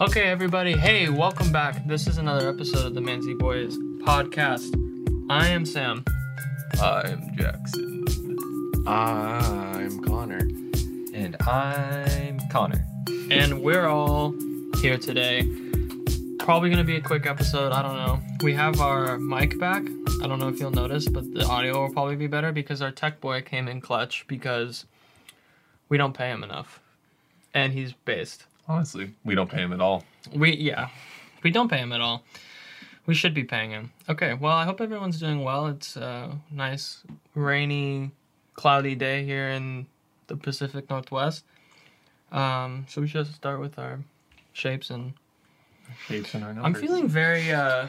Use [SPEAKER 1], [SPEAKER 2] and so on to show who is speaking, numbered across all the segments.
[SPEAKER 1] Okay, everybody. Hey, welcome back. This is another episode of the Manzy Boys podcast. I am Sam.
[SPEAKER 2] I'm Jackson.
[SPEAKER 3] I'm Connor.
[SPEAKER 2] And I'm Connor.
[SPEAKER 1] and we're all here today. Probably gonna be a quick episode. I don't know. We have our mic back. I don't know if you'll notice, but the audio will probably be better because our tech boy came in clutch because we don't pay him enough, and he's based.
[SPEAKER 2] Honestly, we don't pay him at all.
[SPEAKER 1] We yeah, we don't pay him at all. We should be paying him. Okay. Well, I hope everyone's doing well. It's a nice, rainy, cloudy day here in the Pacific Northwest. Um, so we should start with our shapes and
[SPEAKER 2] Shapes in our
[SPEAKER 1] I'm
[SPEAKER 2] numbers.
[SPEAKER 1] feeling very uh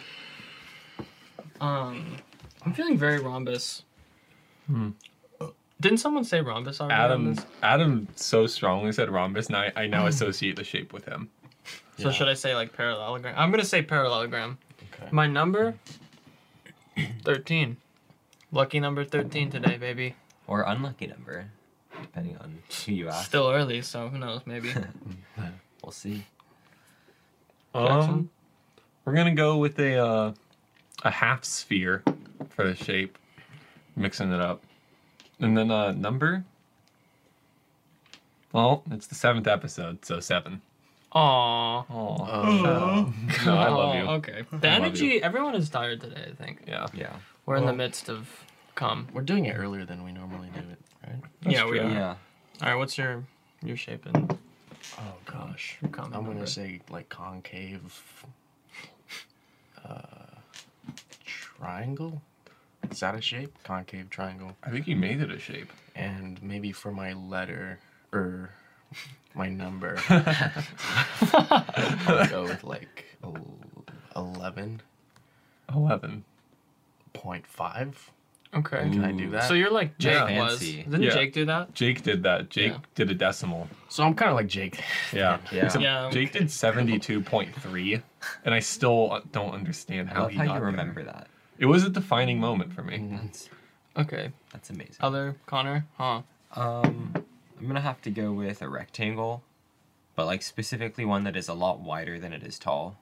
[SPEAKER 1] um I'm feeling very rhombus.
[SPEAKER 2] Hmm.
[SPEAKER 1] Didn't someone say rhombus already? on
[SPEAKER 2] Adam.
[SPEAKER 1] this?
[SPEAKER 2] Adam so strongly said rhombus, and I, I now associate the shape with him.
[SPEAKER 1] So
[SPEAKER 3] Yeah.
[SPEAKER 1] should I say like parallelogram? I'm gonna say parallelogram.
[SPEAKER 3] Okay.
[SPEAKER 1] My number thirteen. Lucky number thirteen today, baby.
[SPEAKER 4] or unlucky number, depending on who you ask.
[SPEAKER 1] Still early, so who knows, maybe.
[SPEAKER 4] We'll see.
[SPEAKER 1] Jackson?
[SPEAKER 2] Um, we're gonna go with a uh, a half sphere for the shape, mixing it up, and then uh, number. Well, it's the seventh episode, so seven.
[SPEAKER 1] Aw.
[SPEAKER 2] Oh,
[SPEAKER 3] Um,
[SPEAKER 2] no, I love
[SPEAKER 1] Aw,
[SPEAKER 2] you.
[SPEAKER 1] Okay. The
[SPEAKER 2] I love
[SPEAKER 1] energy everyone is tired today, I think.
[SPEAKER 2] Yeah,
[SPEAKER 4] Yeah.
[SPEAKER 1] We're in the
[SPEAKER 3] Well-
[SPEAKER 1] midst of come.
[SPEAKER 3] We're doing it earlier than we normally do it, right?
[SPEAKER 2] that's
[SPEAKER 1] Yeah, we
[SPEAKER 2] true.
[SPEAKER 1] are.
[SPEAKER 4] Yeah.
[SPEAKER 1] Alright, what's your your shape and
[SPEAKER 3] Oh gosh.
[SPEAKER 1] your comment?
[SPEAKER 3] I'm
[SPEAKER 1] number?
[SPEAKER 3] gonna say like concave. Uh, triangle. Is that a shape? Concave triangle.
[SPEAKER 2] I think you made it a shape.
[SPEAKER 3] And maybe for my letter or my number, I'll go with like eleven
[SPEAKER 2] Eleven.
[SPEAKER 3] point five.
[SPEAKER 1] Okay.
[SPEAKER 3] Can I do
[SPEAKER 4] Ooh.
[SPEAKER 3] that?
[SPEAKER 1] So you're like Jake
[SPEAKER 2] Yeah.
[SPEAKER 1] was.
[SPEAKER 4] Fancy.
[SPEAKER 1] Didn't
[SPEAKER 2] Yeah.
[SPEAKER 1] Jake do that?
[SPEAKER 2] Jake did that. Jake
[SPEAKER 1] Yeah.
[SPEAKER 2] did a decimal.
[SPEAKER 3] So I'm kind of like Jake.
[SPEAKER 2] Yeah.
[SPEAKER 4] Yeah.
[SPEAKER 2] Except
[SPEAKER 1] Yeah,
[SPEAKER 2] Jake did 72.3, and I still don't understand
[SPEAKER 4] I
[SPEAKER 2] how
[SPEAKER 4] love
[SPEAKER 2] he
[SPEAKER 4] how
[SPEAKER 2] got
[SPEAKER 4] you
[SPEAKER 2] there.
[SPEAKER 4] remember Mm-hmm. that.
[SPEAKER 2] It was a defining moment for me.
[SPEAKER 4] That's
[SPEAKER 1] Okay.
[SPEAKER 4] that's amazing.
[SPEAKER 1] Other Connor? Huh.
[SPEAKER 4] Um, I'm gonna have to go with a rectangle, but like specifically one that is a lot wider than it is tall.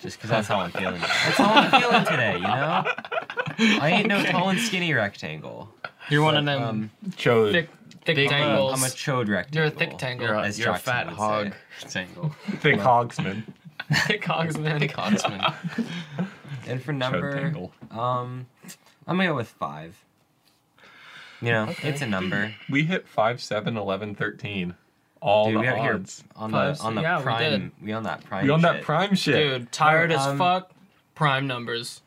[SPEAKER 4] Just because that's how I'm feeling. That's how I'm feeling today, you know. I ain't no tall and skinny rectangle.
[SPEAKER 1] You're one of them
[SPEAKER 4] Um,
[SPEAKER 2] Chose
[SPEAKER 1] thick thick
[SPEAKER 3] Big uh,
[SPEAKER 1] tangles.
[SPEAKER 4] I'm a chode rectangle.
[SPEAKER 1] You're a thick tangle.
[SPEAKER 3] You're a,
[SPEAKER 4] As
[SPEAKER 3] you're a
[SPEAKER 4] Jackson
[SPEAKER 3] fat
[SPEAKER 4] would say.
[SPEAKER 3] hog. Tangle.
[SPEAKER 2] thick hogsman.
[SPEAKER 1] thick hogsman.
[SPEAKER 3] Thick hogsman.
[SPEAKER 4] And for
[SPEAKER 2] Chode
[SPEAKER 4] number,
[SPEAKER 2] tangle.
[SPEAKER 4] um, I'm gonna go with five. You know,
[SPEAKER 3] Okay.
[SPEAKER 4] it's a number.
[SPEAKER 2] We hit 5, 7, 11, 13. All
[SPEAKER 4] Dude,
[SPEAKER 2] the
[SPEAKER 4] we out here
[SPEAKER 2] odds.
[SPEAKER 4] on
[SPEAKER 1] Five,
[SPEAKER 4] the on the
[SPEAKER 1] yeah, we
[SPEAKER 4] prime. We, on that prime.
[SPEAKER 2] We on that
[SPEAKER 4] shit.
[SPEAKER 2] prime shit.
[SPEAKER 1] Dude, tired as
[SPEAKER 4] Um,
[SPEAKER 1] fuck. Prime numbers.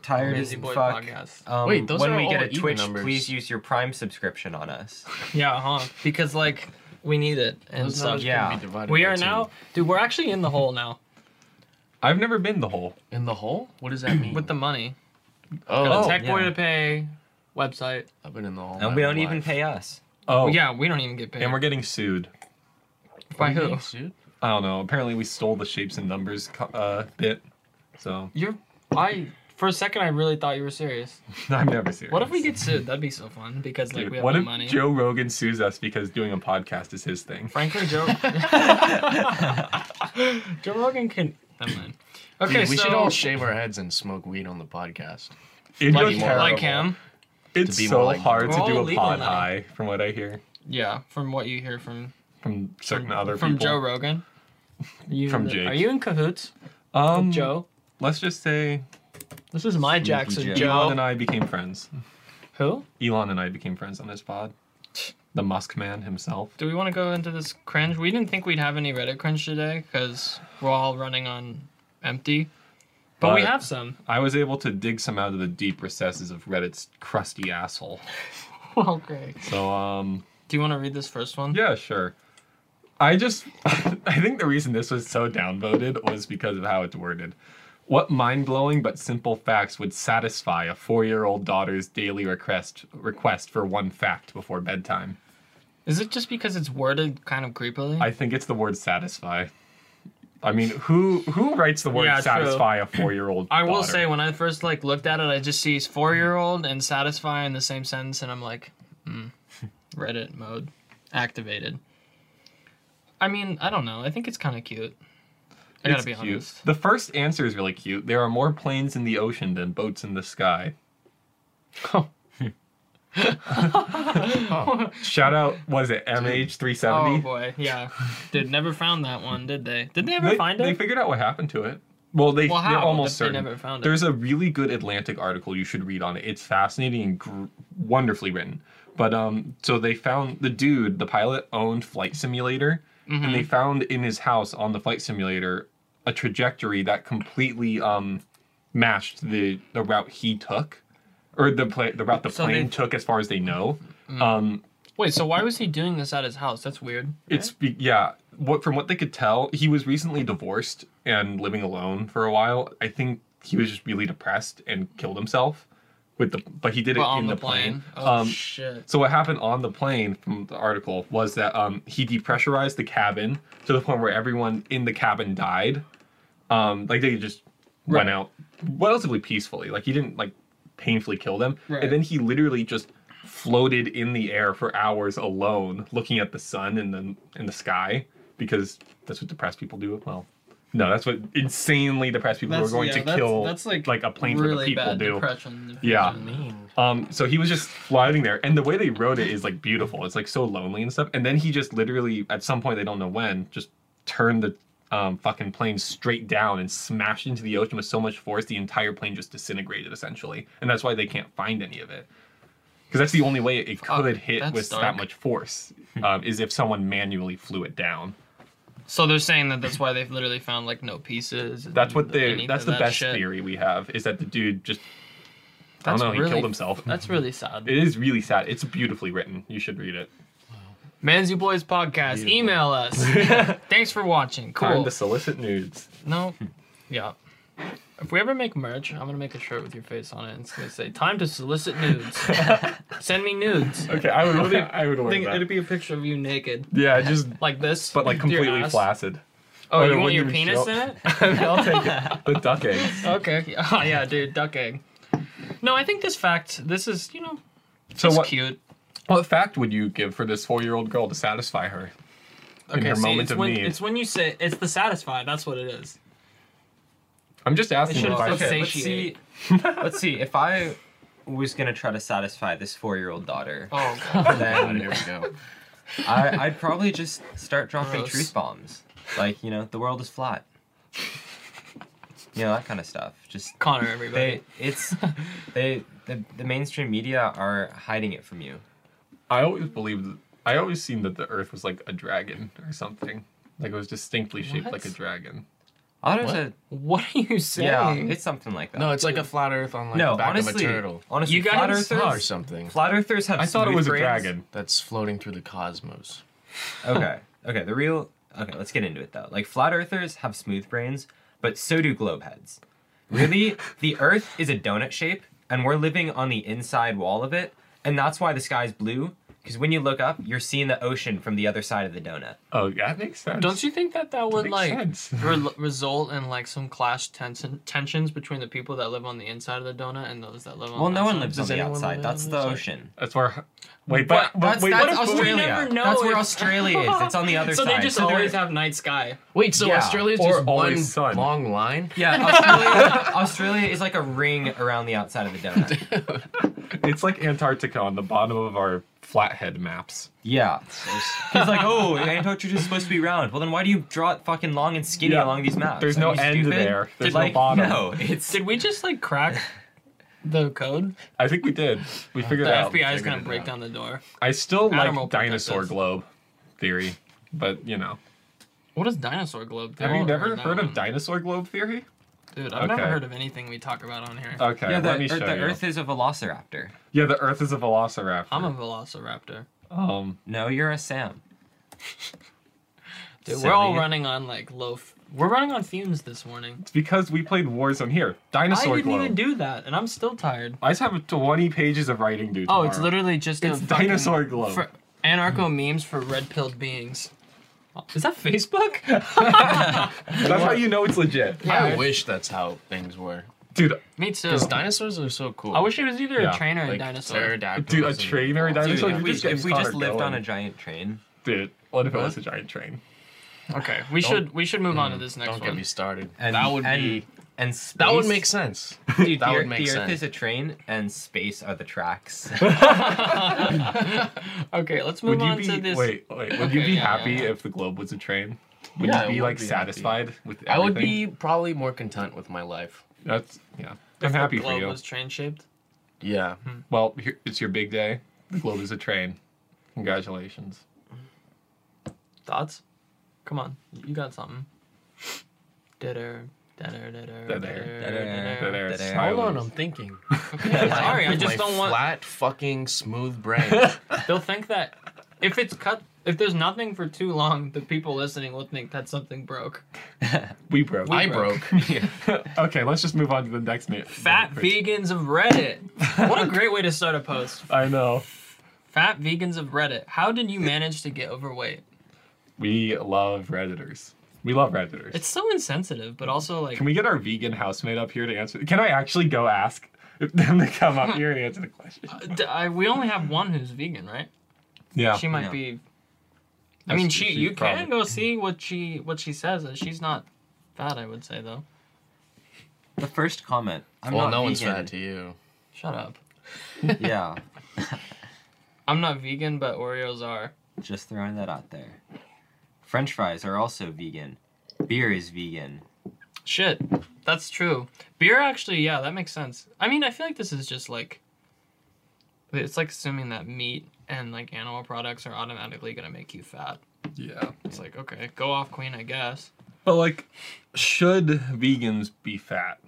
[SPEAKER 4] Tired as
[SPEAKER 1] Busy boy
[SPEAKER 4] fuck.
[SPEAKER 1] podcast.
[SPEAKER 4] Um,
[SPEAKER 3] Wait, those
[SPEAKER 4] when
[SPEAKER 3] are
[SPEAKER 4] we get
[SPEAKER 3] all
[SPEAKER 4] a
[SPEAKER 3] even
[SPEAKER 4] Twitch,
[SPEAKER 3] numbers.
[SPEAKER 4] please use your Prime subscription on us.
[SPEAKER 1] Yeah, huh? Because like we need it and
[SPEAKER 3] Those
[SPEAKER 1] stuff.
[SPEAKER 3] numbers can
[SPEAKER 4] yeah.
[SPEAKER 3] be divided
[SPEAKER 1] We
[SPEAKER 3] by
[SPEAKER 1] are
[SPEAKER 3] two.
[SPEAKER 1] now dude, we're actually in the hole now
[SPEAKER 2] I've never been the hole.
[SPEAKER 3] in the hole. What does that mean?
[SPEAKER 1] with the money.
[SPEAKER 3] oh,
[SPEAKER 1] the tech boy
[SPEAKER 4] yeah.
[SPEAKER 1] to pay website.
[SPEAKER 3] I've been in the hole.
[SPEAKER 4] And
[SPEAKER 3] my
[SPEAKER 4] we don't
[SPEAKER 3] whole
[SPEAKER 4] even
[SPEAKER 3] life.
[SPEAKER 4] pay us.
[SPEAKER 2] Oh, yeah.
[SPEAKER 1] Yeah, we don't even get paid.
[SPEAKER 2] And we're getting sued.
[SPEAKER 1] By
[SPEAKER 3] Are you
[SPEAKER 1] who?
[SPEAKER 3] being sued?
[SPEAKER 2] I don't know. Apparently, we stole the shapes and numbers co- uh, bit. So,
[SPEAKER 1] You're I for a second I really thought you were serious.
[SPEAKER 2] I'm never serious.
[SPEAKER 1] What if we get sued? That'd be so fun because like
[SPEAKER 2] Dude,
[SPEAKER 1] we have
[SPEAKER 2] what
[SPEAKER 1] no
[SPEAKER 2] if
[SPEAKER 1] money.
[SPEAKER 2] Joe Rogan sues us because doing a podcast is his thing?
[SPEAKER 1] Frankly, Joe. Joe Rogan can. Never mind. Okay,
[SPEAKER 3] Dude, we
[SPEAKER 1] so
[SPEAKER 3] should all shave our heads and smoke weed on the podcast.
[SPEAKER 2] It'd
[SPEAKER 1] like,
[SPEAKER 2] be
[SPEAKER 3] more
[SPEAKER 2] terrible.
[SPEAKER 1] like him.
[SPEAKER 2] It's
[SPEAKER 3] be
[SPEAKER 2] so
[SPEAKER 3] more like-
[SPEAKER 2] hard to
[SPEAKER 1] We're
[SPEAKER 2] do
[SPEAKER 1] all
[SPEAKER 2] a
[SPEAKER 1] legal
[SPEAKER 2] pod
[SPEAKER 1] now.
[SPEAKER 2] high, from what I hear
[SPEAKER 1] Yeah, from what you hear from
[SPEAKER 2] from certain other
[SPEAKER 1] from Joe
[SPEAKER 2] people.
[SPEAKER 1] Rogan. You
[SPEAKER 2] From
[SPEAKER 1] in the-
[SPEAKER 2] Jake.
[SPEAKER 1] Are you in cahoots
[SPEAKER 2] Joe. Um,
[SPEAKER 1] with Joe?
[SPEAKER 2] Let's just say
[SPEAKER 1] This is my Jackson
[SPEAKER 4] Joe.
[SPEAKER 1] Joe.
[SPEAKER 2] Elon and I became friends.
[SPEAKER 1] Who?
[SPEAKER 2] Elon and I became friends on this pod. The Musk man himself.
[SPEAKER 1] Do we want to go into this cringe? We didn't think we'd have any Reddit cringe today because we're all running on empty. But, we
[SPEAKER 2] But-
[SPEAKER 1] have some.
[SPEAKER 2] I was able to dig some out of the deep recesses of Reddit's crusty asshole.
[SPEAKER 1] okay.
[SPEAKER 2] So, um,
[SPEAKER 1] Do you want to read this first one?
[SPEAKER 2] yeah, sure. I just, I think the reason this was so downvoted was because of how it's worded. What mind blowing but simple facts would satisfy a four year old daughter's daily request request for one fact before bedtime?
[SPEAKER 1] Is it just because it's worded kind of creepily?
[SPEAKER 2] I think it's the word satisfy. I mean, who who writes the word
[SPEAKER 1] Yeah, true.
[SPEAKER 2] satisfy a four year old?
[SPEAKER 1] I will say when I first like looked at it, I just see four year old and satisfy in the same sentence, and I'm like, mm, Reddit mode activated. I mean, I don't know. I think it's kind of cute. I gotta be
[SPEAKER 2] It's cute.
[SPEAKER 1] honest.
[SPEAKER 2] The first answer is really cute. There are more planes in the ocean than boats in the sky.
[SPEAKER 1] Oh.
[SPEAKER 2] Shout out, was it
[SPEAKER 1] Oh
[SPEAKER 2] MH370?
[SPEAKER 1] boy, yeah. Dude, never found that one, did they? Did they ever
[SPEAKER 2] they,
[SPEAKER 1] find
[SPEAKER 2] they
[SPEAKER 1] it?
[SPEAKER 2] figured out what happened to it. Well, they,
[SPEAKER 1] Well,
[SPEAKER 2] they're
[SPEAKER 1] how?
[SPEAKER 2] almost
[SPEAKER 1] They- they
[SPEAKER 2] certain.
[SPEAKER 1] never found it.
[SPEAKER 2] There's a really good Atlantic article you should read on it. It's fascinating and gr- wonderfully written. But um, so they found the dude, the pilot, owned Flight Simulator, and
[SPEAKER 1] Mm-hmm.
[SPEAKER 2] they found in his house on the Flight Simulator a trajectory that completely um, matched the the route he took, or the pla- the route the
[SPEAKER 4] So
[SPEAKER 2] plane
[SPEAKER 4] they-
[SPEAKER 2] took, as far as they know. Um,
[SPEAKER 1] Wait, so why was he doing this at his house? That's weird.
[SPEAKER 2] it's be- yeah. What from what they could tell, he was recently divorced and living alone for a while. I think he was just really depressed and killed himself with the. But he did it
[SPEAKER 1] But on
[SPEAKER 2] in
[SPEAKER 1] the
[SPEAKER 2] the plane.
[SPEAKER 1] plane. Oh
[SPEAKER 2] Um,
[SPEAKER 1] shit.
[SPEAKER 2] so what happened on the plane from the article was that um, he depressurized the cabin to the point where everyone in the cabin died. Um, like they just went out relatively peacefully. Like he didn't like painfully kill them.
[SPEAKER 1] Right.
[SPEAKER 2] And then he literally just floated in the air for hours alone, looking at the sun and the in the sky because that's what depressed people do. Well, no, that's what insanely depressed people who are
[SPEAKER 1] That's-
[SPEAKER 2] going
[SPEAKER 1] yeah,
[SPEAKER 2] to
[SPEAKER 1] that's-
[SPEAKER 2] kill
[SPEAKER 1] that's, like,
[SPEAKER 2] a plane for the
[SPEAKER 1] Really
[SPEAKER 2] people
[SPEAKER 1] bad
[SPEAKER 2] do.
[SPEAKER 1] depression.
[SPEAKER 2] Yeah.
[SPEAKER 3] mean.
[SPEAKER 2] Um, so he was just floating there, and the way they wrote it is like beautiful. It's like so lonely and stuff. And then he just literally, at some point, they don't know when, just turned the um, fucking plane straight down and smashed into the ocean with so much force, the entire plane just disintegrated essentially. And that's why they can't find any of it, because that's the only way it could hit
[SPEAKER 1] that's
[SPEAKER 2] with that
[SPEAKER 1] dark.
[SPEAKER 2] much force, um, is if someone manually flew it down.
[SPEAKER 1] So they're saying that that's why they've literally found like no pieces. and
[SPEAKER 2] That's
[SPEAKER 1] any
[SPEAKER 2] what they.
[SPEAKER 1] of
[SPEAKER 2] That's the
[SPEAKER 1] that
[SPEAKER 2] best
[SPEAKER 1] shit.
[SPEAKER 2] theory we have is that the dude just. I
[SPEAKER 1] That's
[SPEAKER 2] don't know. He
[SPEAKER 1] really-
[SPEAKER 2] killed himself.
[SPEAKER 1] That's really sad.
[SPEAKER 2] It is really sad. It's beautifully written. You should read it.
[SPEAKER 1] Manzy Boys Podcast. Email us. Thanks for watching.
[SPEAKER 2] Time
[SPEAKER 1] Cool.
[SPEAKER 2] to solicit nudes.
[SPEAKER 1] No. Yeah. If we ever make merch, I'm gonna make a shirt with your face on it, and it's gonna say "Time to solicit nudes." Send me nudes.
[SPEAKER 2] Okay, I would. Really, I would
[SPEAKER 1] I
[SPEAKER 2] order
[SPEAKER 1] think
[SPEAKER 2] that.
[SPEAKER 1] it'd be a picture of you naked,
[SPEAKER 2] yeah, just
[SPEAKER 1] like this,
[SPEAKER 2] but like
[SPEAKER 1] with your
[SPEAKER 2] completely
[SPEAKER 1] ass.
[SPEAKER 2] flaccid.
[SPEAKER 1] Oh, you
[SPEAKER 2] Oh, it
[SPEAKER 1] want
[SPEAKER 2] wouldn't
[SPEAKER 1] your
[SPEAKER 2] even
[SPEAKER 1] penis
[SPEAKER 2] show-
[SPEAKER 1] in it?
[SPEAKER 2] I'll take it. The duck eggs.
[SPEAKER 1] Okay. Oh yeah, dude, duck egg. No, I think this fact. This is you know,
[SPEAKER 2] So
[SPEAKER 1] it's
[SPEAKER 2] what?
[SPEAKER 1] cute.
[SPEAKER 2] What fact would you give for this four-year-old girl to satisfy her in her
[SPEAKER 1] see,
[SPEAKER 2] moment
[SPEAKER 1] it's
[SPEAKER 2] of
[SPEAKER 1] when
[SPEAKER 2] need?
[SPEAKER 1] it's when you say it's the satisfied. That's what it is.
[SPEAKER 2] I'm just asking.
[SPEAKER 1] should
[SPEAKER 2] if
[SPEAKER 1] have
[SPEAKER 2] I
[SPEAKER 1] said
[SPEAKER 2] should-
[SPEAKER 1] say-
[SPEAKER 4] let's see.
[SPEAKER 1] satiate.
[SPEAKER 4] let's see. If I was gonna try to satisfy this four-year-old daughter,
[SPEAKER 1] Oh,
[SPEAKER 3] God,
[SPEAKER 4] then
[SPEAKER 3] here we go.
[SPEAKER 4] I, I'd probably just start dropping
[SPEAKER 1] Gross.
[SPEAKER 4] truth bombs, like you know, the world is flat. You know that kind of stuff. Just
[SPEAKER 1] Connor, everybody.
[SPEAKER 4] they, it's they, the, the mainstream media are hiding it from you.
[SPEAKER 2] I always believed. I always seen that the Earth was like a dragon or something. Like it was distinctly shaped
[SPEAKER 1] What?
[SPEAKER 2] like a dragon.
[SPEAKER 4] I don't know.
[SPEAKER 1] what are you saying?
[SPEAKER 4] Yeah, it's something like that.
[SPEAKER 3] No, it's like a flat Earth on like
[SPEAKER 4] no,
[SPEAKER 3] the back
[SPEAKER 4] honestly,
[SPEAKER 3] of a turtle
[SPEAKER 4] honestly,
[SPEAKER 1] You
[SPEAKER 4] flat
[SPEAKER 1] guys-
[SPEAKER 4] earthers,
[SPEAKER 3] or something
[SPEAKER 4] flat earthers have.
[SPEAKER 2] I thought it
[SPEAKER 4] smooth
[SPEAKER 2] was a
[SPEAKER 4] brains.
[SPEAKER 2] dragon.
[SPEAKER 3] that's floating through the cosmos.
[SPEAKER 4] Okay, okay, the real. Okay, let's get into it though. Like flat earthers have smooth brains, but so do globe heads. Really, the Earth is a donut shape, and we're living on the inside wall of it, and that's why the sky's blue. Because when you look up, you're seeing the ocean from the other side of the donut.
[SPEAKER 2] Oh, that makes sense.
[SPEAKER 1] Don't you think that that would
[SPEAKER 2] makes
[SPEAKER 1] like
[SPEAKER 2] sense.
[SPEAKER 1] re- result in like some clash tension tensions between the people that live on the inside of the donut and those that live on?
[SPEAKER 4] Well,
[SPEAKER 1] the
[SPEAKER 4] no one
[SPEAKER 1] outside?
[SPEAKER 4] lives
[SPEAKER 3] Does
[SPEAKER 4] on the
[SPEAKER 3] anyone live
[SPEAKER 4] outside.
[SPEAKER 3] on
[SPEAKER 4] That's
[SPEAKER 3] the
[SPEAKER 4] the
[SPEAKER 3] outside?
[SPEAKER 4] ocean.
[SPEAKER 2] That's where. Wait, but, but,
[SPEAKER 4] that's
[SPEAKER 2] wait.
[SPEAKER 4] that's
[SPEAKER 2] what if-
[SPEAKER 1] Australia.
[SPEAKER 4] Australia.
[SPEAKER 1] never know
[SPEAKER 4] That's where
[SPEAKER 1] if-
[SPEAKER 4] Australia is. It's on the other
[SPEAKER 1] So
[SPEAKER 4] side.
[SPEAKER 1] they just
[SPEAKER 4] they're-
[SPEAKER 1] always have night sky.
[SPEAKER 3] Wait, so
[SPEAKER 4] Yeah.
[SPEAKER 3] Australia's
[SPEAKER 2] Or
[SPEAKER 3] just one
[SPEAKER 2] always sun.
[SPEAKER 3] long line?
[SPEAKER 4] Yeah, Australia, Australia is like a ring around the outside of the donut.
[SPEAKER 2] It's like Antarctica on the bottom of our flathead maps.
[SPEAKER 4] Yeah. He's like, oh, Antarctica is supposed to be round. Well, then why do you draw it fucking long and skinny
[SPEAKER 2] Yeah.
[SPEAKER 4] along these maps?
[SPEAKER 2] There's
[SPEAKER 4] Are
[SPEAKER 2] no
[SPEAKER 4] you
[SPEAKER 2] end
[SPEAKER 4] stupid?
[SPEAKER 2] there. There's no
[SPEAKER 4] like,
[SPEAKER 2] bottom.
[SPEAKER 4] No, it's
[SPEAKER 1] Did we just like crack the code?
[SPEAKER 2] I think we did. We figured
[SPEAKER 1] Uh, The
[SPEAKER 2] it out.
[SPEAKER 1] FBI is
[SPEAKER 3] figured
[SPEAKER 1] gonna
[SPEAKER 3] it
[SPEAKER 1] break
[SPEAKER 3] out.
[SPEAKER 1] down the door.
[SPEAKER 2] I still like
[SPEAKER 1] Animal protect
[SPEAKER 2] dinosaur
[SPEAKER 1] us.
[SPEAKER 2] globe theory, but you know.
[SPEAKER 1] What is dinosaur globe?
[SPEAKER 2] Have you
[SPEAKER 1] Well,
[SPEAKER 2] never
[SPEAKER 1] or
[SPEAKER 2] heard
[SPEAKER 1] no.
[SPEAKER 2] of dinosaur globe theory?
[SPEAKER 1] Dude, I've never
[SPEAKER 2] Okay. Uh,
[SPEAKER 1] heard of anything we talk about on here.
[SPEAKER 2] Okay,
[SPEAKER 4] yeah. The,
[SPEAKER 2] let me show
[SPEAKER 4] Earth- the
[SPEAKER 2] you.
[SPEAKER 4] Earth is a velociraptor.
[SPEAKER 2] yeah, the Earth is a velociraptor.
[SPEAKER 1] I'm a velociraptor.
[SPEAKER 2] um,
[SPEAKER 4] No, you're a Sam.
[SPEAKER 1] Dude, we're all
[SPEAKER 4] Silly.
[SPEAKER 1] running on like low. F- we're running on fumes this morning.
[SPEAKER 2] it's because we played Warzone here. Dinosaur
[SPEAKER 1] I didn't
[SPEAKER 2] globe.
[SPEAKER 1] even do that, and I'm still tired.
[SPEAKER 2] I just have 20 pages of writing due
[SPEAKER 1] Oh, it's
[SPEAKER 2] tomorrow.
[SPEAKER 1] literally just
[SPEAKER 2] It's
[SPEAKER 1] a fucking-
[SPEAKER 2] dinosaur globe.
[SPEAKER 1] For anarcho memes for red pilled beings. Is that Facebook?
[SPEAKER 2] That's how you know it's legit.
[SPEAKER 1] Yeah,
[SPEAKER 3] I
[SPEAKER 1] it's-
[SPEAKER 3] wish that's how things were.
[SPEAKER 2] Dude,
[SPEAKER 1] Me too.
[SPEAKER 3] Because dinosaurs are so cool.
[SPEAKER 1] I wish it was either
[SPEAKER 2] Yeah,
[SPEAKER 1] a train or a
[SPEAKER 3] like
[SPEAKER 1] dinosaur.
[SPEAKER 3] pterodactyls
[SPEAKER 2] dude, a
[SPEAKER 3] and-
[SPEAKER 2] train or a dinosaur?
[SPEAKER 4] Dude,
[SPEAKER 2] You're
[SPEAKER 4] if we,
[SPEAKER 2] just
[SPEAKER 4] if
[SPEAKER 2] getting
[SPEAKER 4] we just
[SPEAKER 2] Connor
[SPEAKER 4] lived on
[SPEAKER 2] going.
[SPEAKER 4] a giant train,
[SPEAKER 2] Dude, what if it
[SPEAKER 3] What?
[SPEAKER 2] was a giant train?
[SPEAKER 1] Okay, we should we should move
[SPEAKER 2] Mm,
[SPEAKER 1] on to this next
[SPEAKER 3] Don't get
[SPEAKER 1] one.
[SPEAKER 3] me started.
[SPEAKER 4] And,
[SPEAKER 3] that would
[SPEAKER 4] and,
[SPEAKER 3] be.
[SPEAKER 4] and space,
[SPEAKER 3] That would make sense.
[SPEAKER 4] Dude,
[SPEAKER 3] that
[SPEAKER 4] the,
[SPEAKER 3] would
[SPEAKER 4] Earth-
[SPEAKER 3] make
[SPEAKER 4] the Earth
[SPEAKER 3] sense.
[SPEAKER 4] is a train, and space are the tracks.
[SPEAKER 1] okay, let's move
[SPEAKER 2] Would you
[SPEAKER 1] on
[SPEAKER 2] be
[SPEAKER 1] to
[SPEAKER 2] wait
[SPEAKER 1] this.
[SPEAKER 2] wait? Would you
[SPEAKER 1] Okay,
[SPEAKER 2] be
[SPEAKER 1] yeah,
[SPEAKER 2] happy
[SPEAKER 1] yeah.
[SPEAKER 2] if the globe was a train? Would
[SPEAKER 3] Yeah, I
[SPEAKER 2] you be
[SPEAKER 3] would
[SPEAKER 2] like
[SPEAKER 3] be happy.
[SPEAKER 2] satisfied with everything?
[SPEAKER 3] I would be probably more content with my life.
[SPEAKER 2] That's yeah.
[SPEAKER 1] if
[SPEAKER 2] I'm
[SPEAKER 1] the
[SPEAKER 2] happy for
[SPEAKER 1] globe
[SPEAKER 2] you.
[SPEAKER 1] Was train shaped.
[SPEAKER 3] Yeah.
[SPEAKER 2] Well, here, it's your big day. The globe is a train. Congratulations.
[SPEAKER 1] Thoughts? Come on, you got something. Ditter, ditter, ditter, ditter,
[SPEAKER 2] Ditter, That
[SPEAKER 1] ditter.
[SPEAKER 2] air
[SPEAKER 4] That air.
[SPEAKER 2] silence.
[SPEAKER 3] Hold on, I'm thinking.
[SPEAKER 1] Okay, sorry, I
[SPEAKER 3] With
[SPEAKER 1] just
[SPEAKER 3] my
[SPEAKER 1] don't want.
[SPEAKER 3] flat fucking smooth brain.
[SPEAKER 1] They'll think that if it's cut, if there's nothing for too long, the people listening will think that something broke.
[SPEAKER 2] We broke.
[SPEAKER 3] I broke.
[SPEAKER 2] okay, let's just move on to the next minute.
[SPEAKER 1] Fat vegans of Reddit. What a great way to start a post.
[SPEAKER 2] I know.
[SPEAKER 1] Fat vegans of Reddit. How did you manage to get overweight?
[SPEAKER 2] We love redditors. We love redditors.
[SPEAKER 1] It's so insensitive, but also like
[SPEAKER 2] Can we get our vegan housemate up here to answer? Can I actually go ask them to come up here and answer the question?
[SPEAKER 1] D- I, we only have one who's vegan, right?
[SPEAKER 2] Yeah.
[SPEAKER 1] she might
[SPEAKER 4] Yeah.
[SPEAKER 1] be. I
[SPEAKER 2] That's-
[SPEAKER 1] mean, she
[SPEAKER 2] she's
[SPEAKER 1] you
[SPEAKER 2] probably-
[SPEAKER 1] can go see what she what she says. and She's not fat, I would say though.
[SPEAKER 4] the first comment. I'm
[SPEAKER 3] well,
[SPEAKER 4] not
[SPEAKER 3] no one's
[SPEAKER 4] vegan.
[SPEAKER 3] fat to you.
[SPEAKER 1] Shut up.
[SPEAKER 4] Yeah,
[SPEAKER 1] I'm not vegan, but Oreos are.
[SPEAKER 4] just throwing that out there. French fries are also vegan. Beer is vegan.
[SPEAKER 1] Shit, that's true. Beer, actually, yeah, that makes sense. I mean, I feel like this is just like. It's like assuming that meat and like animal products are automatically gonna make you fat.
[SPEAKER 2] Yeah.
[SPEAKER 1] It's like okay, go off queen, I guess.
[SPEAKER 2] But like, should vegans be fat?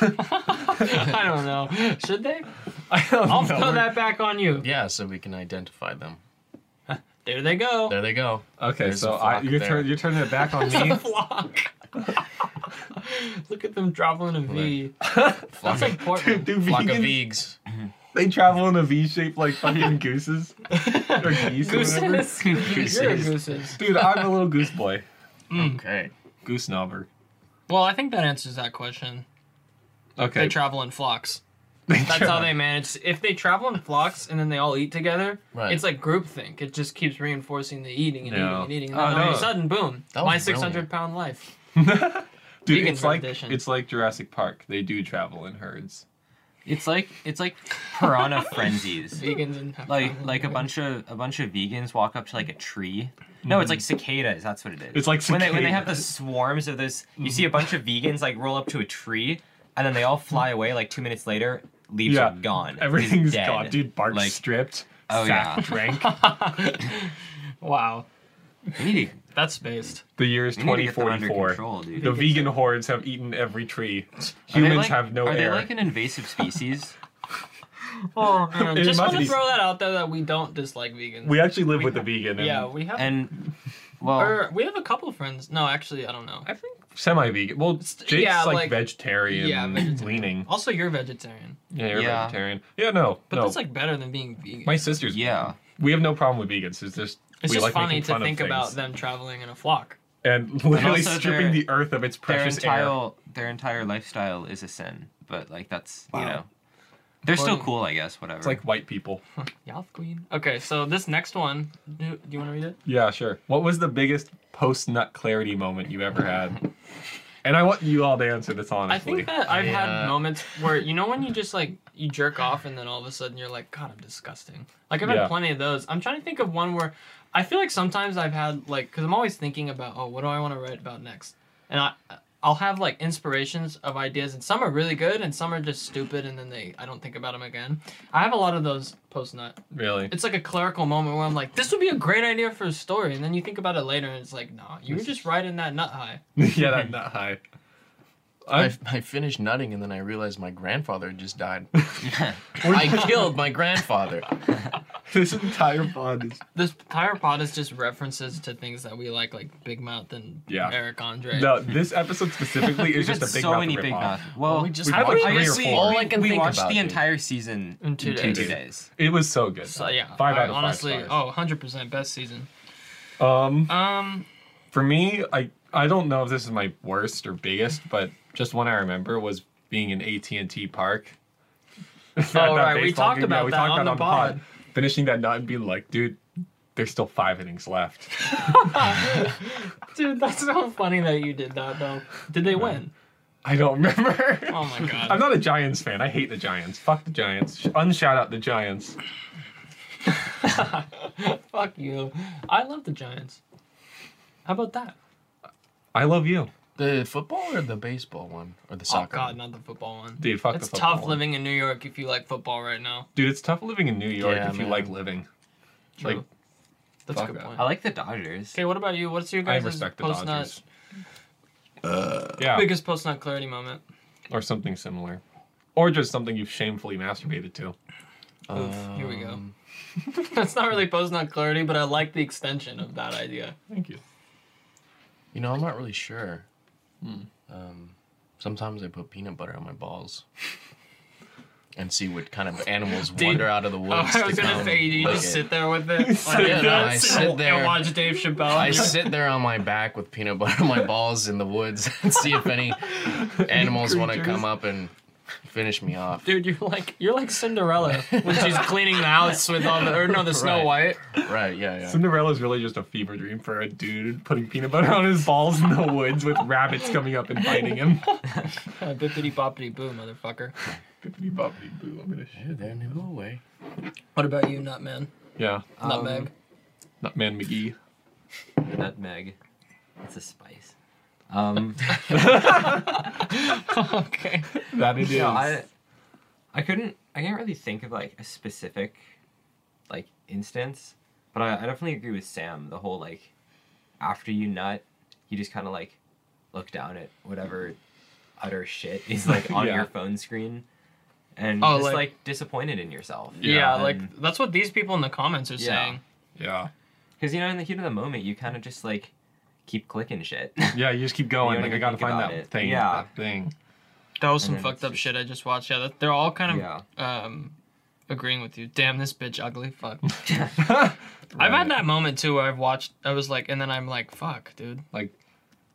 [SPEAKER 1] I don't know. Should they?
[SPEAKER 2] I don't
[SPEAKER 1] I'll
[SPEAKER 2] know.
[SPEAKER 1] throw that back on you.
[SPEAKER 3] Yeah, so we can identify them.
[SPEAKER 1] There they go.
[SPEAKER 3] There they go.
[SPEAKER 2] Okay,
[SPEAKER 3] There's
[SPEAKER 2] so
[SPEAKER 3] a
[SPEAKER 2] I,
[SPEAKER 3] flock
[SPEAKER 2] you're,
[SPEAKER 3] there.
[SPEAKER 2] turn, you're turning it back on
[SPEAKER 1] It's
[SPEAKER 2] me.
[SPEAKER 1] a flock. Look at them traveling a V. That's like Portland.
[SPEAKER 2] Do
[SPEAKER 3] Flock of
[SPEAKER 2] vegans?
[SPEAKER 3] vegs.
[SPEAKER 2] They travel in a V shape like fucking gooses or geese or whatever.
[SPEAKER 1] Gooses. You're a
[SPEAKER 3] Gooses.
[SPEAKER 1] gooses.
[SPEAKER 2] Dude, I'm a little goose boy.
[SPEAKER 3] Okay.
[SPEAKER 2] Goose knobber.
[SPEAKER 1] Well, I think that answers that question.
[SPEAKER 2] Okay.
[SPEAKER 1] They travel in flocks. That's how they manage. If they travel in flocks and then they all eat together,
[SPEAKER 3] Right.
[SPEAKER 1] it's like groupthink. It just keeps reinforcing the eating and
[SPEAKER 2] No.
[SPEAKER 1] eating and eating. And
[SPEAKER 2] Oh,
[SPEAKER 1] then all of
[SPEAKER 2] no.
[SPEAKER 1] a sudden, boom!
[SPEAKER 3] That was
[SPEAKER 1] My
[SPEAKER 3] brilliant.
[SPEAKER 1] 600 pound life.
[SPEAKER 2] Dude,
[SPEAKER 1] Vegan
[SPEAKER 2] it's like
[SPEAKER 1] rendition.
[SPEAKER 2] it's like Jurassic Park. They do travel in herds.
[SPEAKER 4] It's like it's like piranha frenzies.
[SPEAKER 1] Vegans and
[SPEAKER 4] Like like a bunch of a bunch of vegans walk up to like a tree. No, it's like cicadas. That's what it is.
[SPEAKER 2] Mm-hmm. It's like
[SPEAKER 4] when they when they have the
[SPEAKER 2] cicadas. Mm-hmm.
[SPEAKER 4] swarms of this. You see a bunch of vegans like roll up to a tree, and then they all fly away. Like two minutes later, leaves
[SPEAKER 2] Yeah.
[SPEAKER 4] are gone.
[SPEAKER 2] Everything's
[SPEAKER 4] Dead.
[SPEAKER 2] gone, dude. Bart's
[SPEAKER 4] Like-
[SPEAKER 2] stripped.
[SPEAKER 4] Oh,
[SPEAKER 2] sack
[SPEAKER 4] yeah.
[SPEAKER 2] drank.
[SPEAKER 1] wow,
[SPEAKER 4] We need to-
[SPEAKER 1] that's based.
[SPEAKER 2] The year is
[SPEAKER 4] we need to get them under
[SPEAKER 2] 2044.
[SPEAKER 4] control, dude.
[SPEAKER 2] The vegan hordes have eaten every tree.
[SPEAKER 4] Are they
[SPEAKER 2] Humans
[SPEAKER 4] like-
[SPEAKER 2] have no
[SPEAKER 4] Are they
[SPEAKER 2] air.
[SPEAKER 4] like an invasive species?
[SPEAKER 1] Oh man!
[SPEAKER 2] It
[SPEAKER 1] Just want
[SPEAKER 2] must
[SPEAKER 1] to
[SPEAKER 2] be-
[SPEAKER 1] throw that out there that we don't dislike vegans.
[SPEAKER 2] we actually live with a vegan. And
[SPEAKER 1] yeah, we have
[SPEAKER 4] And well,
[SPEAKER 2] Er.
[SPEAKER 1] Or we have a couple friends. No, actually, I don't know.
[SPEAKER 2] I think semi-vegan. Well, Jake's
[SPEAKER 1] yeah,
[SPEAKER 2] like,
[SPEAKER 1] like-
[SPEAKER 2] vegetarian,
[SPEAKER 1] Yeah, vegetarian.
[SPEAKER 2] leaning.
[SPEAKER 1] Also, you're vegetarian,
[SPEAKER 2] Yeah, you're
[SPEAKER 4] Yeah.
[SPEAKER 2] vegetarian. Yeah, no,
[SPEAKER 1] but
[SPEAKER 2] no.
[SPEAKER 1] that's like better than being vegan.
[SPEAKER 2] my sister's.
[SPEAKER 4] yeah,
[SPEAKER 2] we have no problem with vegans. It's just
[SPEAKER 1] it's
[SPEAKER 2] we
[SPEAKER 1] just
[SPEAKER 2] like
[SPEAKER 1] funny
[SPEAKER 2] making
[SPEAKER 1] to
[SPEAKER 2] fun of
[SPEAKER 1] think about
[SPEAKER 2] things.
[SPEAKER 1] them traveling in a flock.
[SPEAKER 2] and literally
[SPEAKER 4] also
[SPEAKER 2] stripping
[SPEAKER 4] their-
[SPEAKER 2] the earth of its
[SPEAKER 4] their
[SPEAKER 2] precious
[SPEAKER 4] entire
[SPEAKER 2] air.
[SPEAKER 4] their entire lifestyle is a sin. But like that's you know, they're still
[SPEAKER 1] According-
[SPEAKER 4] cool, I guess. Whatever.
[SPEAKER 2] It's like white people.
[SPEAKER 1] Youth queen. Okay, so this next one, do, do you want to read it?
[SPEAKER 2] Yeah, sure. What was the biggest post nut clarity moment you ever had? and I want you all to answer this honestly.
[SPEAKER 1] I think that I've had
[SPEAKER 3] Yeah.
[SPEAKER 1] moments where you know when you just like you jerk off and then all of a sudden you're like, God, I'm disgusting. Like I've had
[SPEAKER 2] Yeah.
[SPEAKER 1] plenty of those. I'm trying to think of one where I feel like sometimes I've had like because I'm always thinking about oh, what do I want to write about next, and I I'll have like inspirations of ideas and some are really good and some are just stupid and then they I don't think about them again. I have a lot of those post nut.
[SPEAKER 2] really.
[SPEAKER 1] It's like a clerical moment where I'm like, this would be a great idea for a story, and then you think about it later and it's like, nah, you were just riding that nut high.
[SPEAKER 2] yeah, that nut high.
[SPEAKER 3] I,
[SPEAKER 2] I,
[SPEAKER 3] I finished nutting and then I realized my grandfather had just died.
[SPEAKER 4] Yeah.
[SPEAKER 3] I killed my grandfather.
[SPEAKER 2] this entire pod is
[SPEAKER 1] This entire pod is just references to things that we like, like Big Mouth and
[SPEAKER 2] Yeah.
[SPEAKER 1] Eric Andre.
[SPEAKER 2] no. This episode specifically is
[SPEAKER 4] We've
[SPEAKER 2] just
[SPEAKER 4] had
[SPEAKER 2] a big
[SPEAKER 4] so
[SPEAKER 2] mouth
[SPEAKER 4] many
[SPEAKER 2] ripoff.
[SPEAKER 4] big mouth. Well,
[SPEAKER 3] we just
[SPEAKER 2] We've
[SPEAKER 3] I
[SPEAKER 2] watched
[SPEAKER 3] would-
[SPEAKER 4] I
[SPEAKER 2] three
[SPEAKER 4] guess
[SPEAKER 2] or
[SPEAKER 4] Oh, we,
[SPEAKER 2] four.
[SPEAKER 3] all I can
[SPEAKER 4] we
[SPEAKER 3] think
[SPEAKER 4] watched
[SPEAKER 3] about,
[SPEAKER 4] the
[SPEAKER 3] dude.
[SPEAKER 4] entire season
[SPEAKER 1] In two
[SPEAKER 4] in
[SPEAKER 1] days.
[SPEAKER 4] two days.
[SPEAKER 2] It was so good.
[SPEAKER 1] So yeah,
[SPEAKER 2] five
[SPEAKER 1] I
[SPEAKER 2] out of
[SPEAKER 1] honestly,
[SPEAKER 2] five
[SPEAKER 1] oh, 100% best season.
[SPEAKER 2] Oh, um,
[SPEAKER 1] Um,
[SPEAKER 2] for me, I I don't know if this is my worst or biggest, but just one I remember was being in AT and T Park. At that
[SPEAKER 1] Oh, right, we
[SPEAKER 2] baseball
[SPEAKER 1] talked about that on the
[SPEAKER 2] it
[SPEAKER 1] pod.
[SPEAKER 2] Finishing that nut and being like, dude, there's still five innings left.
[SPEAKER 1] Dude, that's so funny that you did that though. Did they win?
[SPEAKER 2] I don't remember.
[SPEAKER 1] Oh my God.
[SPEAKER 2] I'm not a Giants fan. I hate the Giants. Fuck the Giants. Sh- Unshout out the Giants.
[SPEAKER 1] Fuck you. I love the Giants. How about that? Oh,
[SPEAKER 2] I love you,
[SPEAKER 3] The football or the baseball one or the soccer?
[SPEAKER 1] Oh God,
[SPEAKER 3] one?
[SPEAKER 1] not the football one.
[SPEAKER 2] dude. Fuck
[SPEAKER 1] it's
[SPEAKER 2] the football.
[SPEAKER 1] tough living in New York if you like football right now.
[SPEAKER 2] dude. It's tough living in New York
[SPEAKER 3] Yeah,
[SPEAKER 2] if you like
[SPEAKER 3] man.
[SPEAKER 2] living.
[SPEAKER 1] True.
[SPEAKER 2] Like,
[SPEAKER 1] That's a
[SPEAKER 2] fuck
[SPEAKER 1] good
[SPEAKER 2] that.
[SPEAKER 1] point.
[SPEAKER 4] I like the Dodgers.
[SPEAKER 1] Okay, what about you? What's your
[SPEAKER 2] I
[SPEAKER 1] guys'
[SPEAKER 2] respect the
[SPEAKER 1] post-nut-
[SPEAKER 2] Dodgers. yeah,
[SPEAKER 1] biggest post nut clarity moment?
[SPEAKER 2] or something similar, or just something you've shamefully masturbated to.
[SPEAKER 1] Oof, here we go.
[SPEAKER 3] Um,
[SPEAKER 1] That's not really post nut clarity, but I like the extension of that idea.
[SPEAKER 2] Thank you.
[SPEAKER 3] You know, I'm not really sure.
[SPEAKER 1] Hmm.
[SPEAKER 3] Um, sometimes I put peanut butter on my balls and see what kind of animals wander out of the
[SPEAKER 1] Oh,
[SPEAKER 3] woods.
[SPEAKER 1] I was
[SPEAKER 3] to
[SPEAKER 1] gonna
[SPEAKER 3] come
[SPEAKER 1] say, you
[SPEAKER 3] lick
[SPEAKER 1] just
[SPEAKER 3] it.
[SPEAKER 1] sit there with it.
[SPEAKER 2] sit
[SPEAKER 1] yeah,
[SPEAKER 3] there. I sit
[SPEAKER 1] and
[SPEAKER 3] there.
[SPEAKER 1] watch Dave Chappelle.
[SPEAKER 3] I
[SPEAKER 1] and you're-
[SPEAKER 3] sit there on my back with peanut butter on my balls in the woods and see if any animals want to
[SPEAKER 2] Creatures.
[SPEAKER 3] come up and finish me off.
[SPEAKER 1] Dude, you're like you're like Cinderella when she's cleaning the house with all the or no the Snow White.
[SPEAKER 3] Right? Yeah, yeah.
[SPEAKER 2] Cinderella's really just a fever dream for a dude putting peanut butter on his balls in the woods with rabbits coming up and biting him.
[SPEAKER 1] Uh, bippity boppity boo, motherfucker.
[SPEAKER 2] Bippity boppity boo, I'm gonna shit.
[SPEAKER 3] Hey there, no way.
[SPEAKER 1] What about you, Nutman?
[SPEAKER 2] Yeah,
[SPEAKER 1] Nutmeg.
[SPEAKER 2] not Man McGee.
[SPEAKER 4] Um, Nutmeg. It's a spice. Um,
[SPEAKER 1] Um, okay.
[SPEAKER 2] That it is.
[SPEAKER 4] no, I, I couldn't. I can't really think of like a specific, like instance. But I, I definitely agree with Sam. The whole like, after you nut, you just kind of like, look down at whatever, utter shit is like on
[SPEAKER 2] Yeah.
[SPEAKER 4] your phone screen, and
[SPEAKER 1] Oh,
[SPEAKER 4] just
[SPEAKER 1] like-
[SPEAKER 4] like, disappointed in yourself.
[SPEAKER 1] Yeah,
[SPEAKER 2] Yeah,
[SPEAKER 1] like that's what these people in the comments are
[SPEAKER 4] Yeah.
[SPEAKER 1] saying.
[SPEAKER 2] yeah.
[SPEAKER 4] Because you know, in the heat of the moment, you kind of just like, keep clicking shit.
[SPEAKER 2] Yeah, you just keep going.
[SPEAKER 4] don't
[SPEAKER 2] Like I
[SPEAKER 4] even
[SPEAKER 2] gotta
[SPEAKER 4] think
[SPEAKER 2] find
[SPEAKER 4] about
[SPEAKER 2] that
[SPEAKER 4] it.
[SPEAKER 2] thing.
[SPEAKER 4] Yeah.
[SPEAKER 2] That thing.
[SPEAKER 1] That was some
[SPEAKER 4] then
[SPEAKER 1] fucked
[SPEAKER 4] it's
[SPEAKER 1] up
[SPEAKER 4] just-
[SPEAKER 1] shit I just watched. Yeah, that, they're all kind of um agreeing with you. Damn this bitch ugly. Fuck. I've
[SPEAKER 2] Right.
[SPEAKER 1] had that moment too where I've watched I was like and then I'm like, fuck, dude.
[SPEAKER 2] Like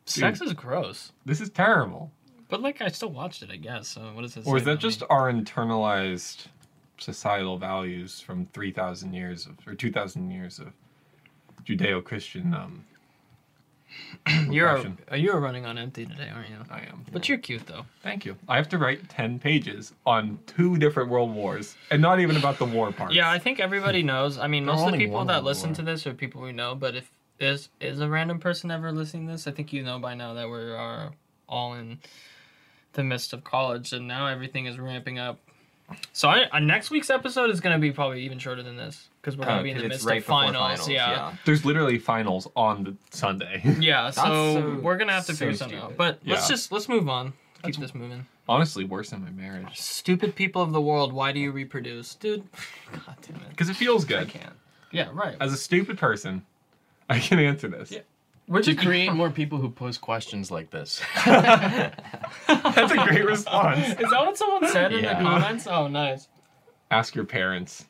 [SPEAKER 1] Sex is gross.
[SPEAKER 2] this is terrible.
[SPEAKER 1] But like I still watched it, I guess. So what does it
[SPEAKER 2] Or is
[SPEAKER 1] say
[SPEAKER 2] that
[SPEAKER 1] about me?
[SPEAKER 2] just our internalized societal values from three thousand years of or two thousand years of Judeo-Christian? Um,
[SPEAKER 1] You're
[SPEAKER 2] Impression.
[SPEAKER 1] a, you're running on empty today, aren't you?
[SPEAKER 2] I am.
[SPEAKER 1] But you're cute though.
[SPEAKER 2] Thank you. I have to write ten pages on two different world wars, and not even about the war part.
[SPEAKER 1] Yeah, I think everybody knows. I mean,
[SPEAKER 3] There
[SPEAKER 1] most of the
[SPEAKER 3] only
[SPEAKER 1] people
[SPEAKER 3] one
[SPEAKER 1] that
[SPEAKER 3] on
[SPEAKER 1] listen
[SPEAKER 3] board.
[SPEAKER 1] to this are people we know. But if is is a random person ever listening to this, I think you know by now that we are all in the midst of college, and now everything is ramping up. So I, uh, next week's episode is going to be probably even shorter than this because we're going to
[SPEAKER 4] Uh,
[SPEAKER 1] be in
[SPEAKER 4] 'cause
[SPEAKER 1] the
[SPEAKER 4] it's
[SPEAKER 1] midst
[SPEAKER 4] right
[SPEAKER 1] of
[SPEAKER 4] before
[SPEAKER 1] finals. yeah. yeah.
[SPEAKER 2] There's literally finals on the Sunday.
[SPEAKER 1] so,
[SPEAKER 4] so-
[SPEAKER 1] we're gonna have to
[SPEAKER 4] so
[SPEAKER 1] figure something out.
[SPEAKER 4] stupid.
[SPEAKER 1] But let's
[SPEAKER 2] Yeah.
[SPEAKER 1] just let's move on. Keep this moving.
[SPEAKER 2] Honestly, worse than my marriage
[SPEAKER 1] Stupid people of the world, why do you reproduce, dude? God damn it.
[SPEAKER 2] because it feels
[SPEAKER 1] I
[SPEAKER 2] good.
[SPEAKER 1] can't. Yeah, right.
[SPEAKER 2] As a stupid person, I can answer this.
[SPEAKER 1] Yeah. We're
[SPEAKER 3] To
[SPEAKER 1] just
[SPEAKER 3] create more people who pose questions like this.
[SPEAKER 2] That's a great response.
[SPEAKER 1] Is that what someone said in
[SPEAKER 3] Yeah.
[SPEAKER 1] the comments? Oh, nice.
[SPEAKER 2] ask your parents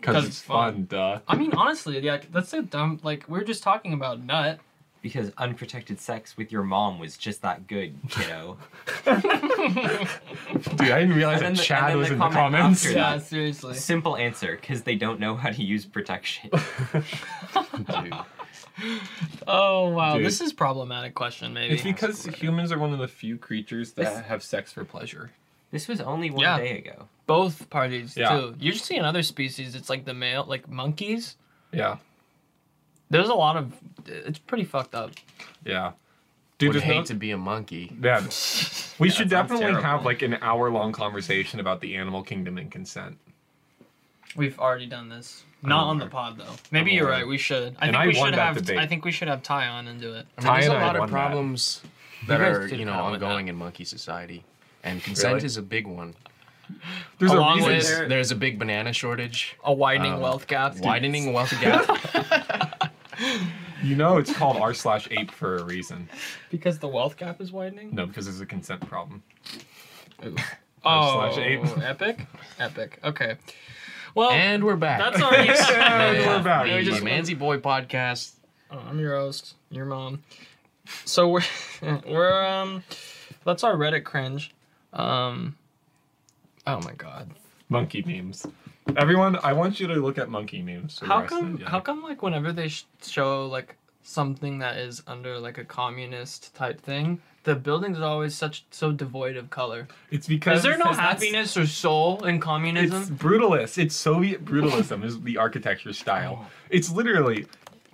[SPEAKER 1] 'Cause
[SPEAKER 2] because it's,
[SPEAKER 1] it's
[SPEAKER 2] fun,
[SPEAKER 1] fun.
[SPEAKER 2] duh
[SPEAKER 1] I mean, honestly, yeah, that's so dumb. Like, we are just talking about nut.
[SPEAKER 4] Because unprotected sex with your mom was just that good, kiddo.
[SPEAKER 2] dude i didn't realize
[SPEAKER 4] And then
[SPEAKER 2] that
[SPEAKER 4] the-
[SPEAKER 2] chad
[SPEAKER 4] and then
[SPEAKER 2] was
[SPEAKER 4] the
[SPEAKER 2] in the
[SPEAKER 4] comment
[SPEAKER 2] comments
[SPEAKER 4] after
[SPEAKER 1] Yeah,
[SPEAKER 4] Yeah,
[SPEAKER 1] seriously.
[SPEAKER 4] Simple answer, because they don't know how to use protection.
[SPEAKER 3] Dude.
[SPEAKER 1] Oh, wow.
[SPEAKER 2] Dude.
[SPEAKER 1] This is problematic question, maybe.
[SPEAKER 2] it's because humans are one of the few creatures that
[SPEAKER 4] This-
[SPEAKER 2] have sex for pleasure
[SPEAKER 4] This was only one
[SPEAKER 1] Yeah.
[SPEAKER 4] day ago.
[SPEAKER 1] Both parties,
[SPEAKER 2] Yeah.
[SPEAKER 1] too. You see in other species, it's like the male, like monkeys.
[SPEAKER 2] yeah
[SPEAKER 1] There's a lot of, it's pretty fucked up.
[SPEAKER 2] yeah
[SPEAKER 3] Would
[SPEAKER 2] dude there's
[SPEAKER 3] hate
[SPEAKER 2] no,
[SPEAKER 3] to be a monkey.
[SPEAKER 2] yeah. we should
[SPEAKER 4] that sounds
[SPEAKER 2] definitely have
[SPEAKER 4] terrible.
[SPEAKER 2] like an hour long conversation about the animal kingdom and consent
[SPEAKER 1] We've already done this. Not on the pod, though. Maybe you're
[SPEAKER 2] aware.
[SPEAKER 1] right. We should. I think
[SPEAKER 2] And I
[SPEAKER 1] we
[SPEAKER 2] won
[SPEAKER 1] should
[SPEAKER 2] that
[SPEAKER 1] have,
[SPEAKER 2] debate.
[SPEAKER 1] I think we should have Ty on and do it.
[SPEAKER 3] I mean,
[SPEAKER 2] Ty
[SPEAKER 3] there's
[SPEAKER 2] and
[SPEAKER 3] a
[SPEAKER 2] I
[SPEAKER 3] lot
[SPEAKER 2] won
[SPEAKER 3] of
[SPEAKER 2] that.
[SPEAKER 3] problems that
[SPEAKER 1] You guys
[SPEAKER 3] are
[SPEAKER 1] did
[SPEAKER 3] you know
[SPEAKER 1] kinda win that.
[SPEAKER 3] ongoing in monkey society, and consent
[SPEAKER 2] Really?
[SPEAKER 3] is a big one.
[SPEAKER 2] there's a
[SPEAKER 1] Along
[SPEAKER 2] reason
[SPEAKER 1] with-
[SPEAKER 3] There's, there's a big banana shortage,
[SPEAKER 1] A widening
[SPEAKER 3] Um,
[SPEAKER 1] wealth gap.
[SPEAKER 3] widening wealth gap.
[SPEAKER 2] you know it's called r slash ape for a reason
[SPEAKER 1] Because the wealth gap is widening?
[SPEAKER 2] no because there's a consent problem
[SPEAKER 1] Oh,
[SPEAKER 2] slash ape.
[SPEAKER 1] epic, epic. Okay. Well,
[SPEAKER 3] and we're back.
[SPEAKER 1] that's our episode.
[SPEAKER 2] And
[SPEAKER 3] Yeah.
[SPEAKER 2] we're back.
[SPEAKER 1] We
[SPEAKER 3] The
[SPEAKER 1] just-
[SPEAKER 3] Manzy Boy podcast.
[SPEAKER 1] Oh, I'm your host, your mom. So we're we're um, that's our Reddit cringe. Um, oh my god.
[SPEAKER 2] monkey memes Everyone, I want you to look at monkey names. for the
[SPEAKER 1] How
[SPEAKER 2] rest of
[SPEAKER 1] come?
[SPEAKER 2] the-
[SPEAKER 1] How come? Like whenever they sh- show like something that is under like a communist type thing, the buildings are always such so devoid of color.
[SPEAKER 2] It's because
[SPEAKER 1] Is there no
[SPEAKER 2] because that's-
[SPEAKER 1] happiness or soul in communism?
[SPEAKER 2] It's brutalist. It's Soviet brutalism is the architecture style.
[SPEAKER 1] Oh.
[SPEAKER 2] It's literally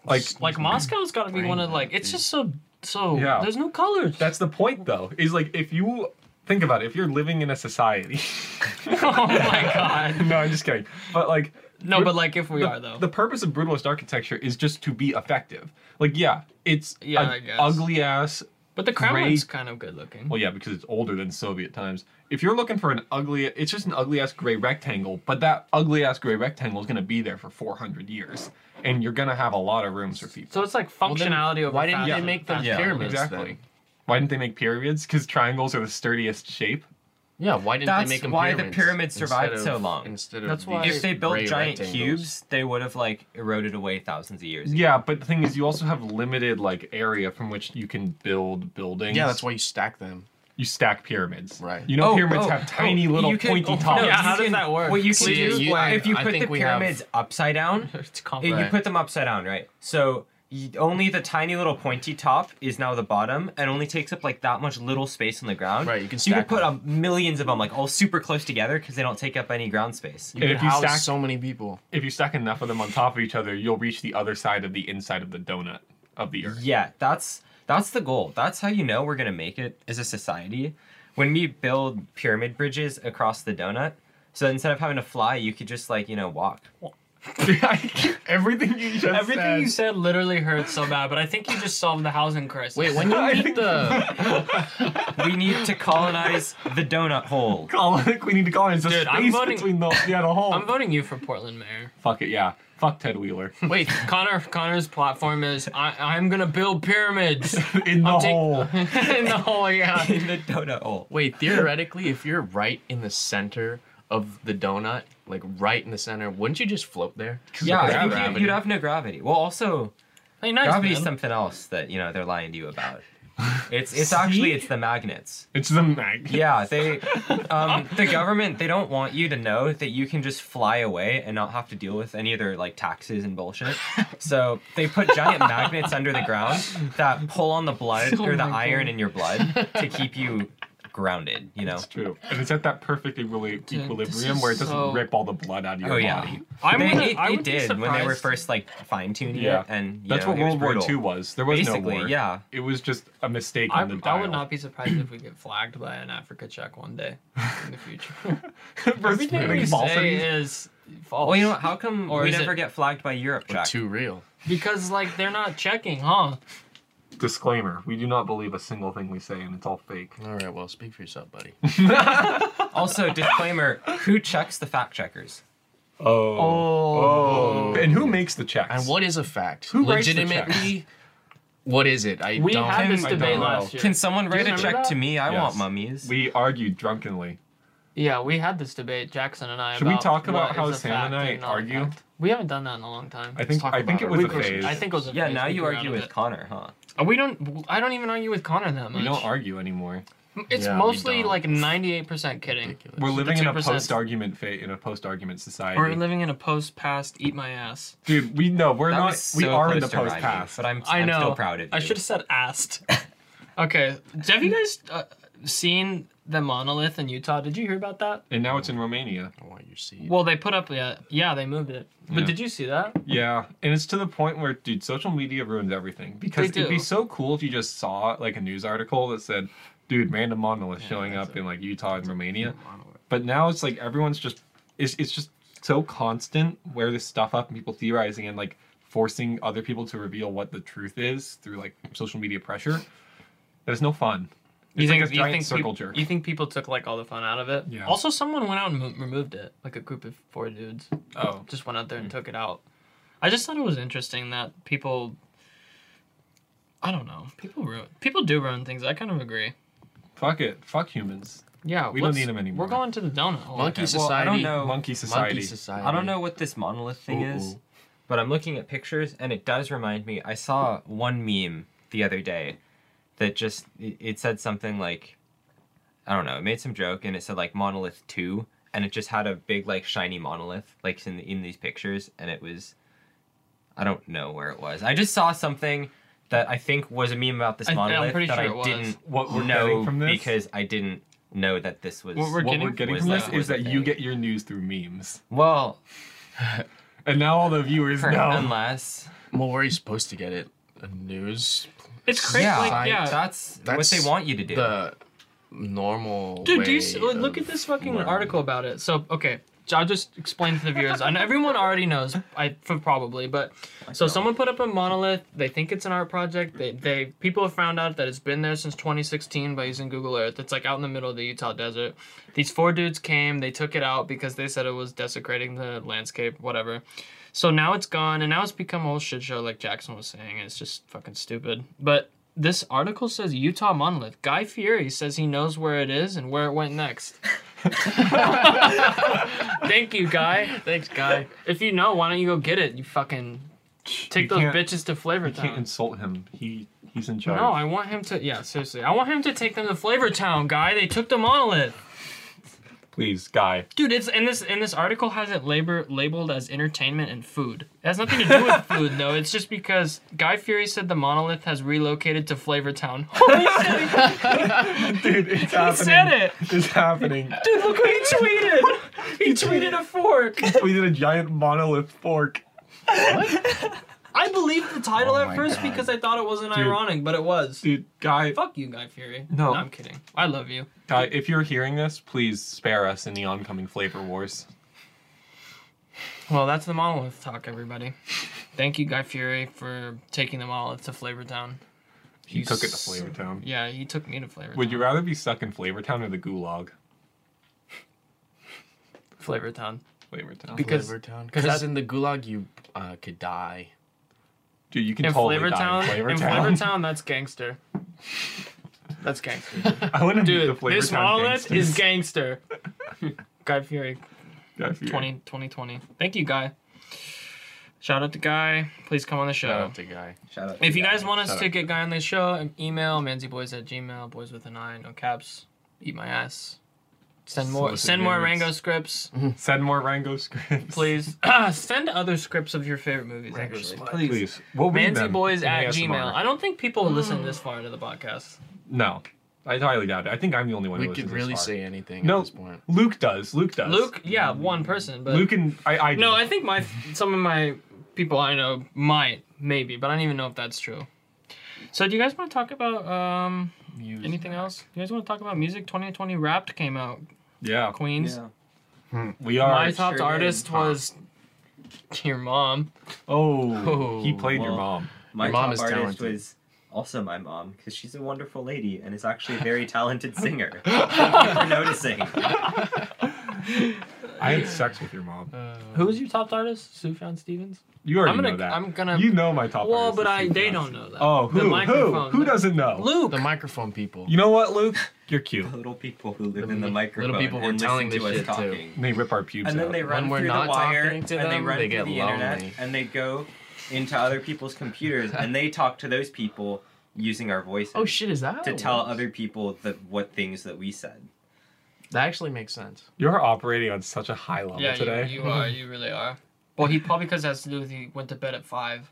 [SPEAKER 2] like
[SPEAKER 1] like Moscow's got to be one of like it's just so so.
[SPEAKER 2] Yeah.
[SPEAKER 1] There's no colors.
[SPEAKER 2] that's the point though. Is like if you think about it, if you're living in a society.
[SPEAKER 1] oh my god.
[SPEAKER 2] no, I'm just kidding. But like
[SPEAKER 1] No, but like if we
[SPEAKER 2] the,
[SPEAKER 1] are though.
[SPEAKER 2] the purpose of brutalist architecture is just to be effective. Like yeah, it's
[SPEAKER 1] Yeah, I
[SPEAKER 2] an
[SPEAKER 1] guess.
[SPEAKER 2] ugly ass.
[SPEAKER 1] but the Kremlin's kind of good looking.
[SPEAKER 2] Well, yeah, because it's older than Soviet times. If you're looking for an ugly, it's just an ugly ass gray rectangle. But that ugly ass gray rectangle is gonna be there for 400 years, and you're gonna have a lot of rooms for people.
[SPEAKER 1] So it's like
[SPEAKER 3] Well, then
[SPEAKER 1] functionality over.
[SPEAKER 3] Why didn't they
[SPEAKER 1] fashion.
[SPEAKER 3] make the
[SPEAKER 1] Fashion.
[SPEAKER 4] Yeah,
[SPEAKER 3] pyramids
[SPEAKER 2] exactly.
[SPEAKER 3] then?
[SPEAKER 2] Why didn't they make periods? Because triangles are the sturdiest shape.
[SPEAKER 3] Yeah, why didn't
[SPEAKER 4] That's
[SPEAKER 3] they make them
[SPEAKER 4] why the
[SPEAKER 3] pyramids
[SPEAKER 4] pyramids survived
[SPEAKER 3] instead
[SPEAKER 4] so
[SPEAKER 3] of-
[SPEAKER 4] long.
[SPEAKER 3] Instead of
[SPEAKER 1] That's why-
[SPEAKER 3] these
[SPEAKER 4] If they built
[SPEAKER 3] gray
[SPEAKER 4] giant
[SPEAKER 3] rectangles.
[SPEAKER 4] cubes, they would have like eroded away thousands of years. ago.
[SPEAKER 2] Yeah, but the thing is, you also have limited like area from which you can build buildings.
[SPEAKER 3] Yeah, that's why you stack them.
[SPEAKER 2] you stack pyramids.
[SPEAKER 3] Right.
[SPEAKER 2] You know,
[SPEAKER 4] Oh,
[SPEAKER 2] pyramids
[SPEAKER 4] oh,
[SPEAKER 2] have
[SPEAKER 4] oh,
[SPEAKER 2] tiny little
[SPEAKER 4] you can-
[SPEAKER 2] pointy
[SPEAKER 4] oh, no,
[SPEAKER 2] tops.
[SPEAKER 1] Yeah,
[SPEAKER 4] you
[SPEAKER 1] how does
[SPEAKER 4] can-
[SPEAKER 1] that work?
[SPEAKER 4] What you can
[SPEAKER 3] See,
[SPEAKER 4] do
[SPEAKER 3] you-
[SPEAKER 4] like,
[SPEAKER 3] I-
[SPEAKER 4] if you
[SPEAKER 3] I
[SPEAKER 4] put the
[SPEAKER 3] think we have-
[SPEAKER 4] pyramids upside down,
[SPEAKER 1] It's
[SPEAKER 4] if
[SPEAKER 1] complex.
[SPEAKER 4] you put them upside down, right? So you, only the tiny little pointy top is now the bottom, and only takes up like that much little space on the ground.
[SPEAKER 3] Right, you can
[SPEAKER 4] so you could
[SPEAKER 3] stack
[SPEAKER 4] put
[SPEAKER 3] them.
[SPEAKER 4] um, millions of them like all super close together because they don't take up any ground space.
[SPEAKER 3] You
[SPEAKER 2] And
[SPEAKER 3] could
[SPEAKER 2] if you
[SPEAKER 3] house
[SPEAKER 2] stack-
[SPEAKER 3] so many people.
[SPEAKER 2] If you stack enough of them on top of each other, you'll reach the other side of the inside of the donut of the earth.
[SPEAKER 4] Yeah, that's that's the goal. That's how you know we're gonna make it as a society. When we build pyramid bridges across the donut, so instead of having to fly, you could just like you know walk.
[SPEAKER 2] Everything you just
[SPEAKER 1] Everything
[SPEAKER 2] said.
[SPEAKER 1] you said literally hurt so bad, but I think you just solved the housing crisis.
[SPEAKER 3] Wait, when you meet the
[SPEAKER 4] We need to colonize the donut hole.
[SPEAKER 2] Colin, we need to colonize the
[SPEAKER 1] Dude, I'm
[SPEAKER 2] space
[SPEAKER 1] voting-
[SPEAKER 2] between the yeah the whole.
[SPEAKER 1] I'm voting you for Portland mayor.
[SPEAKER 2] Fuck it, yeah. Fuck Ted Wheeler.
[SPEAKER 3] wait,
[SPEAKER 1] Connor Connor's platform is I, I'm gonna build pyramids
[SPEAKER 2] In the
[SPEAKER 1] I'm taking-
[SPEAKER 2] hole.
[SPEAKER 1] in the whole yeah.
[SPEAKER 4] In the donut hole.
[SPEAKER 3] wait. Theoretically, if you're right in the center of the donut, like right in the center, wouldn't you just float there?
[SPEAKER 2] of
[SPEAKER 4] Yeah,
[SPEAKER 2] gravity.
[SPEAKER 4] you would have no gravity. Well, also
[SPEAKER 1] Hey, nice
[SPEAKER 4] gravity's
[SPEAKER 1] man.
[SPEAKER 4] something else that you know they're lying to you about. It's it's actually it's the magnets.
[SPEAKER 2] It's the mag.
[SPEAKER 4] Yeah, they um, the government they don't want you to know that you can just fly away and not have to deal with any of their like taxes and bullshit. So they put giant magnets under the ground that pull on the blood
[SPEAKER 1] Oh
[SPEAKER 4] or the
[SPEAKER 1] my
[SPEAKER 4] iron
[SPEAKER 1] God.
[SPEAKER 4] in your blood to keep you grounded. You know.
[SPEAKER 2] It's true. And it's at that perfect
[SPEAKER 1] Dude,
[SPEAKER 2] equili-
[SPEAKER 1] this
[SPEAKER 2] equilibrium
[SPEAKER 1] is
[SPEAKER 2] where it doesn't
[SPEAKER 1] so-
[SPEAKER 2] rip all the blood out of your
[SPEAKER 4] Oh
[SPEAKER 2] body.
[SPEAKER 4] yeah.
[SPEAKER 1] I'm
[SPEAKER 4] they,
[SPEAKER 1] gonna-
[SPEAKER 4] it,
[SPEAKER 1] I
[SPEAKER 4] it
[SPEAKER 1] would be
[SPEAKER 4] did when they were
[SPEAKER 1] surprised-
[SPEAKER 4] first like fine tuning
[SPEAKER 2] Yeah.
[SPEAKER 4] it, and you
[SPEAKER 2] That's
[SPEAKER 4] know,
[SPEAKER 2] what
[SPEAKER 4] it was
[SPEAKER 2] World War
[SPEAKER 4] brutal.
[SPEAKER 2] II was. There was
[SPEAKER 4] Basically,
[SPEAKER 2] no war.
[SPEAKER 4] yeah.
[SPEAKER 2] It was just a mistake
[SPEAKER 1] I,
[SPEAKER 2] on the dial.
[SPEAKER 1] I would not be surprised if we get flagged by an Africa check one day in the future.
[SPEAKER 2] For
[SPEAKER 1] Everything
[SPEAKER 2] spitting
[SPEAKER 1] we say
[SPEAKER 2] falsities.
[SPEAKER 1] is false.
[SPEAKER 4] Well, you know what? How come
[SPEAKER 1] Or
[SPEAKER 4] we
[SPEAKER 1] is
[SPEAKER 4] never
[SPEAKER 1] it-
[SPEAKER 4] get flagged by Europe, Jack?
[SPEAKER 3] Too real.
[SPEAKER 1] because like they're not checking, huh?
[SPEAKER 2] Disclaimer: We do not believe a single thing we say, and it's all fake.
[SPEAKER 3] All right, well, speak for yourself, buddy.
[SPEAKER 4] Also, disclaimer: who checks the fact checkers?
[SPEAKER 2] Oh.
[SPEAKER 1] Oh.
[SPEAKER 2] And who makes the checks?
[SPEAKER 3] And what is a fact?
[SPEAKER 2] Who writes the
[SPEAKER 3] Legitimately, what is it? I
[SPEAKER 1] We
[SPEAKER 3] don't.
[SPEAKER 1] had this
[SPEAKER 2] I
[SPEAKER 1] debate
[SPEAKER 2] don't
[SPEAKER 1] last
[SPEAKER 2] know.
[SPEAKER 1] year.
[SPEAKER 4] Can someone write a
[SPEAKER 1] remember
[SPEAKER 4] check
[SPEAKER 1] that?
[SPEAKER 4] to me? I
[SPEAKER 2] Yes.
[SPEAKER 4] want mummies.
[SPEAKER 2] We argued drunkenly.
[SPEAKER 1] yeah, we had this debate, Jackson and I.
[SPEAKER 2] Should we
[SPEAKER 1] about
[SPEAKER 2] talk
[SPEAKER 1] what
[SPEAKER 2] about
[SPEAKER 1] is
[SPEAKER 2] how
[SPEAKER 1] a
[SPEAKER 2] Sam
[SPEAKER 1] fact
[SPEAKER 2] and I
[SPEAKER 1] not a
[SPEAKER 2] argue?
[SPEAKER 1] fact. We haven't done that in a long time.
[SPEAKER 2] I think.
[SPEAKER 3] talk
[SPEAKER 2] I think it
[SPEAKER 3] about
[SPEAKER 2] was
[SPEAKER 3] it.
[SPEAKER 2] a
[SPEAKER 3] We-
[SPEAKER 2] phase.
[SPEAKER 1] I think it was. A
[SPEAKER 4] yeah,
[SPEAKER 1] phase.
[SPEAKER 4] now
[SPEAKER 1] We
[SPEAKER 4] you
[SPEAKER 1] grew out
[SPEAKER 4] argue
[SPEAKER 1] of
[SPEAKER 4] with
[SPEAKER 1] it.
[SPEAKER 4] Connor, huh?
[SPEAKER 1] Uh, We don't. I don't even argue with Connor that much.
[SPEAKER 2] we don't argue anymore.
[SPEAKER 1] It's
[SPEAKER 3] Yeah, we
[SPEAKER 1] mostly
[SPEAKER 3] don't.
[SPEAKER 1] like ninety-eight percent kidding.
[SPEAKER 3] Ridiculous.
[SPEAKER 2] We're living in a
[SPEAKER 1] 2%.
[SPEAKER 2] post-argument fa- in a post-argument society.
[SPEAKER 1] We're living in a post-past eat my ass.
[SPEAKER 2] Dude, we know we're
[SPEAKER 4] That
[SPEAKER 2] not.
[SPEAKER 4] was
[SPEAKER 2] we
[SPEAKER 4] so
[SPEAKER 2] are in the
[SPEAKER 4] close to rhyming,
[SPEAKER 2] post-past.
[SPEAKER 4] but I'm,
[SPEAKER 1] I
[SPEAKER 4] I'm
[SPEAKER 1] know.
[SPEAKER 4] still proud of you.
[SPEAKER 1] I should have said assed. okay, have you guys uh, seen the monolith in Utah? Did you hear about that?
[SPEAKER 2] and now it's in Romania.
[SPEAKER 3] I want your seed.
[SPEAKER 1] Well, they put up yeah, yeah, they moved it. But
[SPEAKER 2] Yeah.
[SPEAKER 1] did you see that?
[SPEAKER 2] Yeah, and it's to the point where, dude, social media ruins everything. Because
[SPEAKER 1] They
[SPEAKER 2] it'd be
[SPEAKER 1] do.
[SPEAKER 2] so cool if you just saw like a news article that said, "Dude, random monolith showing up in like Utah and Romania," but now it's like everyone's just it's it's just so constant where this stuff up and people theorizing and like forcing other people to reveal what the truth is through like social media pressure. That is no fun. It's
[SPEAKER 1] You
[SPEAKER 2] like
[SPEAKER 1] think
[SPEAKER 2] a giant
[SPEAKER 1] you think
[SPEAKER 2] circle
[SPEAKER 1] peop-
[SPEAKER 2] jerk.
[SPEAKER 1] You think people took like all the fun out of it?
[SPEAKER 2] Yeah.
[SPEAKER 1] Also, someone went out and mo- removed it. Like a group of four dudes
[SPEAKER 2] oh,
[SPEAKER 1] just went out there and took it out. I just thought it was interesting that people. I don't know. People ruin. People do ruin things. I kind of agree.
[SPEAKER 2] fuck it, fuck humans.
[SPEAKER 1] Yeah,
[SPEAKER 2] We don't
[SPEAKER 1] let's-
[SPEAKER 2] need 'em anymore.
[SPEAKER 1] We're going to the donut hole.
[SPEAKER 3] Monkey
[SPEAKER 1] okay.
[SPEAKER 4] Well, I
[SPEAKER 3] society.
[SPEAKER 4] don't know.
[SPEAKER 2] Monkey society.
[SPEAKER 3] Monkey society.
[SPEAKER 4] I don't know what this monolith thing is,
[SPEAKER 3] Ooh-ooh.
[SPEAKER 4] but I'm looking at pictures and it does remind me. I saw one meme the other day that just it, it said something like I don't know, it made some joke and it said like monolith 2 and it just had a big like shiny monolith like in the, in these pictures and it was I don't know where it was. I just saw something that I think was a meme about this
[SPEAKER 1] I- I'm
[SPEAKER 4] monolith
[SPEAKER 1] pretty
[SPEAKER 4] that
[SPEAKER 1] sure
[SPEAKER 4] I
[SPEAKER 1] it was.
[SPEAKER 4] didn't
[SPEAKER 2] What we're
[SPEAKER 4] know
[SPEAKER 2] getting from this?
[SPEAKER 4] because I didn't know that this was
[SPEAKER 1] What we're
[SPEAKER 2] What
[SPEAKER 1] getting-
[SPEAKER 2] we're getting
[SPEAKER 4] was
[SPEAKER 2] from this
[SPEAKER 4] that-
[SPEAKER 2] is
[SPEAKER 4] was a
[SPEAKER 2] that you
[SPEAKER 4] thing.
[SPEAKER 2] get your news through memes,
[SPEAKER 4] well
[SPEAKER 2] and now all the viewers
[SPEAKER 4] per-
[SPEAKER 2] know.
[SPEAKER 4] unless
[SPEAKER 3] Well, where are you supposed to get it? The news?
[SPEAKER 1] It's crazy.
[SPEAKER 4] yeah,
[SPEAKER 1] like, yeah.
[SPEAKER 4] that's,
[SPEAKER 3] That's
[SPEAKER 4] what they want you to do.
[SPEAKER 3] The normal.
[SPEAKER 1] Dude, do you s-
[SPEAKER 3] way
[SPEAKER 1] look at
[SPEAKER 3] of
[SPEAKER 1] this fucking
[SPEAKER 3] learning.
[SPEAKER 1] article about it? So, okay, so I'll just explain to the viewers. I know everyone already knows, I for probably, but so
[SPEAKER 4] know.
[SPEAKER 1] someone put up a monolith. They think it's an art project. They, they people have found out that it's been there since 2016 by using Google Earth. It's like out in the middle of the Utah desert. These four dudes came. They took it out because they said it was desecrating the landscape. Whatever. So now it's gone, and now it's become a whole shit show, like Jackson was saying. It's just fucking stupid. But this article says Utah monolith. Guy Fieri says he knows where it is and where it went next. Thank you, Guy.
[SPEAKER 3] Thanks, guy.
[SPEAKER 1] If you know, why don't you go get it? You fucking take
[SPEAKER 2] You
[SPEAKER 1] those
[SPEAKER 2] can't-
[SPEAKER 1] bitches to Flavor
[SPEAKER 2] You can't
[SPEAKER 1] Town.
[SPEAKER 2] insult him. He he's in charge.
[SPEAKER 1] No, I want him to. Yeah, seriously, I want him to take them to Flavor Town, Guy. They took the monolith.
[SPEAKER 2] Please, guy.
[SPEAKER 1] Dude, it's and this and this article has it labor labeled as entertainment and food. It has nothing to do with food though. It's just because Guy Fury said the monolith has relocated to Flavortown. Holy shit,
[SPEAKER 2] Dude, it's
[SPEAKER 1] he
[SPEAKER 2] happening.
[SPEAKER 1] said it.
[SPEAKER 2] It's happening.
[SPEAKER 1] Dude, look what he tweeted. He tweeted a fork.
[SPEAKER 2] we did a giant monolith fork.
[SPEAKER 1] I believed the title
[SPEAKER 3] Oh
[SPEAKER 1] at
[SPEAKER 3] my
[SPEAKER 1] first
[SPEAKER 3] God.
[SPEAKER 1] because I thought it wasn't
[SPEAKER 2] Dude.
[SPEAKER 1] ironic, but it was.
[SPEAKER 2] Dude, guy,
[SPEAKER 1] Fuck you, Guy Fury.
[SPEAKER 2] No.
[SPEAKER 1] I'm kidding. I love you.
[SPEAKER 2] guy, if you're hearing this, please spare us in the oncoming flavor wars.
[SPEAKER 1] Well, that's the monolith talk, everybody. Thank you, Guy Fury, for taking the monolith to Flavortown.
[SPEAKER 2] He
[SPEAKER 1] You
[SPEAKER 2] took it to
[SPEAKER 1] s-
[SPEAKER 2] Flavor Town.
[SPEAKER 1] Yeah, he took me to Flavortown.
[SPEAKER 2] Would you rather be stuck in Flavor Town or the Gulag?
[SPEAKER 1] Flavortown.
[SPEAKER 2] Flavor Town.
[SPEAKER 1] Because- because
[SPEAKER 3] because
[SPEAKER 1] that-
[SPEAKER 3] in the gulag you uh, could die.
[SPEAKER 2] Dude, you can
[SPEAKER 1] In
[SPEAKER 2] totally
[SPEAKER 1] Flavor
[SPEAKER 2] die
[SPEAKER 1] Town,
[SPEAKER 2] in Flavor
[SPEAKER 1] in Flavor
[SPEAKER 2] Town.
[SPEAKER 1] Town, that's gangster. That's gangster.
[SPEAKER 2] I want to be the
[SPEAKER 1] Dude,
[SPEAKER 2] Flavor
[SPEAKER 1] this
[SPEAKER 2] Town
[SPEAKER 1] monolith
[SPEAKER 2] gangsters.
[SPEAKER 1] is gangster. Guy Fury,
[SPEAKER 2] Guy Fieri.
[SPEAKER 1] 20, 2020. Thank you, Guy. Shout out to Guy. Please come on the show.
[SPEAKER 3] Shout out to guy.
[SPEAKER 4] Shout out
[SPEAKER 1] if you
[SPEAKER 4] to
[SPEAKER 1] guys
[SPEAKER 4] that.
[SPEAKER 1] want us
[SPEAKER 2] Shout
[SPEAKER 1] to
[SPEAKER 2] out.
[SPEAKER 1] get Guy on the show, um, email manzyboys at gmail, boys with an I, no caps. Eat my ass. Send more,
[SPEAKER 3] Solicit
[SPEAKER 1] send more
[SPEAKER 3] favorites.
[SPEAKER 1] Rango scripts,
[SPEAKER 2] Send more Rango scripts.
[SPEAKER 1] please. send other scripts of your favorite movies,
[SPEAKER 3] Rango
[SPEAKER 1] actually.
[SPEAKER 3] slut.
[SPEAKER 1] Please.
[SPEAKER 2] Please. We'll read them
[SPEAKER 1] Manzyboys
[SPEAKER 2] in
[SPEAKER 1] at
[SPEAKER 2] ASMR.
[SPEAKER 1] gmail. I don't think people listen this far into the podcast.
[SPEAKER 2] No, I highly doubt it. I think I'm the only one
[SPEAKER 3] We
[SPEAKER 2] who
[SPEAKER 3] could
[SPEAKER 2] listens
[SPEAKER 3] really
[SPEAKER 2] this far.
[SPEAKER 3] say anything
[SPEAKER 2] No.
[SPEAKER 3] at this point.
[SPEAKER 2] Luke does. Luke does.
[SPEAKER 1] Luke, yeah, one person, but
[SPEAKER 2] Luke and I. I
[SPEAKER 1] no, I think my some of my people I know might maybe, but I don't even know if that's true. So, do you guys want to talk about um, anything else? You guys want to talk about music? 2020 Wrapped came out.
[SPEAKER 2] Yeah,
[SPEAKER 1] Queens.
[SPEAKER 4] Yeah.
[SPEAKER 2] we are.
[SPEAKER 1] My
[SPEAKER 4] it
[SPEAKER 1] top
[SPEAKER 4] sure
[SPEAKER 1] artist
[SPEAKER 4] did.
[SPEAKER 1] was your mom.
[SPEAKER 2] Oh,
[SPEAKER 3] Oh,
[SPEAKER 2] he played your
[SPEAKER 3] well.
[SPEAKER 2] mom.
[SPEAKER 4] My
[SPEAKER 3] Your mom
[SPEAKER 4] top
[SPEAKER 3] is
[SPEAKER 4] artist
[SPEAKER 3] talented.
[SPEAKER 4] was also my mom because she's a wonderful lady and is actually a very talented singer. for noticing.
[SPEAKER 2] I had sex with your mom.
[SPEAKER 3] Uh,
[SPEAKER 1] Who was your top artist? Sufjan Stevens.
[SPEAKER 2] You already
[SPEAKER 1] I'm gonna-
[SPEAKER 2] know that.
[SPEAKER 1] I'm gonna-
[SPEAKER 2] You know my top.
[SPEAKER 1] Well,
[SPEAKER 2] artist
[SPEAKER 1] but
[SPEAKER 2] is
[SPEAKER 1] I
[SPEAKER 2] Luke
[SPEAKER 1] they
[SPEAKER 2] Johnson.
[SPEAKER 1] don't know that.
[SPEAKER 2] Oh, who? Who?
[SPEAKER 1] microphone
[SPEAKER 2] Who
[SPEAKER 1] knows.
[SPEAKER 2] doesn't know?
[SPEAKER 1] Luke.
[SPEAKER 3] The microphone people.
[SPEAKER 2] You know what, Luke? You're cute.
[SPEAKER 4] Little people who live
[SPEAKER 3] The
[SPEAKER 4] in the
[SPEAKER 3] little
[SPEAKER 4] microphone
[SPEAKER 3] people were
[SPEAKER 4] and
[SPEAKER 3] telling
[SPEAKER 4] listen to us
[SPEAKER 3] this shit, too.
[SPEAKER 4] talking.
[SPEAKER 2] And they rip our pubes
[SPEAKER 4] And then
[SPEAKER 2] out.
[SPEAKER 4] they run
[SPEAKER 3] we're
[SPEAKER 4] through
[SPEAKER 3] not
[SPEAKER 4] the wire
[SPEAKER 3] talking to
[SPEAKER 4] and they
[SPEAKER 3] them,
[SPEAKER 4] run
[SPEAKER 3] they
[SPEAKER 4] through
[SPEAKER 3] get
[SPEAKER 4] the internet
[SPEAKER 3] lonely.
[SPEAKER 4] and they go into other people's computers and they talk to those people using our voices
[SPEAKER 3] Oh shit, is that? how
[SPEAKER 4] to
[SPEAKER 3] it
[SPEAKER 4] tell
[SPEAKER 3] works?
[SPEAKER 4] other people that what things that we said.
[SPEAKER 3] That actually makes sense.
[SPEAKER 2] You're operating on such a high level
[SPEAKER 1] Yeah, you-
[SPEAKER 2] Oh, today.
[SPEAKER 1] You, are. You really are. Well, he probably because it has to do with he went to bed at five.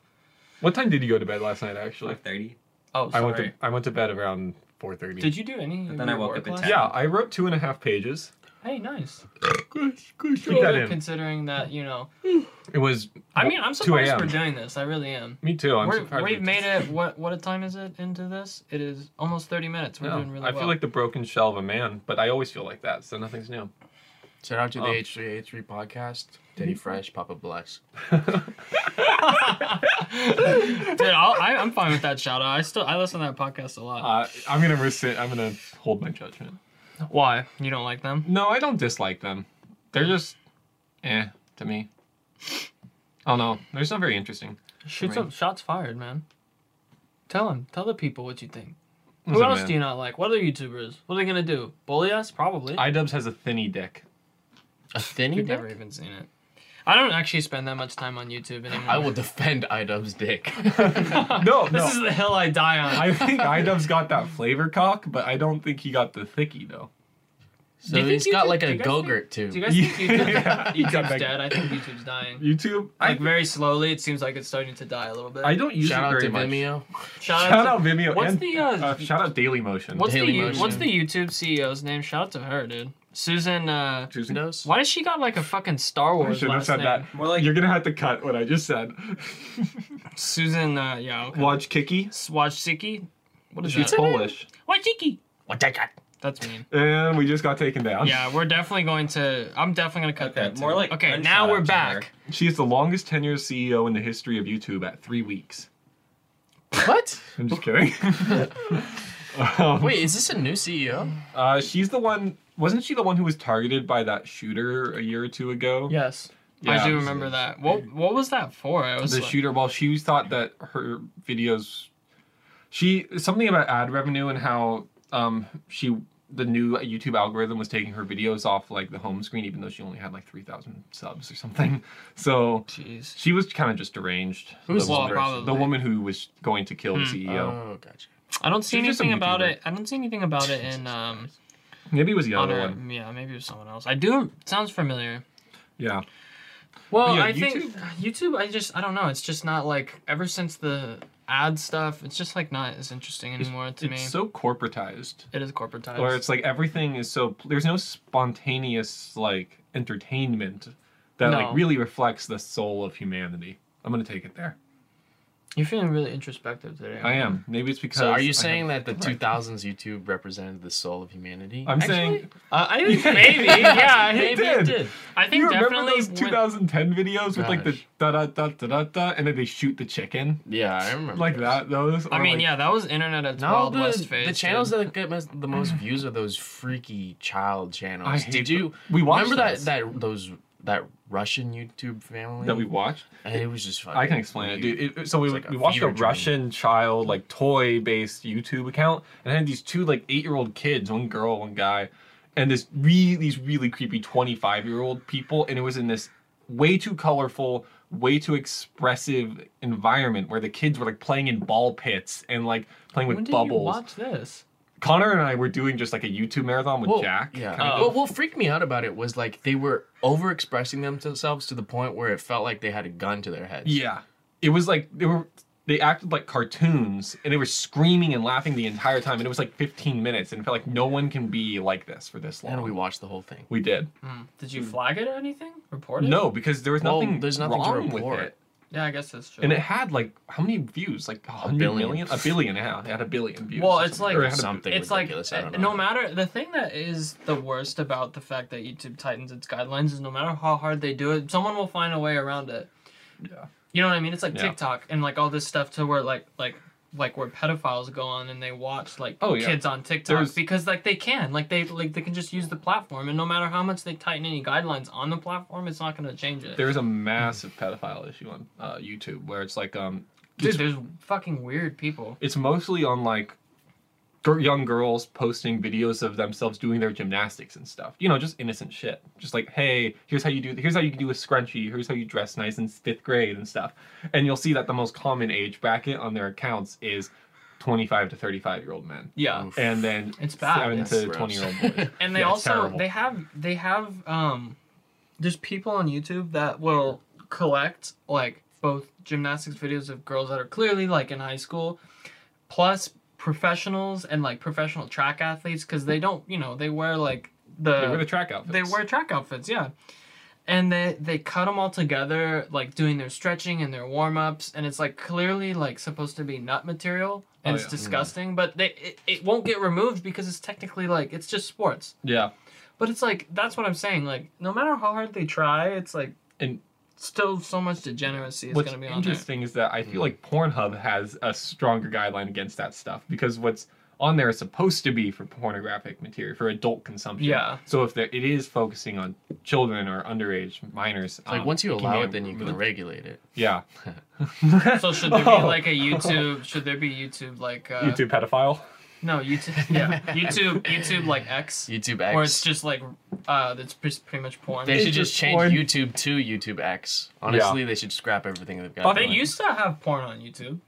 [SPEAKER 2] What time did you go to bed last night? Actually,
[SPEAKER 4] Like 30.
[SPEAKER 1] Oh,
[SPEAKER 2] I
[SPEAKER 1] sorry.
[SPEAKER 2] went to I went to bed around four thirty.
[SPEAKER 1] Did you do any?
[SPEAKER 4] But then I woke up at 10.
[SPEAKER 2] Yeah, I wrote two and a half pages.
[SPEAKER 1] Hey, nice.
[SPEAKER 2] Good,
[SPEAKER 1] Pretty
[SPEAKER 2] that
[SPEAKER 1] good
[SPEAKER 2] in.
[SPEAKER 1] considering that you know.
[SPEAKER 2] It was.
[SPEAKER 1] I mean, I'm
[SPEAKER 2] 2
[SPEAKER 1] surprised
[SPEAKER 2] a.m..
[SPEAKER 1] we're doing this. I really am.
[SPEAKER 2] Me too. I'm
[SPEAKER 1] We're,
[SPEAKER 2] surprised.
[SPEAKER 1] we've
[SPEAKER 2] we-
[SPEAKER 1] made it. What what time is it into this? It is almost 30 minutes. We're
[SPEAKER 2] Yeah,
[SPEAKER 1] doing really
[SPEAKER 2] I
[SPEAKER 1] well.
[SPEAKER 2] feel like the broken shell of a man, but I always feel like that, so nothing's new.
[SPEAKER 3] Shout out to the
[SPEAKER 2] Oh.
[SPEAKER 3] H3H3 podcast. Teddy Fresh, Papa Bless.
[SPEAKER 1] Dude, I'll, I, I'm fine with that shout out. I still I listen to that podcast a lot.
[SPEAKER 2] Uh, I'm gonna rescind. I'm gonna hold my judgment.
[SPEAKER 1] Why? You don't like them?
[SPEAKER 2] No, I don't dislike them. They're just, eh, to me. Oh no, they're just not very interesting.
[SPEAKER 1] Shoot
[SPEAKER 2] Right.
[SPEAKER 1] some shots fired, man. Tell him. Tell the people what you think.
[SPEAKER 2] Listen,
[SPEAKER 1] Who else
[SPEAKER 2] man,
[SPEAKER 1] do you not like? What other YouTubers? What are they gonna do? Bully us? Probably.
[SPEAKER 2] iDubbbz has a thinny dick.
[SPEAKER 3] A thinny
[SPEAKER 1] You've
[SPEAKER 3] dick?
[SPEAKER 1] never even seen it. I don't actually spend that much time on YouTube anymore.
[SPEAKER 3] I will defend Idubbbz dick.
[SPEAKER 2] No,
[SPEAKER 1] This
[SPEAKER 2] no.
[SPEAKER 1] is the hill I die on.
[SPEAKER 2] I think iDubbbz got that flavor cock, but I don't think he got the thicky though.
[SPEAKER 1] Do
[SPEAKER 3] So
[SPEAKER 1] you think
[SPEAKER 3] he's got
[SPEAKER 1] YouTube-
[SPEAKER 3] like
[SPEAKER 1] do
[SPEAKER 3] a
[SPEAKER 1] you guys
[SPEAKER 3] Gogurt too.
[SPEAKER 1] Do you guys think
[SPEAKER 2] Yeah.
[SPEAKER 1] YouTube,
[SPEAKER 2] Come
[SPEAKER 1] YouTube's
[SPEAKER 2] back.
[SPEAKER 1] dead? I think YouTube's dying.
[SPEAKER 2] YouTube.
[SPEAKER 1] Like
[SPEAKER 2] I
[SPEAKER 1] very slowly, it seems like it's starting to die a little bit.
[SPEAKER 2] I don't use
[SPEAKER 3] Shout
[SPEAKER 2] it
[SPEAKER 3] out
[SPEAKER 2] very
[SPEAKER 3] to
[SPEAKER 2] much.
[SPEAKER 3] Vimeo.
[SPEAKER 1] Shout,
[SPEAKER 2] Shout
[SPEAKER 1] out.
[SPEAKER 2] out Vimeo.
[SPEAKER 1] what's
[SPEAKER 2] and,
[SPEAKER 1] the, uh,
[SPEAKER 2] shout out Daily Motion.
[SPEAKER 1] To, what's the
[SPEAKER 3] Daily
[SPEAKER 1] you-
[SPEAKER 3] Motion.
[SPEAKER 1] What's the YouTube CEO's name? Shout out to her, dude. Susan. uh...
[SPEAKER 2] Choosing-
[SPEAKER 3] Windows.
[SPEAKER 1] Why does she got like a fucking Star
[SPEAKER 2] I
[SPEAKER 1] Wars
[SPEAKER 2] should have
[SPEAKER 1] last
[SPEAKER 2] said
[SPEAKER 1] name?
[SPEAKER 2] that.
[SPEAKER 4] More like-
[SPEAKER 2] You're gonna have to cut what I just said.
[SPEAKER 1] Susan. Uh, yeah. Okay.
[SPEAKER 2] Watch Kiki.
[SPEAKER 1] Swajciki. What is
[SPEAKER 2] She's
[SPEAKER 1] that?
[SPEAKER 2] Polish,
[SPEAKER 1] Swajciki.
[SPEAKER 3] What that got?
[SPEAKER 1] That's mean.
[SPEAKER 2] and we just got taken down.
[SPEAKER 1] Yeah, we're definitely going to. I'm definitely gonna cut
[SPEAKER 4] Okay,
[SPEAKER 1] that.
[SPEAKER 4] more
[SPEAKER 1] too.
[SPEAKER 4] like
[SPEAKER 1] Okay,
[SPEAKER 4] unshot
[SPEAKER 1] now we're
[SPEAKER 4] to her.
[SPEAKER 1] back.
[SPEAKER 2] She is the longest tenured CEO in the history of YouTube at three weeks.
[SPEAKER 3] What?
[SPEAKER 2] I'm just kidding. Um,
[SPEAKER 3] Wait, is this a new E CEO?
[SPEAKER 2] Uh, she's the one. Wasn't she the one who was targeted by that shooter a year or two ago?
[SPEAKER 3] Yes.
[SPEAKER 1] I do
[SPEAKER 2] Yeah.
[SPEAKER 1] remember that. What What was that for? I was
[SPEAKER 2] the
[SPEAKER 1] like-
[SPEAKER 2] shooter. Well, she thought that her videos, she something about ad revenue and how um she the new YouTube algorithm was taking her videos off like the home screen, even though she only had like three thousand subs or something. So
[SPEAKER 1] Jeez.
[SPEAKER 2] she was kind of just deranged.
[SPEAKER 3] Who's
[SPEAKER 2] the
[SPEAKER 3] this
[SPEAKER 2] woman,
[SPEAKER 1] person?
[SPEAKER 2] the woman who was going to kill
[SPEAKER 1] Hmm,
[SPEAKER 2] the E CEO?
[SPEAKER 1] uh,
[SPEAKER 3] Oh, gotcha.
[SPEAKER 1] I don't see
[SPEAKER 2] She's just a
[SPEAKER 1] anything about
[SPEAKER 2] YouTuber.
[SPEAKER 1] it. I don't see anything about it in um.
[SPEAKER 2] Maybe it was the
[SPEAKER 1] On
[SPEAKER 2] other
[SPEAKER 1] her,
[SPEAKER 2] one.
[SPEAKER 1] yeah, maybe it was someone else. I do. Sounds familiar.
[SPEAKER 2] Yeah.
[SPEAKER 1] Well,
[SPEAKER 2] yeah,
[SPEAKER 1] I think YouTube. I just. I don't know. It's just not like ever since the ad stuff. It's just like not as interesting anymore to
[SPEAKER 2] it's
[SPEAKER 1] me.
[SPEAKER 2] so corporatized.
[SPEAKER 1] it is corporatized.
[SPEAKER 2] where it's like everything is so there's no spontaneous like entertainment that
[SPEAKER 1] No.
[SPEAKER 2] like really reflects the soul of humanity. I'm gonna take it there.
[SPEAKER 1] You're feeling really introspective today.
[SPEAKER 2] I am. Maybe it's because.
[SPEAKER 3] So are you
[SPEAKER 2] I
[SPEAKER 3] saying
[SPEAKER 2] have-
[SPEAKER 3] that the 2000s YouTube represented the soul of humanity?
[SPEAKER 2] I'm saying
[SPEAKER 1] Uh, I think
[SPEAKER 2] Yeah.
[SPEAKER 1] maybe. Yeah, I
[SPEAKER 2] It
[SPEAKER 1] think,
[SPEAKER 2] did.
[SPEAKER 1] I think
[SPEAKER 2] you remember
[SPEAKER 1] definitely.
[SPEAKER 2] those 2010 videos with like the
[SPEAKER 3] Gosh.
[SPEAKER 2] da da da da da da, and then they shoot the chicken
[SPEAKER 3] Yeah, I remember.
[SPEAKER 2] like that. Those.
[SPEAKER 1] I
[SPEAKER 2] or,
[SPEAKER 1] mean,
[SPEAKER 2] like-
[SPEAKER 1] yeah, that was internet at
[SPEAKER 3] Now
[SPEAKER 1] Wild
[SPEAKER 3] the,
[SPEAKER 1] West phase.
[SPEAKER 3] the channels
[SPEAKER 1] dude.
[SPEAKER 3] that get most, the most views are those freaky child channels.
[SPEAKER 2] I hate
[SPEAKER 3] Did you
[SPEAKER 2] We watched
[SPEAKER 3] remember that
[SPEAKER 2] those.
[SPEAKER 3] that those that Russian YouTube family
[SPEAKER 2] That we watched.
[SPEAKER 3] And it was just. Fucking
[SPEAKER 2] I can explain it,
[SPEAKER 3] weird.
[SPEAKER 2] dude. It- it- so we,
[SPEAKER 3] It's like a
[SPEAKER 2] we watched a
[SPEAKER 3] fever dream.
[SPEAKER 2] Russian child like toy based YouTube account, and I had these two like eight year old kids, one girl, one guy, and this really these really creepy twenty five year old people, and it was in this way too colorful, way too expressive environment where the kids were like playing in ball pits and like playing with
[SPEAKER 1] When did you
[SPEAKER 2] bubbles.
[SPEAKER 1] watch this?
[SPEAKER 2] Connor and I were doing just like a YouTube marathon with
[SPEAKER 3] Well,
[SPEAKER 2] Jack.
[SPEAKER 3] Yeah.
[SPEAKER 2] kind of.
[SPEAKER 3] But what freaked me out about it was like they were overexpressing themselves to the point where it felt like they had a gun to their heads.
[SPEAKER 2] Yeah. It was like they were they acted like cartoons and they were screaming and laughing the entire time and it was like 15 minutes and it felt like no one can be like this for this long.
[SPEAKER 3] And we watched the whole thing.
[SPEAKER 2] We did.
[SPEAKER 1] Hmm. Did you flag it or anything? Report it?
[SPEAKER 2] No, because there was
[SPEAKER 3] Well,
[SPEAKER 2] nothing
[SPEAKER 3] there's nothing to
[SPEAKER 2] wrong with
[SPEAKER 3] report.
[SPEAKER 2] it.
[SPEAKER 1] Yeah, I guess that's true.
[SPEAKER 2] And it had like how many views? Like a hundred
[SPEAKER 3] billion.
[SPEAKER 2] million? A billion. Yeah, it had a billion views.
[SPEAKER 1] Well,
[SPEAKER 2] or
[SPEAKER 1] it's like
[SPEAKER 2] something. Or it had a-
[SPEAKER 3] something.
[SPEAKER 1] it's like
[SPEAKER 3] ridiculous, I don't
[SPEAKER 1] uh,
[SPEAKER 3] know.
[SPEAKER 1] no matter the thing that is the worst about the fact that YouTube tightens its guidelines is no matter how hard they do it, someone will find a way around it.
[SPEAKER 2] Yeah.
[SPEAKER 1] You know what I mean? It's like
[SPEAKER 2] Yeah.
[SPEAKER 1] TikTok and like all this stuff to where like like like where pedophiles go on and they watch like
[SPEAKER 2] Oh, yeah.
[SPEAKER 1] kids on TikTok
[SPEAKER 2] There's-
[SPEAKER 1] because like they can like they like they can just use the platform and no matter how much they tighten any guidelines on the platform, it's not going to change it.
[SPEAKER 2] there's a massive pedophile issue on uh, YouTube where it's like um
[SPEAKER 1] Dude, there's fucking weird people.
[SPEAKER 2] it's mostly on like gir- young girls posting videos of themselves doing their gymnastics and stuff you know just innocent shit just like hey here's how you do here's how you do a scrunchie here's how you dress nice in fifth grade and stuff and you'll see that the most common age bracket on their accounts is 25 to 35 year old men
[SPEAKER 1] Yeah.
[SPEAKER 3] Oof.
[SPEAKER 2] and then
[SPEAKER 1] It's bad.
[SPEAKER 2] 7
[SPEAKER 1] It's
[SPEAKER 2] to
[SPEAKER 3] gross.
[SPEAKER 2] 20 year old boys
[SPEAKER 1] and they
[SPEAKER 2] Yeah, it's
[SPEAKER 1] also
[SPEAKER 2] terrible.
[SPEAKER 1] they have they have um there's people on youtube that will collect like both gymnastics videos of girls that are clearly like in high school plus professionals and like professional track athletes because they don't you know they wear like the
[SPEAKER 2] they wear the track outfits
[SPEAKER 1] they wear track outfits, yeah. And they they cut them all together, like doing their stretching and their warm ups, and it's like clearly like supposed to be nut material, and
[SPEAKER 2] Oh,
[SPEAKER 1] it's
[SPEAKER 2] yeah.
[SPEAKER 1] disgusting. But they it, it won't get removed because it's technically like it's just sports.
[SPEAKER 2] yeah
[SPEAKER 1] But it's like that's what I'm saying. Like no matter how hard they try, it's like
[SPEAKER 2] And-
[SPEAKER 1] still so much degeneracy is
[SPEAKER 2] what's
[SPEAKER 1] gonna be on there.
[SPEAKER 2] interesting is that I
[SPEAKER 3] Hmm.
[SPEAKER 2] feel like Pornhub has a stronger guideline against that stuff because what's on there is supposed to be for pornographic material for adult consumption.
[SPEAKER 1] Yeah.
[SPEAKER 2] So if there, it is focusing on children or underage minors,
[SPEAKER 3] It's like
[SPEAKER 2] um,
[SPEAKER 3] once you allow
[SPEAKER 2] may-
[SPEAKER 3] it, then you can regulate it.
[SPEAKER 2] yeah.
[SPEAKER 1] So should there be like a YouTube? Should there be YouTube like uh,
[SPEAKER 2] YouTube pedophile?
[SPEAKER 1] No YouTube. Yeah, YouTube YouTube like X.
[SPEAKER 3] YouTube X.
[SPEAKER 1] Or it's just like, uh, it's pre- pretty much porn.
[SPEAKER 3] They
[SPEAKER 1] They,
[SPEAKER 3] should
[SPEAKER 2] It's
[SPEAKER 3] just
[SPEAKER 2] just
[SPEAKER 3] change
[SPEAKER 2] porn.
[SPEAKER 3] YouTube to YouTube X. Honestly, they should scrap everything they've got. going.
[SPEAKER 1] used to have porn on YouTube.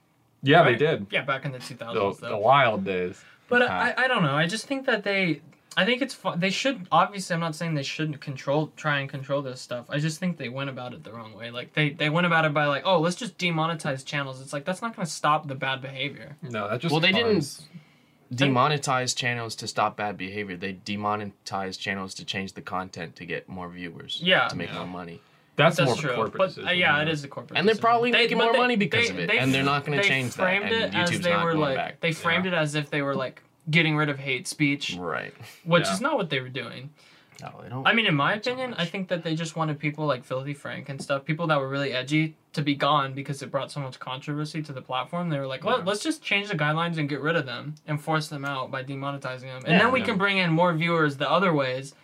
[SPEAKER 2] Yeah,
[SPEAKER 1] right?
[SPEAKER 2] they did.
[SPEAKER 1] Yeah, back in the 2000s,
[SPEAKER 2] The,
[SPEAKER 1] though.
[SPEAKER 2] the wild days.
[SPEAKER 1] but
[SPEAKER 2] Uh,
[SPEAKER 1] I, I don't know. I just think that they, I think it's fun. They should obviously. I'm not saying they shouldn't control, try and control this stuff. I just think they went about it the wrong way. Like they they went about it by like, oh, let's just demonetize channels. It's like that's not going to stop the bad behavior.
[SPEAKER 2] No, that just
[SPEAKER 3] Well, they
[SPEAKER 2] farms.
[SPEAKER 3] Demonetize channels to stop bad behavior. They demonetize channels to change the content to get more viewers.
[SPEAKER 1] Yeah.
[SPEAKER 3] To make
[SPEAKER 2] Yeah.
[SPEAKER 3] more money.
[SPEAKER 2] That's,
[SPEAKER 1] That's,
[SPEAKER 2] more of a
[SPEAKER 1] true.
[SPEAKER 2] corporate
[SPEAKER 1] but
[SPEAKER 2] decision.
[SPEAKER 1] uh, yeah, it is a corporate.
[SPEAKER 3] And they're
[SPEAKER 1] decision.
[SPEAKER 3] probably
[SPEAKER 1] They-
[SPEAKER 3] making
[SPEAKER 1] but
[SPEAKER 3] more
[SPEAKER 1] they-
[SPEAKER 3] money because
[SPEAKER 1] they-
[SPEAKER 3] of it,
[SPEAKER 1] they-
[SPEAKER 3] and they're not gonna
[SPEAKER 1] they
[SPEAKER 3] change that,
[SPEAKER 1] framed
[SPEAKER 3] and
[SPEAKER 1] it as
[SPEAKER 3] YouTube's
[SPEAKER 1] they
[SPEAKER 3] not
[SPEAKER 1] were
[SPEAKER 3] going
[SPEAKER 1] like
[SPEAKER 3] back.
[SPEAKER 1] they framed it as if they were like getting rid of hate speech,
[SPEAKER 3] Right.
[SPEAKER 1] which
[SPEAKER 2] Yeah.
[SPEAKER 1] is not what they were doing.
[SPEAKER 3] No, they don't.
[SPEAKER 1] I mean, in my
[SPEAKER 3] Not so
[SPEAKER 1] opinion, I
[SPEAKER 3] much.
[SPEAKER 1] think that they just wanted people like Filthy Frank and stuff, people that were really edgy, to be gone because it brought so much controversy to the platform. They were like, well,
[SPEAKER 2] Yeah.
[SPEAKER 1] let's just change the guidelines and get rid of them and force them out by demonetizing them. And
[SPEAKER 3] Yeah,
[SPEAKER 1] then we
[SPEAKER 3] yeah.
[SPEAKER 1] can bring in more viewers the other ways.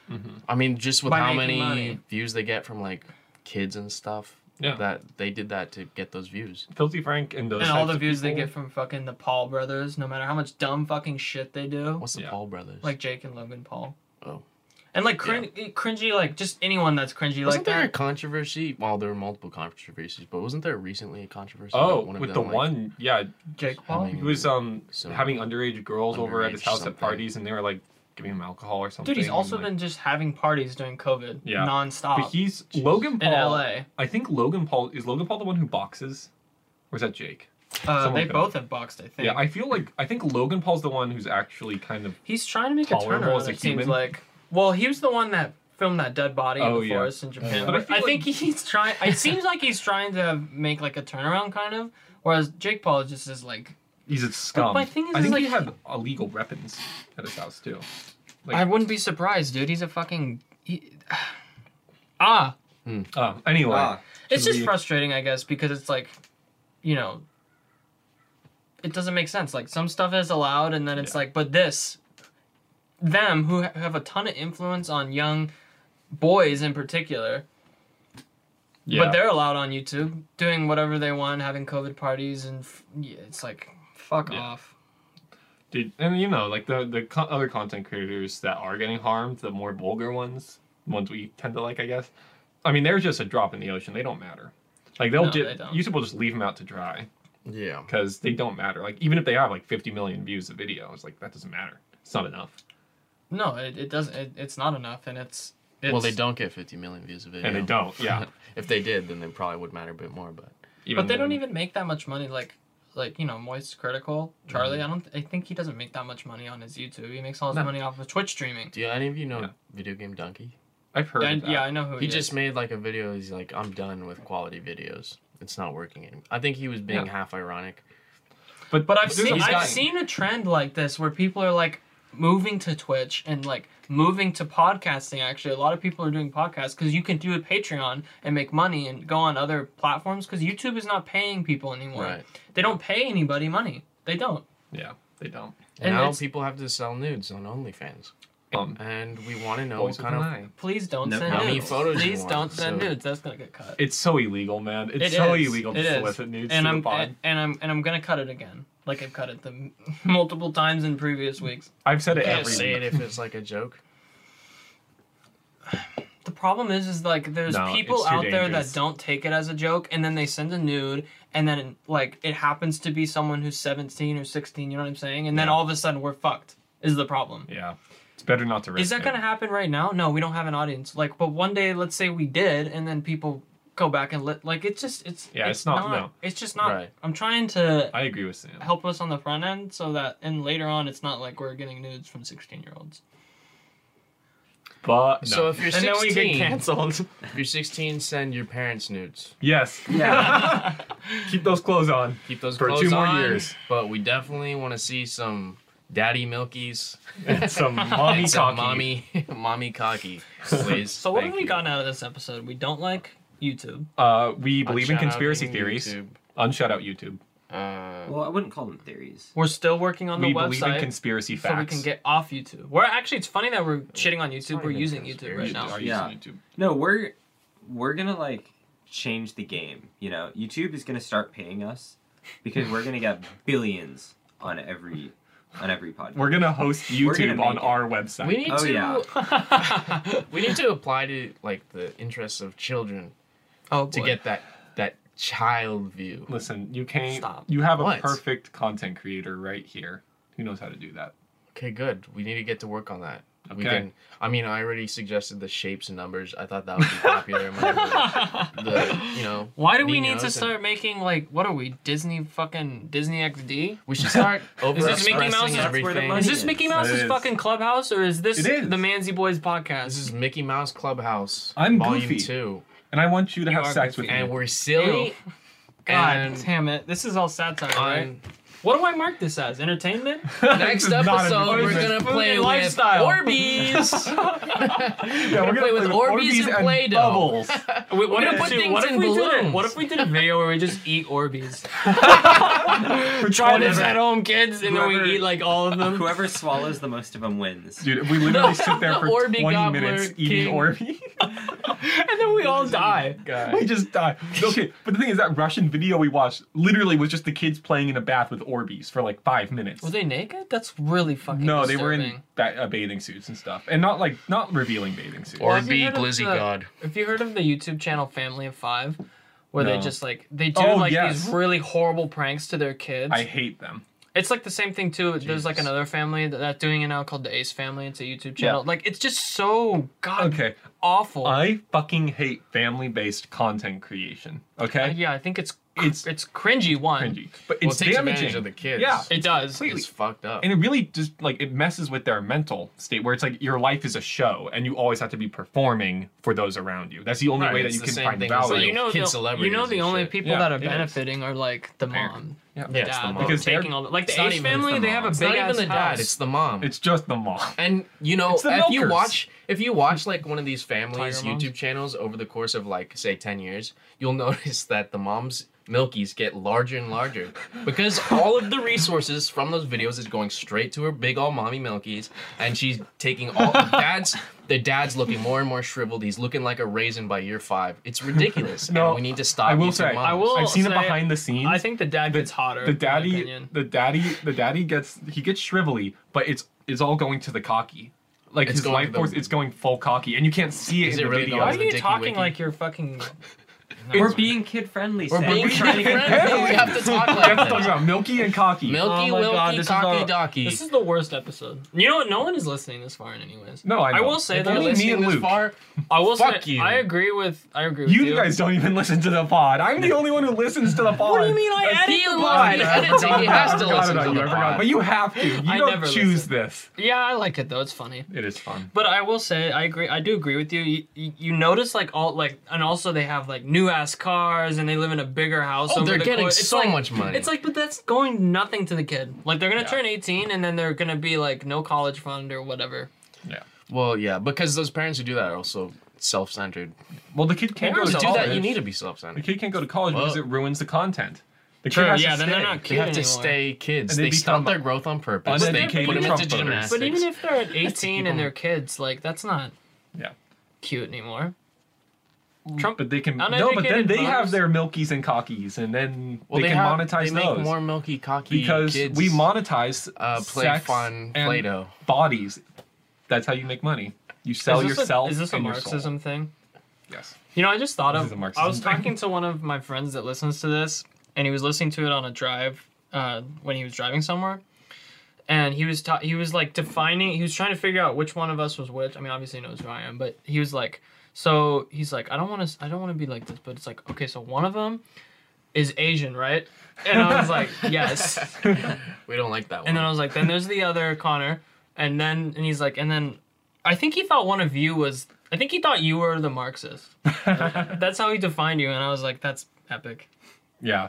[SPEAKER 3] I mean, just with
[SPEAKER 1] By
[SPEAKER 3] how many
[SPEAKER 1] making money.
[SPEAKER 3] views they get from like kids and stuff.
[SPEAKER 2] Yeah.
[SPEAKER 3] That they did that to get those views.
[SPEAKER 2] Filthy Frank and those
[SPEAKER 1] and all
[SPEAKER 2] types
[SPEAKER 1] the
[SPEAKER 2] of
[SPEAKER 1] views they
[SPEAKER 2] people-
[SPEAKER 1] get from fucking the Paul brothers, no matter how much dumb fucking shit they do,
[SPEAKER 3] What's the
[SPEAKER 2] Yeah.
[SPEAKER 3] Paul brothers?
[SPEAKER 1] like Jake and Logan Paul.
[SPEAKER 3] Oh.
[SPEAKER 1] And like crin- cringy, like just anyone that's cringy,
[SPEAKER 3] wasn't
[SPEAKER 1] like
[SPEAKER 3] there a
[SPEAKER 1] that.
[SPEAKER 3] controversy? Well, there were multiple controversies, but wasn't there recently a controversy?
[SPEAKER 2] Oh,
[SPEAKER 3] about
[SPEAKER 2] with
[SPEAKER 3] of
[SPEAKER 2] the
[SPEAKER 3] them, like,
[SPEAKER 2] one, yeah,
[SPEAKER 1] Jake Paul.
[SPEAKER 3] having-
[SPEAKER 2] he was um
[SPEAKER 3] So-
[SPEAKER 2] having underage girls over at his
[SPEAKER 3] Underage
[SPEAKER 2] house at
[SPEAKER 3] something.
[SPEAKER 2] parties, and they were like giving him alcohol or something.
[SPEAKER 1] Dude, he's also
[SPEAKER 2] and, like-
[SPEAKER 1] been just having parties during COVID,
[SPEAKER 2] Yeah.
[SPEAKER 1] nonstop,
[SPEAKER 2] But he's Logan
[SPEAKER 1] in
[SPEAKER 2] Paul.
[SPEAKER 1] LA.
[SPEAKER 2] I think Logan Paul is Logan Paul the one who boxes, or is that Jake?
[SPEAKER 1] Uh,
[SPEAKER 2] Someone
[SPEAKER 1] they
[SPEAKER 2] could-
[SPEAKER 1] both have boxed, I think.
[SPEAKER 2] Yeah, I feel like I think Logan Paul's the one who's actually kind of
[SPEAKER 1] He's trying to make a
[SPEAKER 2] Tolerable
[SPEAKER 1] turnaround.
[SPEAKER 2] as a
[SPEAKER 1] It seems
[SPEAKER 2] human.
[SPEAKER 1] like. Well, he was the one that filmed that dead body
[SPEAKER 2] Oh,
[SPEAKER 1] in the
[SPEAKER 2] yeah.
[SPEAKER 1] forest in Japan.
[SPEAKER 2] yeah.
[SPEAKER 1] But
[SPEAKER 2] But I feel
[SPEAKER 1] I think he's trying. It seems like he's trying to make like a turnaround, kind of. Whereas Jake Paul just is like,
[SPEAKER 2] he's a scum.
[SPEAKER 1] my thing is,
[SPEAKER 2] I
[SPEAKER 1] is
[SPEAKER 2] think
[SPEAKER 1] like-
[SPEAKER 2] he had illegal weapons at his house too. Like-
[SPEAKER 1] I wouldn't be surprised, dude. He's a fucking. He, ah,
[SPEAKER 2] Um, anyway,
[SPEAKER 4] Ah,
[SPEAKER 1] it's
[SPEAKER 2] Should
[SPEAKER 1] just
[SPEAKER 2] we-
[SPEAKER 1] frustrating, I guess, because it's like, you know, it doesn't make sense. Like some stuff is allowed, and then it's
[SPEAKER 2] Yeah.
[SPEAKER 1] like, but this, them who ha- have a ton of influence on young boys in particular,
[SPEAKER 2] yeah.
[SPEAKER 1] but they're allowed on YouTube doing whatever they want, having COVID parties, and f- yeah, it's like, fuck
[SPEAKER 2] Yeah.
[SPEAKER 1] off.
[SPEAKER 2] Dude, and you know, like the the co- other content creators that are getting harmed, the more vulgar ones, the ones we tend to like, I guess. I mean, they're just a drop in the ocean. They don't matter. Like they'll
[SPEAKER 1] No,
[SPEAKER 2] ju-
[SPEAKER 1] they don't.
[SPEAKER 2] YouTube will just leave them out to dry
[SPEAKER 3] Yeah.
[SPEAKER 2] because they don't matter. Like even if they have like 50 million views a video, it's like that doesn't matter. It's not enough,
[SPEAKER 1] No, it, it doesn't. It, it's not enough, and it's. it's
[SPEAKER 3] Well, they don't get 50 million views of video.
[SPEAKER 2] and they don't. Yeah,
[SPEAKER 3] if they did, then they probably would matter a bit more. But
[SPEAKER 2] even
[SPEAKER 1] But they don't
[SPEAKER 2] then-
[SPEAKER 1] even make that much money. Like, like you know, Moist Critical Charlie.
[SPEAKER 3] Mm-hmm.
[SPEAKER 1] I don't. I think he doesn't make that much money on his YouTube. He makes all his
[SPEAKER 2] No.
[SPEAKER 1] money off of Twitch streaming.
[SPEAKER 3] do any of you know
[SPEAKER 2] Yeah.
[SPEAKER 3] Video Game Donkey?
[SPEAKER 2] I've heard.
[SPEAKER 1] I,
[SPEAKER 2] of that.
[SPEAKER 1] yeah, I know who
[SPEAKER 3] He
[SPEAKER 1] he,
[SPEAKER 3] just
[SPEAKER 1] Is.
[SPEAKER 3] made like a video. He's like, I'm done with quality videos. It's not working anymore. I think he was being
[SPEAKER 2] Yeah.
[SPEAKER 3] half ironic.
[SPEAKER 2] but
[SPEAKER 1] But I've
[SPEAKER 2] there's
[SPEAKER 1] seen
[SPEAKER 2] a
[SPEAKER 1] I've
[SPEAKER 2] guy-
[SPEAKER 1] seen a trend like this where people are like moving to Twitch and like moving to podcasting. Actually, a lot of people are doing podcasts because you can do a Patreon and make money and go on other platforms because YouTube is not paying people anymore.
[SPEAKER 3] Right.
[SPEAKER 1] They don't pay anybody money. They don't.
[SPEAKER 2] Yeah, they don't.
[SPEAKER 3] And,
[SPEAKER 1] And
[SPEAKER 3] now
[SPEAKER 1] it's-
[SPEAKER 3] people have to sell nudes on OnlyFans.
[SPEAKER 2] Um,
[SPEAKER 3] And we want to know
[SPEAKER 2] boys
[SPEAKER 3] what
[SPEAKER 2] with
[SPEAKER 3] kind
[SPEAKER 2] an
[SPEAKER 3] of.
[SPEAKER 2] eye.
[SPEAKER 1] Please don't
[SPEAKER 4] No,
[SPEAKER 1] send
[SPEAKER 4] how many
[SPEAKER 1] nudes.
[SPEAKER 3] photos you
[SPEAKER 1] Please
[SPEAKER 3] want,
[SPEAKER 1] don't send
[SPEAKER 3] so-
[SPEAKER 1] nudes. That's gonna get cut.
[SPEAKER 2] It's so illegal, man. It's
[SPEAKER 1] It
[SPEAKER 2] so
[SPEAKER 1] is.
[SPEAKER 2] illegal
[SPEAKER 1] It
[SPEAKER 2] to
[SPEAKER 1] is.
[SPEAKER 2] solicit nudes
[SPEAKER 1] and
[SPEAKER 2] to
[SPEAKER 1] I'm
[SPEAKER 2] the pod.
[SPEAKER 1] and, and I'm and I'm gonna cut it again, like I've cut it the multiple times in previous weeks.
[SPEAKER 2] I've said it
[SPEAKER 3] Can't
[SPEAKER 2] every.
[SPEAKER 3] say it if it's like a joke.
[SPEAKER 1] The problem is, is like there's
[SPEAKER 2] No,
[SPEAKER 1] people
[SPEAKER 2] it's too
[SPEAKER 1] out there that
[SPEAKER 2] dangerous.
[SPEAKER 1] don't take it as a joke, and then they send a nude, and then like it happens to be someone who's 17 or 16. You know what I'm saying? And then all of a sudden we're fucked. Is the problem?
[SPEAKER 2] Yeah, it's better not to risk.
[SPEAKER 1] Is that
[SPEAKER 2] it.
[SPEAKER 1] gonna happen right now? No, we don't have an audience. Like, but one day, let's say we did, and then people go back and let like it's just it's
[SPEAKER 2] Yeah, it's not- no.
[SPEAKER 1] it's just not.
[SPEAKER 3] Right.
[SPEAKER 1] I'm trying to
[SPEAKER 2] I agree with Sam.
[SPEAKER 1] help us on the front end so that and later on it's not like we're getting nudes from 16 year olds
[SPEAKER 2] But
[SPEAKER 3] So if you're
[SPEAKER 1] and then we
[SPEAKER 3] 16,
[SPEAKER 1] get canceled
[SPEAKER 3] if you're 16, send your parents nudes.
[SPEAKER 2] yes,
[SPEAKER 4] Yeah.
[SPEAKER 2] keep those clothes on.
[SPEAKER 3] Keep those
[SPEAKER 2] For
[SPEAKER 3] clothes
[SPEAKER 2] two more
[SPEAKER 3] on,
[SPEAKER 2] years.
[SPEAKER 3] But we definitely want to see some daddy milkies.
[SPEAKER 2] And some mommy
[SPEAKER 3] It's a
[SPEAKER 2] cocky.
[SPEAKER 3] mommy, mommy cocky, please.
[SPEAKER 1] so what
[SPEAKER 3] Thank
[SPEAKER 1] have we
[SPEAKER 3] you.
[SPEAKER 1] gotten out of this episode we don't like youtube
[SPEAKER 2] Uh, we believe in
[SPEAKER 3] Shout out
[SPEAKER 2] conspiracy
[SPEAKER 3] to
[SPEAKER 2] theories.
[SPEAKER 3] YouTube.
[SPEAKER 2] Unshout out YouTube.
[SPEAKER 3] Uh,
[SPEAKER 4] well, I wouldn't call them theories.
[SPEAKER 1] we're still working on the
[SPEAKER 2] we believe in
[SPEAKER 1] website
[SPEAKER 2] conspiracy
[SPEAKER 1] so
[SPEAKER 2] facts.
[SPEAKER 1] we can get off youtube we're actually it's funny that we're shitting on youtube
[SPEAKER 3] not
[SPEAKER 1] we're
[SPEAKER 3] even
[SPEAKER 1] using youtube
[SPEAKER 3] conspiracy.
[SPEAKER 1] right
[SPEAKER 2] Are
[SPEAKER 1] now
[SPEAKER 2] using
[SPEAKER 4] Yeah.
[SPEAKER 2] YouTube.
[SPEAKER 4] No, we're we're gonna like change the game. You know, YouTube is gonna start paying us because we're gonna get billions on every on every podcast.
[SPEAKER 2] We're gonna host
[SPEAKER 4] We're gonna
[SPEAKER 2] YouTube
[SPEAKER 4] make
[SPEAKER 2] on
[SPEAKER 4] it.
[SPEAKER 2] our website. Uh,
[SPEAKER 3] we need
[SPEAKER 4] Oh,
[SPEAKER 3] to.
[SPEAKER 4] yeah.
[SPEAKER 3] We need to apply to like the interests of children
[SPEAKER 1] oh boy.
[SPEAKER 3] to get that that child view.
[SPEAKER 2] Listen, you can't.
[SPEAKER 1] Stop.
[SPEAKER 2] You have a
[SPEAKER 3] What?
[SPEAKER 2] perfect content creator right here who knows how to do that.
[SPEAKER 3] Okay, good. We need to get to work on that.
[SPEAKER 2] Okay.
[SPEAKER 3] We can. I mean, I already suggested the shapes and numbers. I thought that would be popular. among the, the, you know.
[SPEAKER 1] Why do we need
[SPEAKER 3] Ninos
[SPEAKER 1] to
[SPEAKER 3] and-
[SPEAKER 1] start making like what are we Disney fucking Disney XD?
[SPEAKER 3] We should start over
[SPEAKER 1] Is this Mickey Mouse? That's
[SPEAKER 4] where the
[SPEAKER 3] everything.
[SPEAKER 4] money-
[SPEAKER 1] Is this Mickey
[SPEAKER 2] It
[SPEAKER 1] Mouse's
[SPEAKER 2] is.
[SPEAKER 1] fucking clubhouse or is this
[SPEAKER 2] It is.
[SPEAKER 1] the Manzy Boys podcast?
[SPEAKER 3] This is Mickey Mouse Clubhouse.
[SPEAKER 2] I'm
[SPEAKER 3] volume
[SPEAKER 2] Goofy.
[SPEAKER 3] two,
[SPEAKER 2] And I want you to
[SPEAKER 1] You
[SPEAKER 2] have
[SPEAKER 1] are
[SPEAKER 2] sex
[SPEAKER 1] goofy.
[SPEAKER 2] with me.
[SPEAKER 3] and we're silly.
[SPEAKER 1] Ew. God
[SPEAKER 3] And-
[SPEAKER 1] damn it! This is all satire, right?
[SPEAKER 3] On
[SPEAKER 1] What do I mark this as? Entertainment?
[SPEAKER 2] This
[SPEAKER 3] next
[SPEAKER 2] is not
[SPEAKER 3] episode,
[SPEAKER 2] an
[SPEAKER 3] we're
[SPEAKER 1] endorsement.
[SPEAKER 2] endorsement.
[SPEAKER 3] gonna
[SPEAKER 1] Food
[SPEAKER 3] play
[SPEAKER 1] and
[SPEAKER 3] with
[SPEAKER 1] lifestyle.
[SPEAKER 3] Orbeez.
[SPEAKER 2] Yeah, we're
[SPEAKER 3] play with Orbeez and Play-Doh.
[SPEAKER 2] bubbles.
[SPEAKER 1] Wait, what,
[SPEAKER 3] We're
[SPEAKER 1] if,
[SPEAKER 3] gonna put
[SPEAKER 1] dude,
[SPEAKER 3] things
[SPEAKER 1] what if
[SPEAKER 3] in
[SPEAKER 1] we did a,
[SPEAKER 3] balloons.
[SPEAKER 1] What if we did a video where we just eat Orbeez?
[SPEAKER 2] We're
[SPEAKER 1] Try
[SPEAKER 2] trying
[SPEAKER 1] this
[SPEAKER 2] to-
[SPEAKER 1] at home, kids, and then
[SPEAKER 4] Whoever-
[SPEAKER 1] we eat like all of them.
[SPEAKER 4] Whoever swallows the most of them wins.
[SPEAKER 2] Dude, we literally
[SPEAKER 3] The
[SPEAKER 2] sit there for
[SPEAKER 3] Orby
[SPEAKER 2] 20
[SPEAKER 3] Gobbler
[SPEAKER 2] minutes
[SPEAKER 3] King.
[SPEAKER 2] eating Orby.
[SPEAKER 1] and then we all die.
[SPEAKER 2] we just die. Okay, but the thing is, that Russian video we watched literally was just the kids playing in a bath with Orbeez for like five minutes.
[SPEAKER 1] Were they naked? That's really fucking.
[SPEAKER 2] no, they were in
[SPEAKER 1] disturbing.
[SPEAKER 2] ba- uh, bathing suits and stuff, and not like not revealing bathing suits.
[SPEAKER 1] Or-
[SPEAKER 3] Or
[SPEAKER 1] Have you
[SPEAKER 3] be
[SPEAKER 1] heard of
[SPEAKER 3] Glizzy
[SPEAKER 1] the-
[SPEAKER 3] God.
[SPEAKER 1] If you heard of the YouTube channel Family of Five, where they
[SPEAKER 2] No.
[SPEAKER 1] just like they do
[SPEAKER 2] Oh,
[SPEAKER 1] like
[SPEAKER 2] yes.
[SPEAKER 1] these really horrible pranks to their kids.
[SPEAKER 2] I hate them.
[SPEAKER 1] It's like the same thing too. There's like
[SPEAKER 3] Jesus.
[SPEAKER 1] another family that, that's doing it now called the Ace Family. It's a YouTube channel. Like it's just so god
[SPEAKER 2] Okay,
[SPEAKER 1] awful.
[SPEAKER 2] I fucking hate family-based content creation.
[SPEAKER 1] Uh,
[SPEAKER 2] Okay,
[SPEAKER 1] yeah, I think it's it's
[SPEAKER 2] It's-
[SPEAKER 1] it's cringy one.
[SPEAKER 2] cringy, but
[SPEAKER 3] Well, it
[SPEAKER 2] it's
[SPEAKER 3] takes advantage
[SPEAKER 2] damaging.
[SPEAKER 3] of the kids.
[SPEAKER 2] Yeah,
[SPEAKER 1] It does.
[SPEAKER 2] Wait,
[SPEAKER 3] It's fucked up.
[SPEAKER 2] and it really just like it messes with their mental state where it's like your life is a show and you always have to be performing for those around you that's the only
[SPEAKER 3] Right,
[SPEAKER 2] way that
[SPEAKER 3] it's
[SPEAKER 2] you
[SPEAKER 3] the
[SPEAKER 2] can
[SPEAKER 3] same
[SPEAKER 2] find
[SPEAKER 3] thing
[SPEAKER 2] value
[SPEAKER 3] as,
[SPEAKER 1] But
[SPEAKER 3] like,
[SPEAKER 1] you know,
[SPEAKER 3] kid
[SPEAKER 1] the, you
[SPEAKER 3] celebrities
[SPEAKER 1] know the
[SPEAKER 3] and
[SPEAKER 1] only
[SPEAKER 3] shit.
[SPEAKER 1] people
[SPEAKER 2] Yeah,
[SPEAKER 1] that are
[SPEAKER 2] it is.
[SPEAKER 1] benefiting are like the
[SPEAKER 2] Parent.
[SPEAKER 1] mom,
[SPEAKER 2] Yeah.
[SPEAKER 1] the
[SPEAKER 3] Yeah, it's
[SPEAKER 1] dad,
[SPEAKER 3] the mom.
[SPEAKER 1] like,
[SPEAKER 2] Because they're-
[SPEAKER 1] taking all the, like
[SPEAKER 3] It's
[SPEAKER 1] the
[SPEAKER 3] not
[SPEAKER 1] Ace
[SPEAKER 3] even- it's
[SPEAKER 1] family.
[SPEAKER 3] the
[SPEAKER 1] they have a
[SPEAKER 3] mom.
[SPEAKER 1] big
[SPEAKER 3] It's not even
[SPEAKER 1] ass
[SPEAKER 3] the
[SPEAKER 1] house.
[SPEAKER 3] dad. It's the mom.
[SPEAKER 2] it's just the mom
[SPEAKER 3] And you know,
[SPEAKER 2] It's
[SPEAKER 3] if
[SPEAKER 2] the
[SPEAKER 3] you
[SPEAKER 2] milkers.
[SPEAKER 3] watch if you watch like one of these families
[SPEAKER 1] Tiger moms.
[SPEAKER 3] YouTube channels over the course of like say 10 years, you'll notice that the mom's milkies get larger and larger because all of the resources from those videos is going straight to her big old mommy milkies and she's taking all the dad's the dad's looking more and more shriveled he's looking like a raisin by year five it's ridiculous
[SPEAKER 2] No,
[SPEAKER 3] and we need to stop
[SPEAKER 2] I will
[SPEAKER 3] YouTube
[SPEAKER 2] say-
[SPEAKER 3] moms.
[SPEAKER 2] I
[SPEAKER 1] will-
[SPEAKER 2] i've seen
[SPEAKER 1] say-
[SPEAKER 2] it behind the scenes
[SPEAKER 1] I think the dad gets hotter.
[SPEAKER 2] the
[SPEAKER 1] in my
[SPEAKER 2] daddy
[SPEAKER 1] opinion.
[SPEAKER 2] the daddy the daddy gets he gets shrivelly but it's it's all going to the cocky like
[SPEAKER 3] It's
[SPEAKER 2] his
[SPEAKER 3] going to
[SPEAKER 2] life
[SPEAKER 3] the-
[SPEAKER 2] force it's going full cocky and you can't see it
[SPEAKER 3] Is
[SPEAKER 2] in
[SPEAKER 3] it
[SPEAKER 2] the
[SPEAKER 3] really
[SPEAKER 2] video
[SPEAKER 1] Why
[SPEAKER 3] going
[SPEAKER 1] are
[SPEAKER 3] to the
[SPEAKER 1] you
[SPEAKER 3] dicky
[SPEAKER 1] talking
[SPEAKER 3] wicky.
[SPEAKER 1] like you're fucking?
[SPEAKER 4] We're being kid friendly.
[SPEAKER 3] we're
[SPEAKER 4] Sam.
[SPEAKER 3] being
[SPEAKER 4] We're trying to get
[SPEAKER 2] kid-friendly.
[SPEAKER 3] friendly. we have to talk
[SPEAKER 2] we have to
[SPEAKER 3] like
[SPEAKER 2] talk
[SPEAKER 3] this.
[SPEAKER 2] about milky and cocky
[SPEAKER 3] milky
[SPEAKER 1] Oh my
[SPEAKER 3] wilky
[SPEAKER 1] God, this is
[SPEAKER 3] cocky
[SPEAKER 1] all-
[SPEAKER 3] docky
[SPEAKER 1] This is the worst episode. You know what? No one is listening this far, in anyways.
[SPEAKER 2] no i,
[SPEAKER 1] I
[SPEAKER 2] know.
[SPEAKER 1] will say
[SPEAKER 2] If
[SPEAKER 1] that
[SPEAKER 3] If you're
[SPEAKER 2] only me
[SPEAKER 3] listening
[SPEAKER 2] and
[SPEAKER 3] this
[SPEAKER 2] Luke.
[SPEAKER 3] far
[SPEAKER 1] I will
[SPEAKER 3] Fuck
[SPEAKER 1] say
[SPEAKER 3] you.
[SPEAKER 1] I agree with I agree with you.
[SPEAKER 2] you, guys don't even listen to the pod i'm the only one who listens to the pod
[SPEAKER 1] What do you mean I
[SPEAKER 3] He
[SPEAKER 1] edit the
[SPEAKER 3] loves
[SPEAKER 1] line?
[SPEAKER 3] the
[SPEAKER 2] I
[SPEAKER 3] editing.
[SPEAKER 2] forgot
[SPEAKER 3] He has to
[SPEAKER 2] about
[SPEAKER 3] listen
[SPEAKER 2] you,
[SPEAKER 3] to the
[SPEAKER 2] I forgot,
[SPEAKER 3] pod.
[SPEAKER 2] But you have to. You
[SPEAKER 1] I
[SPEAKER 2] don't
[SPEAKER 1] never
[SPEAKER 2] choose
[SPEAKER 1] listen.
[SPEAKER 2] this.
[SPEAKER 1] Yeah, I like it though. It's funny.
[SPEAKER 2] It is fun.
[SPEAKER 1] But I will say I agree. I do agree with you. You, you, you notice like all like, and also they have like new ass cars, and they live in a bigger house.
[SPEAKER 3] Oh,
[SPEAKER 1] over
[SPEAKER 3] they're
[SPEAKER 1] the
[SPEAKER 3] getting
[SPEAKER 1] course- it's
[SPEAKER 3] so
[SPEAKER 1] like-
[SPEAKER 3] much money.
[SPEAKER 1] It's like, but that's going nothing to the kid. Like they're gonna
[SPEAKER 2] Yeah.
[SPEAKER 1] turn eighteen, and then they're gonna be like no college fund or whatever.
[SPEAKER 3] Well, yeah, because those parents who do that are also self-centered.
[SPEAKER 2] Well, the kid can't
[SPEAKER 1] Well,
[SPEAKER 2] go
[SPEAKER 3] To
[SPEAKER 1] so-
[SPEAKER 2] to
[SPEAKER 3] do
[SPEAKER 2] college.
[SPEAKER 3] that, you need to be
[SPEAKER 2] The
[SPEAKER 3] self-centered.
[SPEAKER 2] kid can't go to college
[SPEAKER 3] Well-
[SPEAKER 2] because it ruins the content. The
[SPEAKER 1] True,
[SPEAKER 2] kid has
[SPEAKER 1] yeah,
[SPEAKER 2] to
[SPEAKER 1] then they're
[SPEAKER 2] stay.
[SPEAKER 1] not
[SPEAKER 3] They have to
[SPEAKER 1] anymore.
[SPEAKER 3] stay kids.
[SPEAKER 2] And
[SPEAKER 3] They,
[SPEAKER 2] they
[SPEAKER 3] stop
[SPEAKER 2] become
[SPEAKER 3] their growth on purpose. They
[SPEAKER 2] uneducated
[SPEAKER 3] put them
[SPEAKER 2] Trump
[SPEAKER 3] into
[SPEAKER 2] voters.
[SPEAKER 3] gymnastics.
[SPEAKER 1] But even if they're at
[SPEAKER 2] to keep
[SPEAKER 1] eighteen and
[SPEAKER 2] 'em-
[SPEAKER 1] they're kids, like that's not
[SPEAKER 2] Yeah.
[SPEAKER 1] cute anymore. Trump.
[SPEAKER 2] But they can no, but then
[SPEAKER 1] Uneducated
[SPEAKER 2] they
[SPEAKER 1] voters.
[SPEAKER 2] have their milkies and cockies, and then
[SPEAKER 3] well,
[SPEAKER 2] they, can
[SPEAKER 3] have-
[SPEAKER 2] monetize
[SPEAKER 3] they make
[SPEAKER 2] those
[SPEAKER 3] more milky, cocky
[SPEAKER 2] because
[SPEAKER 3] kids.
[SPEAKER 2] we monetize
[SPEAKER 3] uh, play
[SPEAKER 2] sex
[SPEAKER 3] fun
[SPEAKER 2] and
[SPEAKER 3] Play-Doh.
[SPEAKER 2] bodies. That's how you make money. You sell
[SPEAKER 1] is this a-
[SPEAKER 2] yourself.
[SPEAKER 1] is this a
[SPEAKER 2] and your soul.
[SPEAKER 1] Marxism thing?
[SPEAKER 2] Yes.
[SPEAKER 1] You know, I just thought
[SPEAKER 2] This
[SPEAKER 1] of.
[SPEAKER 2] is a
[SPEAKER 1] I
[SPEAKER 2] Marxism
[SPEAKER 1] was
[SPEAKER 2] thing.
[SPEAKER 1] talking to one of my friends that listens to this, and he was listening to it on a drive uh, when he was driving somewhere, and he was ta- he was like defining. He was trying to figure out which one of us was which. I mean, obviously he knows who I am, but he was like, so he's like, I don't want to, I don't want to be like this, but it's like, okay, so one of them is Asian, right? And I was like, yes.
[SPEAKER 3] We don't like that one.
[SPEAKER 1] And then I was like, then there's the other Connor. And then and he's like, and then I think he thought one of you was I think he thought you were the Marxist. That's how he defined you, and I was like, that's epic.
[SPEAKER 2] Yeah.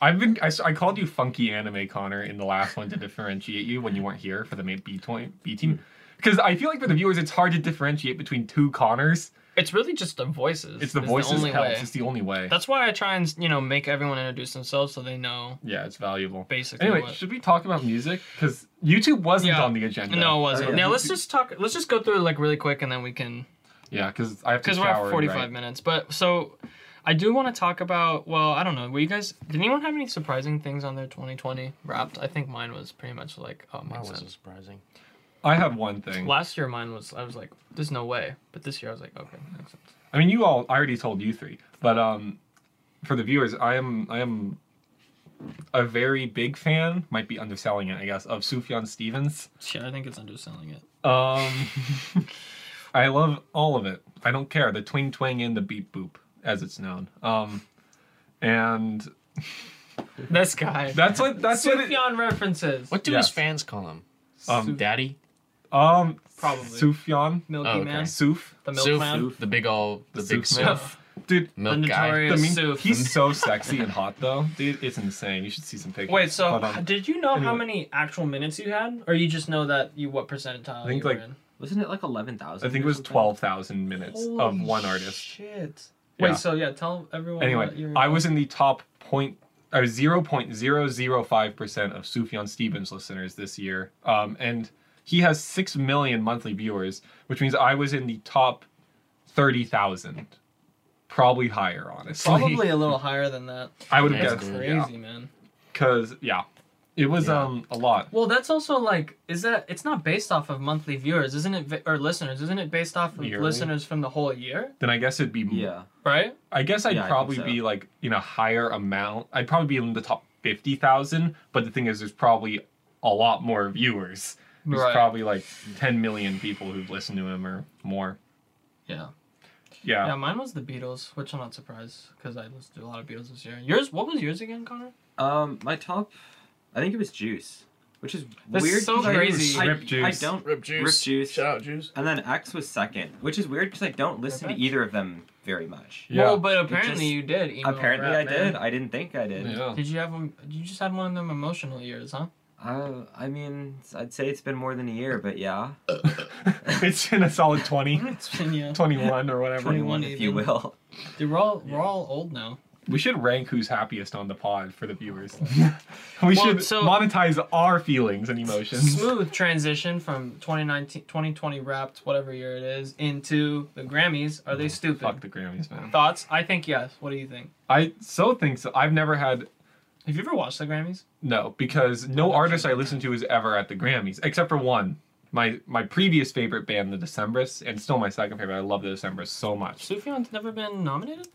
[SPEAKER 2] I've been I, s- I called you funky anime Connor in the last one to differentiate you when you weren't here for the main B twen- B team
[SPEAKER 1] Mm.
[SPEAKER 2] because I feel like for the viewers it's hard to differentiate between two Connors.
[SPEAKER 1] It's really just the voices.
[SPEAKER 2] It's the
[SPEAKER 1] is
[SPEAKER 2] voices
[SPEAKER 1] only
[SPEAKER 2] helps.
[SPEAKER 1] way.
[SPEAKER 2] It's the only way.
[SPEAKER 1] That's why I try and you know make everyone introduce themselves so they know
[SPEAKER 2] yeah, it's valuable.
[SPEAKER 1] basically.
[SPEAKER 2] Anyway,
[SPEAKER 1] what-
[SPEAKER 2] should we talk about music? Because YouTube wasn't
[SPEAKER 1] Yeah.
[SPEAKER 2] on the agenda.
[SPEAKER 1] no, it wasn't.
[SPEAKER 2] Uh,
[SPEAKER 1] Now let's
[SPEAKER 2] YouTube-
[SPEAKER 1] just talk. Let's just go through it like really quick, and then we can
[SPEAKER 2] Yeah, because I have to
[SPEAKER 1] because
[SPEAKER 2] shower.
[SPEAKER 1] we're at
[SPEAKER 2] and
[SPEAKER 1] 45
[SPEAKER 2] write.
[SPEAKER 1] minutes but so i do want to talk about well i don't know were you guys did anyone have any surprising things on their 2020 wrapped i think mine was pretty much like oh
[SPEAKER 3] that
[SPEAKER 1] my
[SPEAKER 3] wasn't
[SPEAKER 1] sense.
[SPEAKER 3] surprising.
[SPEAKER 2] I had one thing.
[SPEAKER 1] last year mine was i was like there's no way but this year i was like okay makes sense.
[SPEAKER 2] I mean, you all. I already told you three, but um, for the viewers, I am I am a very big fan, might be underselling it, I guess, of Sufjan Stevens.
[SPEAKER 1] Shit, I think it's underselling it.
[SPEAKER 2] Um, I love all of it. I don't care the twing twang and the beep boop, as it's known. Um, and
[SPEAKER 1] This guy.
[SPEAKER 2] that's what that's what it,
[SPEAKER 1] Sufjan references.
[SPEAKER 3] What do
[SPEAKER 2] Yes.
[SPEAKER 3] his fans call him?
[SPEAKER 2] Um,
[SPEAKER 1] Suf-
[SPEAKER 3] Daddy?
[SPEAKER 2] um
[SPEAKER 1] Probably.
[SPEAKER 2] Sufjan
[SPEAKER 1] Milky
[SPEAKER 3] Oh, okay.
[SPEAKER 1] Man.
[SPEAKER 2] Suf
[SPEAKER 1] The Milk
[SPEAKER 3] Soof,
[SPEAKER 1] Man.
[SPEAKER 3] the big old, the,
[SPEAKER 2] The
[SPEAKER 3] big
[SPEAKER 2] Soof.
[SPEAKER 3] Soof,
[SPEAKER 2] dude.
[SPEAKER 1] The
[SPEAKER 3] milk guy.
[SPEAKER 1] notorious
[SPEAKER 2] I mean,
[SPEAKER 1] Soof.
[SPEAKER 2] he's so sexy and hot though, dude. It's insane. You should see some pictures.
[SPEAKER 1] Wait, so
[SPEAKER 2] Hold on.
[SPEAKER 1] did you know how
[SPEAKER 2] Anyway.
[SPEAKER 1] many actual minutes you had, or you just know that you what percentile?
[SPEAKER 2] I think,
[SPEAKER 1] you were
[SPEAKER 2] like,
[SPEAKER 1] in?
[SPEAKER 4] Wasn't it like eleven thousand?
[SPEAKER 2] I think it was twelve thousand minutes of
[SPEAKER 1] Holy
[SPEAKER 2] one artist.
[SPEAKER 1] Shit.
[SPEAKER 2] Yeah.
[SPEAKER 1] Wait, so yeah, tell everyone. what
[SPEAKER 2] Anyway,
[SPEAKER 1] you're-
[SPEAKER 2] I was in the top point or 0.005% of Sufjan Stevens listeners this year. Um, and he has 6 million monthly viewers, which means I was in the top 30,000. Probably higher, honestly.
[SPEAKER 1] probably a little higher than that.
[SPEAKER 2] I would
[SPEAKER 3] That's
[SPEAKER 2] have
[SPEAKER 1] That's
[SPEAKER 2] guessed.
[SPEAKER 3] cool.
[SPEAKER 1] crazy,
[SPEAKER 2] Yeah.
[SPEAKER 1] man.
[SPEAKER 2] Cuz yeah. It was
[SPEAKER 3] Yeah.
[SPEAKER 2] um a lot.
[SPEAKER 1] Well, that's also like, is that it's not based off of monthly viewers, isn't it? vi- Or listeners, isn't it based off of
[SPEAKER 2] Yearly?
[SPEAKER 1] listeners from the whole year?
[SPEAKER 2] Then I guess it'd be
[SPEAKER 4] Yeah.
[SPEAKER 1] Right.
[SPEAKER 2] I guess I'd
[SPEAKER 4] Yeah, I think
[SPEAKER 2] probably
[SPEAKER 4] so.
[SPEAKER 2] be like in a higher amount. I'd probably be in the top 50,000, but the thing is there's probably a lot more viewers. There's
[SPEAKER 1] Right.
[SPEAKER 2] probably like 10 million people who've listened to him or more.
[SPEAKER 1] Yeah.
[SPEAKER 2] Yeah.
[SPEAKER 1] Yeah, mine was the Beatles, which I'm not surprised because I listened to a lot of Beatles this year. Yours, what was yours again, Connor?
[SPEAKER 4] Um, my top, I think it was Juice, which is
[SPEAKER 1] That's
[SPEAKER 4] weird.
[SPEAKER 1] so
[SPEAKER 4] 'cause I-
[SPEAKER 1] crazy.
[SPEAKER 4] I,
[SPEAKER 2] Rip
[SPEAKER 4] I
[SPEAKER 2] Juice.
[SPEAKER 4] don't.
[SPEAKER 3] Rip juice.
[SPEAKER 4] Rip juice.
[SPEAKER 3] Shout out juice.
[SPEAKER 4] And then X was second, which is weird because I don't listen to
[SPEAKER 1] Okay.
[SPEAKER 4] either of them very much.
[SPEAKER 2] Yeah.
[SPEAKER 1] Well, but apparently
[SPEAKER 4] just-
[SPEAKER 1] you did. emo
[SPEAKER 4] Apparently,
[SPEAKER 1] rap,
[SPEAKER 4] I did.
[SPEAKER 1] man.
[SPEAKER 4] I didn't think I did.
[SPEAKER 2] Yeah.
[SPEAKER 1] Did you have one? You just had one of them emotional years, huh?
[SPEAKER 4] Uh, I mean, I'd say it's been more than a year, but yeah,
[SPEAKER 2] it's in a solid 20,
[SPEAKER 1] It's been, yeah.
[SPEAKER 2] 21 or whatever.
[SPEAKER 4] 21 if you
[SPEAKER 1] even.
[SPEAKER 4] will.
[SPEAKER 1] Dude, we're all we're all old now.
[SPEAKER 2] We should rank who's happiest on the pod for the viewers. we
[SPEAKER 1] Oh, Well,
[SPEAKER 2] should
[SPEAKER 1] so-
[SPEAKER 2] monetize our feelings and emotions.
[SPEAKER 1] Smooth transition from 2019, 2020 wrapped, whatever year it is, into the Grammys. Are they stupid?
[SPEAKER 2] Mm-hmm. Fuck the Grammys, man.
[SPEAKER 1] Thoughts? I think yes. What do you think?
[SPEAKER 2] I so think so. I've never had
[SPEAKER 1] Have you ever watched the Grammys?
[SPEAKER 2] No, because no artist I listen to is ever at the Grammys, except for one. My my previous favorite band, the Decemberists, and still my second favorite. I love the Decemberists so much.
[SPEAKER 1] Sufjan's never been nominated.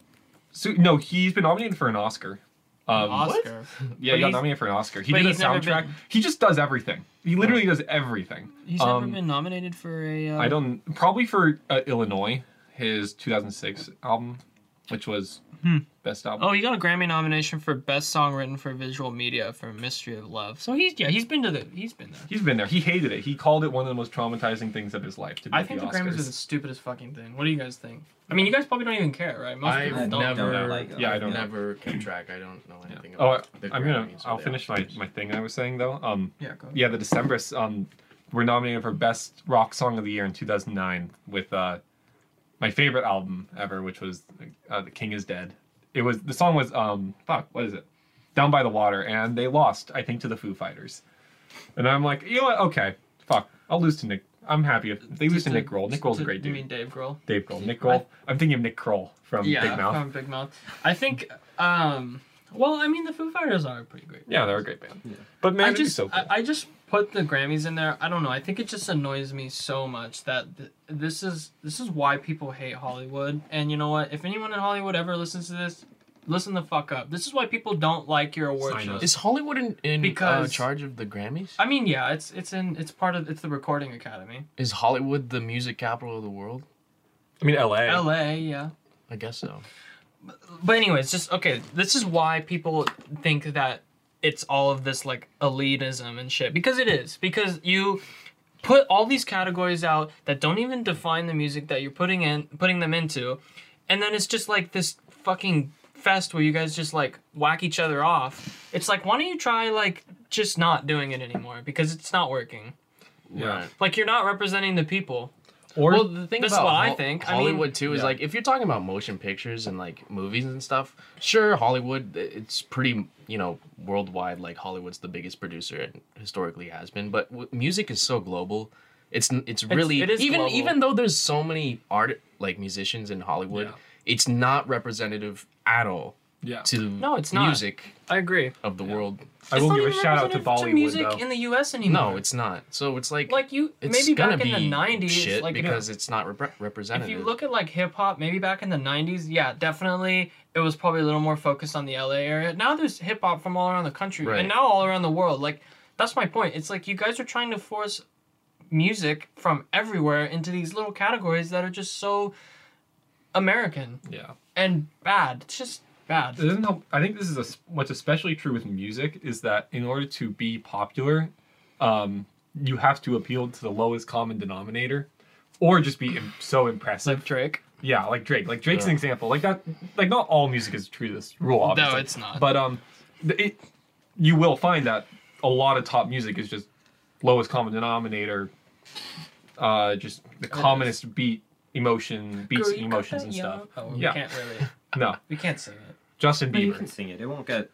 [SPEAKER 2] So, no, he's been nominated for an Oscar. Um,
[SPEAKER 1] Oscar.
[SPEAKER 2] Yeah,
[SPEAKER 1] But
[SPEAKER 2] he got
[SPEAKER 1] he's-
[SPEAKER 2] nominated for an Oscar. He
[SPEAKER 1] but
[SPEAKER 2] did a
[SPEAKER 1] he's never
[SPEAKER 2] soundtrack.
[SPEAKER 1] been-
[SPEAKER 2] He just does everything. He literally does everything.
[SPEAKER 1] He's
[SPEAKER 2] Um,
[SPEAKER 1] never been nominated for a. Uh,
[SPEAKER 2] I don't probably for uh, Illinois, his 2006 album, which was best album.
[SPEAKER 1] Oh, he got a Grammy nomination for best song written for visual media for "Mystery of Love." So he's yeah, he's been to the he's been there.
[SPEAKER 2] He's been there. He hated it. He called it one of the most traumatizing things of his life. To be
[SPEAKER 1] I
[SPEAKER 2] at
[SPEAKER 1] think the
[SPEAKER 2] the
[SPEAKER 1] Grammys are
[SPEAKER 2] Oscars.
[SPEAKER 1] the stupidest fucking thing. What do you guys think? I mean, you guys probably don't even care, right? Most
[SPEAKER 3] I've
[SPEAKER 1] people don't.
[SPEAKER 4] I don't
[SPEAKER 3] never,
[SPEAKER 4] like-
[SPEAKER 2] Yeah, I
[SPEAKER 3] I've
[SPEAKER 2] don't know.
[SPEAKER 3] never kept track. I don't know anything.
[SPEAKER 2] Oh,
[SPEAKER 3] about
[SPEAKER 2] I,
[SPEAKER 3] the
[SPEAKER 2] I'm gonna.
[SPEAKER 3] Grammys or
[SPEAKER 2] I'll
[SPEAKER 3] the
[SPEAKER 2] finish my,
[SPEAKER 3] Oscars.
[SPEAKER 2] my thing I was saying though. Um,
[SPEAKER 1] Yeah, go ahead.
[SPEAKER 2] yeah, the Decemberists um were nominated for best rock song of the year in 2009 with uh my favorite album ever, which was uh, "The King Is Dead." It was the song was um fuck what is it? Down by the water, and they lost I think to the Foo Fighters, and I'm like you know what? Okay, fuck, I'll lose to Nick. I'm happy if they lose to Nick Grohl. Nick Grohl's a great
[SPEAKER 1] You
[SPEAKER 2] dude.
[SPEAKER 1] mean Dave Grohl?
[SPEAKER 2] Dave Grohl, Nick Grohl. I'm thinking of Nick Kroll from Big Mouth.
[SPEAKER 1] from Big Mouth. I think. um Well, I mean, the Foo Fighters are pretty great.
[SPEAKER 2] yeah, they're a great band. But man,
[SPEAKER 1] I
[SPEAKER 2] it'd be
[SPEAKER 1] just
[SPEAKER 2] so cool.
[SPEAKER 1] I, I just put the Grammys in there. I don't know. I think it just annoys me so much that th- this is this is why people hate Hollywood. And you know what? If anyone in Hollywood ever listens to this, listen the fuck up. This is why people don't like your award
[SPEAKER 2] Sign
[SPEAKER 1] shows.
[SPEAKER 2] us.
[SPEAKER 3] Is Hollywood in, in uh,
[SPEAKER 1] Because-
[SPEAKER 3] charge of the Grammys?
[SPEAKER 1] I mean, yeah, it's it's in it's part of it's the Recording Academy.
[SPEAKER 3] Is Hollywood the music capital of the world?
[SPEAKER 2] I mean, L.A.
[SPEAKER 1] L.A. Yeah.
[SPEAKER 3] I guess so.
[SPEAKER 1] But anyways, just okay. This is why people think that it's all of this like elitism and shit because it is because you put all these categories out that don't even define the music that you're putting in putting them into, and then it's just like this fucking fest where you guys just like whack each other off. It's like why don't you try like just not doing it anymore because it's not working.
[SPEAKER 2] Yeah.
[SPEAKER 3] Right.
[SPEAKER 1] Like you're not representing the people.
[SPEAKER 2] Or
[SPEAKER 3] Well, the thing
[SPEAKER 1] That's
[SPEAKER 3] about
[SPEAKER 1] what I
[SPEAKER 3] Hol-
[SPEAKER 1] think. I mean-
[SPEAKER 3] Hollywood too is
[SPEAKER 2] Yeah.
[SPEAKER 3] like if you're talking about motion pictures and like movies and stuff. Sure, Hollywood. It's pretty you know worldwide. Like Hollywood's the biggest producer and historically has been. But w- music is so global. It's n- it's really
[SPEAKER 1] it is
[SPEAKER 3] even
[SPEAKER 1] global.
[SPEAKER 3] even though there's so many art like musicians in Hollywood,
[SPEAKER 2] Yeah.
[SPEAKER 3] it's not representative at all
[SPEAKER 2] Yeah.
[SPEAKER 3] to
[SPEAKER 1] No, it's not.
[SPEAKER 3] music
[SPEAKER 1] I agree.
[SPEAKER 3] of the world.
[SPEAKER 2] I
[SPEAKER 1] It's
[SPEAKER 2] will
[SPEAKER 1] not
[SPEAKER 2] give a
[SPEAKER 1] even
[SPEAKER 2] shout out to
[SPEAKER 1] representative
[SPEAKER 2] Bollywood
[SPEAKER 1] music
[SPEAKER 2] though.
[SPEAKER 1] in the U.S. anymore.
[SPEAKER 3] No, it's not. So it's like
[SPEAKER 1] like you
[SPEAKER 3] it's
[SPEAKER 1] maybe
[SPEAKER 3] gonna
[SPEAKER 1] back
[SPEAKER 3] be
[SPEAKER 1] in the '90s.
[SPEAKER 3] shit
[SPEAKER 1] like
[SPEAKER 3] because it's not repre-
[SPEAKER 1] if
[SPEAKER 3] representative.
[SPEAKER 1] you look at like hip hop, maybe back in the '90s, yeah, definitely it was probably a little more focused on the LA area. Now there's hip hop from all around the country
[SPEAKER 3] Right.
[SPEAKER 1] and now all around the world. Like that's my point. It's like you guys are trying to force music from everywhere into these little categories that are just so American
[SPEAKER 2] yeah.
[SPEAKER 1] and bad. It's just bad.
[SPEAKER 2] It doesn't help. I think this is a, what's especially true with music is that in order to be popular, um, you have to appeal to the lowest common denominator, or just be im- so impressive.
[SPEAKER 1] Like Drake.
[SPEAKER 2] Yeah, like Drake. Like Drake's an
[SPEAKER 3] Yeah.
[SPEAKER 2] example. Like that. Like not all music is true to this rule. Obviously.
[SPEAKER 1] it's not.
[SPEAKER 2] But um, th- it you will find that a lot of top music is just lowest common denominator. Uh, just the commonest beat, emotion, beats,
[SPEAKER 1] Girl, you got
[SPEAKER 2] emotions,
[SPEAKER 1] that
[SPEAKER 2] and
[SPEAKER 1] yellow-
[SPEAKER 2] stuff.
[SPEAKER 1] Oh, we
[SPEAKER 2] Yeah.
[SPEAKER 1] can't really.
[SPEAKER 2] No,
[SPEAKER 1] We can't sing it.
[SPEAKER 2] Justin
[SPEAKER 4] But you
[SPEAKER 2] Bieber.
[SPEAKER 4] can sing it. It won't get.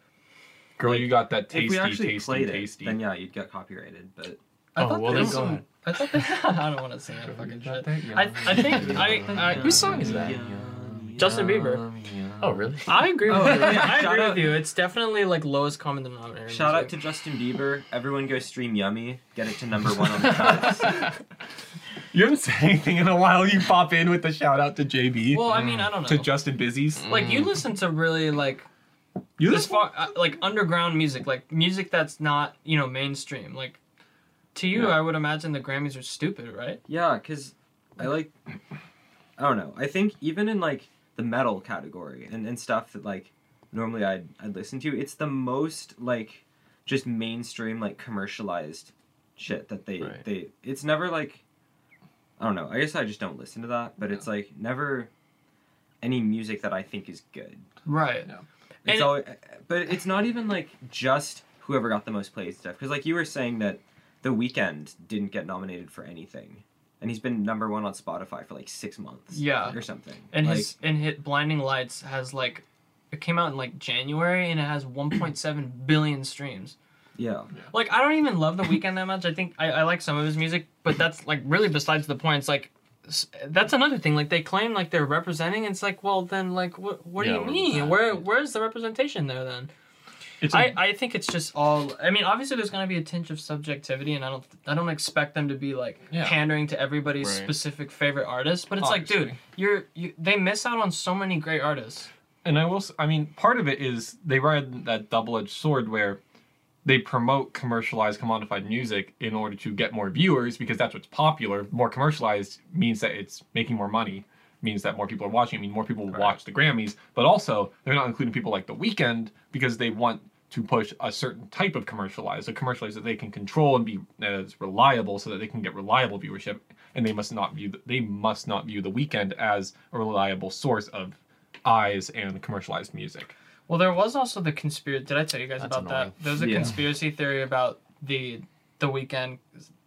[SPEAKER 2] Girl, you got that tasty,
[SPEAKER 4] if we actually
[SPEAKER 2] tasty,
[SPEAKER 4] played
[SPEAKER 2] tasty.
[SPEAKER 4] it, then yeah, you'd get copyrighted. But
[SPEAKER 2] I
[SPEAKER 3] Oh,
[SPEAKER 2] thought
[SPEAKER 3] well,
[SPEAKER 2] there
[SPEAKER 3] then
[SPEAKER 2] was
[SPEAKER 3] go
[SPEAKER 2] some-
[SPEAKER 3] ahead.
[SPEAKER 1] I thought that, I don't want to sing that fucking shit. I, I think
[SPEAKER 2] Uh,
[SPEAKER 1] I, I
[SPEAKER 3] Whose song is that?
[SPEAKER 1] Justin Bieber.
[SPEAKER 3] Oh really?
[SPEAKER 1] I agree with
[SPEAKER 4] Oh,
[SPEAKER 1] you.
[SPEAKER 4] yeah.
[SPEAKER 1] I
[SPEAKER 4] Shout
[SPEAKER 1] agree
[SPEAKER 4] out-
[SPEAKER 1] with you. It's definitely like lowest common denominator.
[SPEAKER 4] Shout out to Justin Bieber. Everyone go stream Yummy. Get it to number one on the charts.
[SPEAKER 2] You haven't said anything in a while. You pop in with the shout out to JB,
[SPEAKER 1] Well, I mean, I don't know.
[SPEAKER 2] to Justin Busy's.
[SPEAKER 1] like you listen to really like
[SPEAKER 2] You
[SPEAKER 1] this
[SPEAKER 2] just
[SPEAKER 1] far, uh, like underground music, like music that's not you know mainstream. Like to you,
[SPEAKER 2] Yeah.
[SPEAKER 1] I would imagine the Grammys are stupid, right?
[SPEAKER 4] Yeah, because I like. I don't know. I think even in like the metal category and, and stuff that like normally I'd, I'd listen to, it's the most like just mainstream, like commercialized shit that they.
[SPEAKER 3] Right.
[SPEAKER 4] they It's never like. I don't know. I guess I just don't listen to that, but it's like never any music that I think is good.
[SPEAKER 1] Right.
[SPEAKER 4] It's
[SPEAKER 1] And-
[SPEAKER 4] always, but it's not even like just whoever got the most plays stuff. Because like you were saying that The Weeknd didn't get nominated for anything, and he's been number one on Spotify for like six months.
[SPEAKER 1] Yeah.
[SPEAKER 4] or something.
[SPEAKER 1] And
[SPEAKER 4] like,
[SPEAKER 1] his and hit Blinding Lights has like it came out in like January and it has 1.7 billion streams.
[SPEAKER 4] yeah,
[SPEAKER 1] Like I don't even love the weekend that much. I think I, I like some of his music, but that's like really besides the point. It's like s- that's another thing. Like they claim like they're representing. It's like well then like what what
[SPEAKER 3] Yeah,
[SPEAKER 1] do you
[SPEAKER 3] what was
[SPEAKER 1] mean?
[SPEAKER 3] that?
[SPEAKER 1] Where where's the representation there then?
[SPEAKER 2] it's a-
[SPEAKER 1] I I think it's just all. I mean obviously there's gonna be a tinge of subjectivity, and I don't I don't expect them to be like
[SPEAKER 3] Yeah.
[SPEAKER 1] pandering to everybody's
[SPEAKER 3] Right.
[SPEAKER 1] specific favorite artist. But it's like dude,
[SPEAKER 2] Obviously.
[SPEAKER 1] you're you they miss out on so many great artists.
[SPEAKER 2] and I will. s- I mean, part of it is they ride that double-edged sword where they promote commercialized, commodified music in order to get more viewers because that's what's popular. More commercialized means that it's making more money, means that more people are watching. I mean, more people will watch the Grammys, but also they're not including people like The Weeknd because they want to push a certain type of commercialized, a commercialized that they can control and be as reliable, so that they can get reliable viewership. And they must not view they must not view The Weeknd as a reliable source of eyes and commercialized music.
[SPEAKER 1] Well, there was also the conspiracy. Did I tell you guys
[SPEAKER 3] That's
[SPEAKER 1] about
[SPEAKER 3] annoying.
[SPEAKER 1] that? There was a
[SPEAKER 4] Yeah.
[SPEAKER 1] conspiracy theory about the the weekend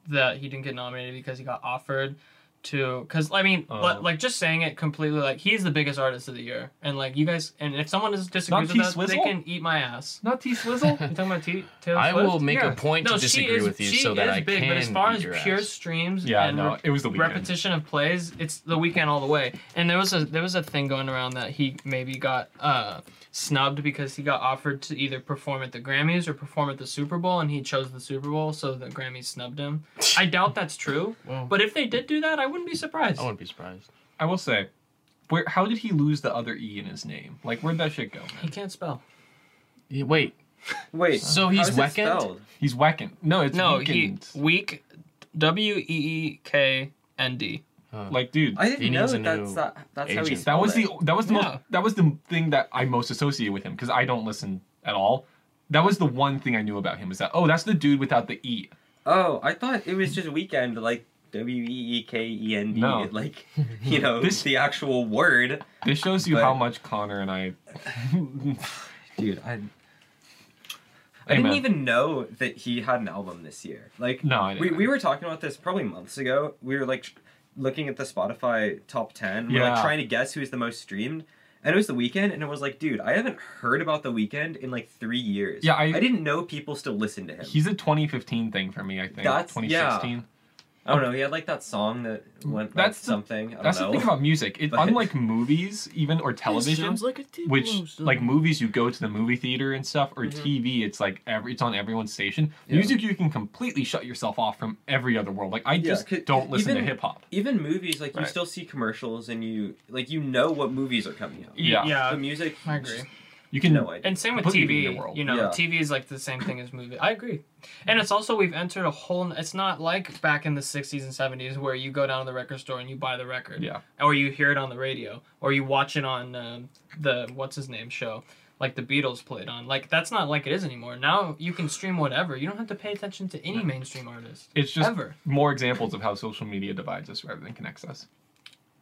[SPEAKER 1] that he didn't get nominated because he got offered to. Because I mean, li-
[SPEAKER 2] Oh.
[SPEAKER 1] like just saying it completely, like he's the biggest artist of the year, and like you guys, and if someone is disagrees
[SPEAKER 2] T.
[SPEAKER 1] with us, they
[SPEAKER 2] Swizzle?
[SPEAKER 1] can eat my ass.
[SPEAKER 2] Not T Swizzle.
[SPEAKER 1] You talking about T? Taylor
[SPEAKER 3] I
[SPEAKER 1] Swift?
[SPEAKER 3] will make
[SPEAKER 2] Yeah.
[SPEAKER 3] a point
[SPEAKER 1] No,
[SPEAKER 3] to
[SPEAKER 1] she
[SPEAKER 3] disagree
[SPEAKER 1] is
[SPEAKER 3] with you
[SPEAKER 1] she
[SPEAKER 3] so that
[SPEAKER 1] is
[SPEAKER 3] I
[SPEAKER 1] big,
[SPEAKER 3] can.
[SPEAKER 1] but as far
[SPEAKER 3] eat
[SPEAKER 1] as
[SPEAKER 3] your
[SPEAKER 1] pure
[SPEAKER 3] ass.
[SPEAKER 1] streams,
[SPEAKER 2] yeah,
[SPEAKER 1] and
[SPEAKER 2] no,
[SPEAKER 1] rep-
[SPEAKER 2] it was the weekend.
[SPEAKER 1] repetition of plays, it's the weekend all the way. And there was a there was a thing going around that he maybe got uh, snubbed because he got offered to either perform at the Grammys or perform at the Super Bowl, and he chose the Super Bowl, so the Grammys snubbed him. I doubt that's true,
[SPEAKER 3] Well,
[SPEAKER 1] but if they did do that, I wouldn't be surprised.
[SPEAKER 3] I wouldn't be surprised.
[SPEAKER 2] I will say, where how did he lose the other E in his name? Like where'd that shit go? man?
[SPEAKER 1] He can't spell.
[SPEAKER 3] Yeah, wait,
[SPEAKER 4] wait.
[SPEAKER 3] So
[SPEAKER 4] how
[SPEAKER 3] he's
[SPEAKER 4] is it
[SPEAKER 3] Weeknd?
[SPEAKER 4] spelled?
[SPEAKER 2] He's whacking. No, it's
[SPEAKER 1] No,
[SPEAKER 2] weekend.
[SPEAKER 1] he weak, W E E K N D.
[SPEAKER 2] like dude.
[SPEAKER 4] I didn't
[SPEAKER 3] He
[SPEAKER 4] know
[SPEAKER 3] needs a
[SPEAKER 4] that that's
[SPEAKER 3] new
[SPEAKER 4] that, that's how he
[SPEAKER 3] agent.
[SPEAKER 4] spelled
[SPEAKER 2] that was
[SPEAKER 4] it.
[SPEAKER 2] the that was the
[SPEAKER 1] Yeah.
[SPEAKER 2] most that was the thing that I most associated with him because I don't listen at all. That was the one thing I knew about him is that oh that's the dude without the E.
[SPEAKER 4] Oh, I thought it was just weekend like. W E E K E N D,
[SPEAKER 2] No.
[SPEAKER 4] like you know,
[SPEAKER 2] This-
[SPEAKER 4] the actual word.
[SPEAKER 2] This shows you
[SPEAKER 4] But-
[SPEAKER 2] how much Connor and I.
[SPEAKER 4] Dude, I, I
[SPEAKER 2] Hey,
[SPEAKER 4] didn't
[SPEAKER 2] man.
[SPEAKER 4] even know that he had an album this year. Like,
[SPEAKER 2] No, I
[SPEAKER 4] we,
[SPEAKER 2] didn't.
[SPEAKER 4] we were talking about this probably months ago. We were like tr- looking at the Spotify top 10. We We're like
[SPEAKER 2] Yeah.
[SPEAKER 4] trying to guess who's the most streamed. And it was The Weeknd, and it was like, dude, I haven't heard about The Weeknd in like three years.
[SPEAKER 2] Yeah, I-
[SPEAKER 4] didn't know people still listen to him.
[SPEAKER 2] He's a 2015 thing for me. I think
[SPEAKER 4] That's- yeah.
[SPEAKER 2] 2016.
[SPEAKER 4] I don't know. He had like that song that went like
[SPEAKER 2] That's the-
[SPEAKER 4] something. I
[SPEAKER 2] That's the
[SPEAKER 4] don't
[SPEAKER 2] thing
[SPEAKER 4] know.
[SPEAKER 2] about music. It,
[SPEAKER 4] But-
[SPEAKER 2] unlike movies, even or television,
[SPEAKER 3] like a tip
[SPEAKER 2] which like movies you go to the movie theater and stuff, or TV, it's like every it's on everyone's station.
[SPEAKER 4] Yeah.
[SPEAKER 2] Music you can completely shut yourself off from every other world. Like I just
[SPEAKER 4] 'cause
[SPEAKER 2] don't listen
[SPEAKER 4] even-
[SPEAKER 2] to hip hop.
[SPEAKER 4] Even movies, like you
[SPEAKER 2] Right.
[SPEAKER 4] still see commercials and you like you know what movies are coming out.
[SPEAKER 2] Yeah.
[SPEAKER 4] The music.
[SPEAKER 1] I agree.
[SPEAKER 2] You can
[SPEAKER 4] No idea.
[SPEAKER 1] And same with
[SPEAKER 2] Completely
[SPEAKER 1] TV.
[SPEAKER 2] new world.
[SPEAKER 1] You know,
[SPEAKER 4] Yeah.
[SPEAKER 1] TV is like the same thing as movie. I agree. And it's also we've entered a whole. n- It's not like back in the '60s and '70s where you go down to the record store and you buy the record,
[SPEAKER 2] yeah.
[SPEAKER 1] or you hear it on the radio, or you watch it on um the what's his name show, like the Beatles played on. Like that's not like it is anymore. Now you can stream whatever. You don't have to pay attention to any mainstream artist
[SPEAKER 2] It's just
[SPEAKER 1] ever.
[SPEAKER 2] more examples of how social media divides us rather than connects us.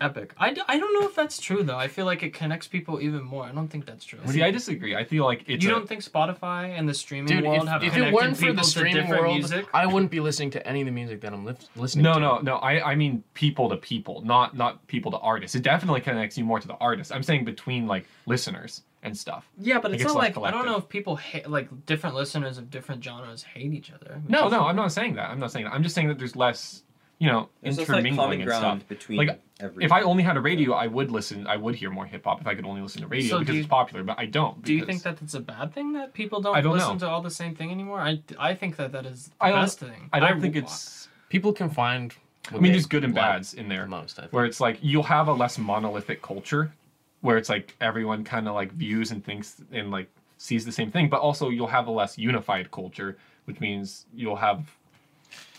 [SPEAKER 1] Epic. I, d- I don't know if that's true though. I feel like it connects people even more. I don't think that's true.
[SPEAKER 2] See, I disagree. I feel like it's
[SPEAKER 1] you
[SPEAKER 2] a-
[SPEAKER 1] don't think Spotify and the streaming
[SPEAKER 3] Dude,
[SPEAKER 1] world
[SPEAKER 3] if,
[SPEAKER 1] have
[SPEAKER 3] if
[SPEAKER 1] connected
[SPEAKER 3] it weren't for
[SPEAKER 1] people
[SPEAKER 3] the
[SPEAKER 1] to
[SPEAKER 3] streaming
[SPEAKER 1] different
[SPEAKER 3] world,
[SPEAKER 1] music?
[SPEAKER 3] I wouldn't be listening to any of the music that I'm lif- listening
[SPEAKER 2] No,
[SPEAKER 3] to.
[SPEAKER 2] no, no. I, I mean people to people, not not people to artists. It definitely connects you more to the artist. I'm saying between like listeners and stuff.
[SPEAKER 1] Yeah, but
[SPEAKER 2] It
[SPEAKER 1] it's
[SPEAKER 2] gets
[SPEAKER 1] not like
[SPEAKER 2] less
[SPEAKER 1] I don't
[SPEAKER 2] collective.
[SPEAKER 1] know if people hate like different listeners of different genres hate each other.
[SPEAKER 2] No, no, I'm not saying that. I'm not saying that. I'm just saying that there's less, you know,
[SPEAKER 4] There's just like common
[SPEAKER 2] intermingling and stuff.
[SPEAKER 4] ground between
[SPEAKER 2] Like,
[SPEAKER 4] every.
[SPEAKER 2] If I only had a radio, I would listen. I would hear more hip hop if I could only listen to radio
[SPEAKER 1] So do
[SPEAKER 2] because
[SPEAKER 1] you-
[SPEAKER 2] it's popular. But I don't.
[SPEAKER 1] Do you
[SPEAKER 2] because
[SPEAKER 1] think that it's a bad thing that people don't,
[SPEAKER 2] I don't
[SPEAKER 1] listen
[SPEAKER 2] know.
[SPEAKER 1] to all the same thing anymore? I, I think that that is the
[SPEAKER 2] I don't-
[SPEAKER 1] best thing.
[SPEAKER 2] I don't think it's.
[SPEAKER 3] People can find.
[SPEAKER 2] I mean, there's good and bads in there.
[SPEAKER 3] Most, I think.
[SPEAKER 2] where it's like you'll have a less monolithic culture where it's like everyone kind of like views and thinks and like sees the same thing but also you'll have a less unified culture which means you'll have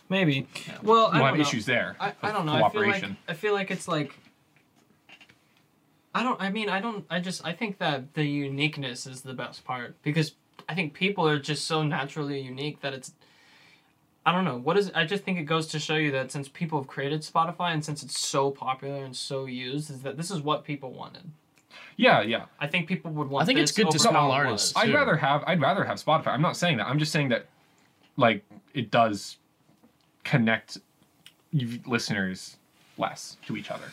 [SPEAKER 1] maybe. Well, I
[SPEAKER 2] you'll
[SPEAKER 1] don't
[SPEAKER 2] have
[SPEAKER 1] know.
[SPEAKER 2] issues there
[SPEAKER 1] I, I
[SPEAKER 2] with
[SPEAKER 1] don't know. I feel like I feel like it's like I don't I mean I don't I just I think that the uniqueness is the best part because I think people are just so naturally unique that it's I don't know. What is I just think it goes to show you that since people have created Spotify and since it's so popular and so used is that this is what people wanted.
[SPEAKER 2] yeah yeah
[SPEAKER 1] I think people would want
[SPEAKER 3] think it's
[SPEAKER 1] this
[SPEAKER 3] good
[SPEAKER 1] over
[SPEAKER 3] to small
[SPEAKER 1] how it
[SPEAKER 3] artists.
[SPEAKER 1] was.
[SPEAKER 2] i'd
[SPEAKER 3] Sure.
[SPEAKER 2] rather have i'd rather have spotify i'm not saying that i'm just saying that like it does connect you- listeners less to each other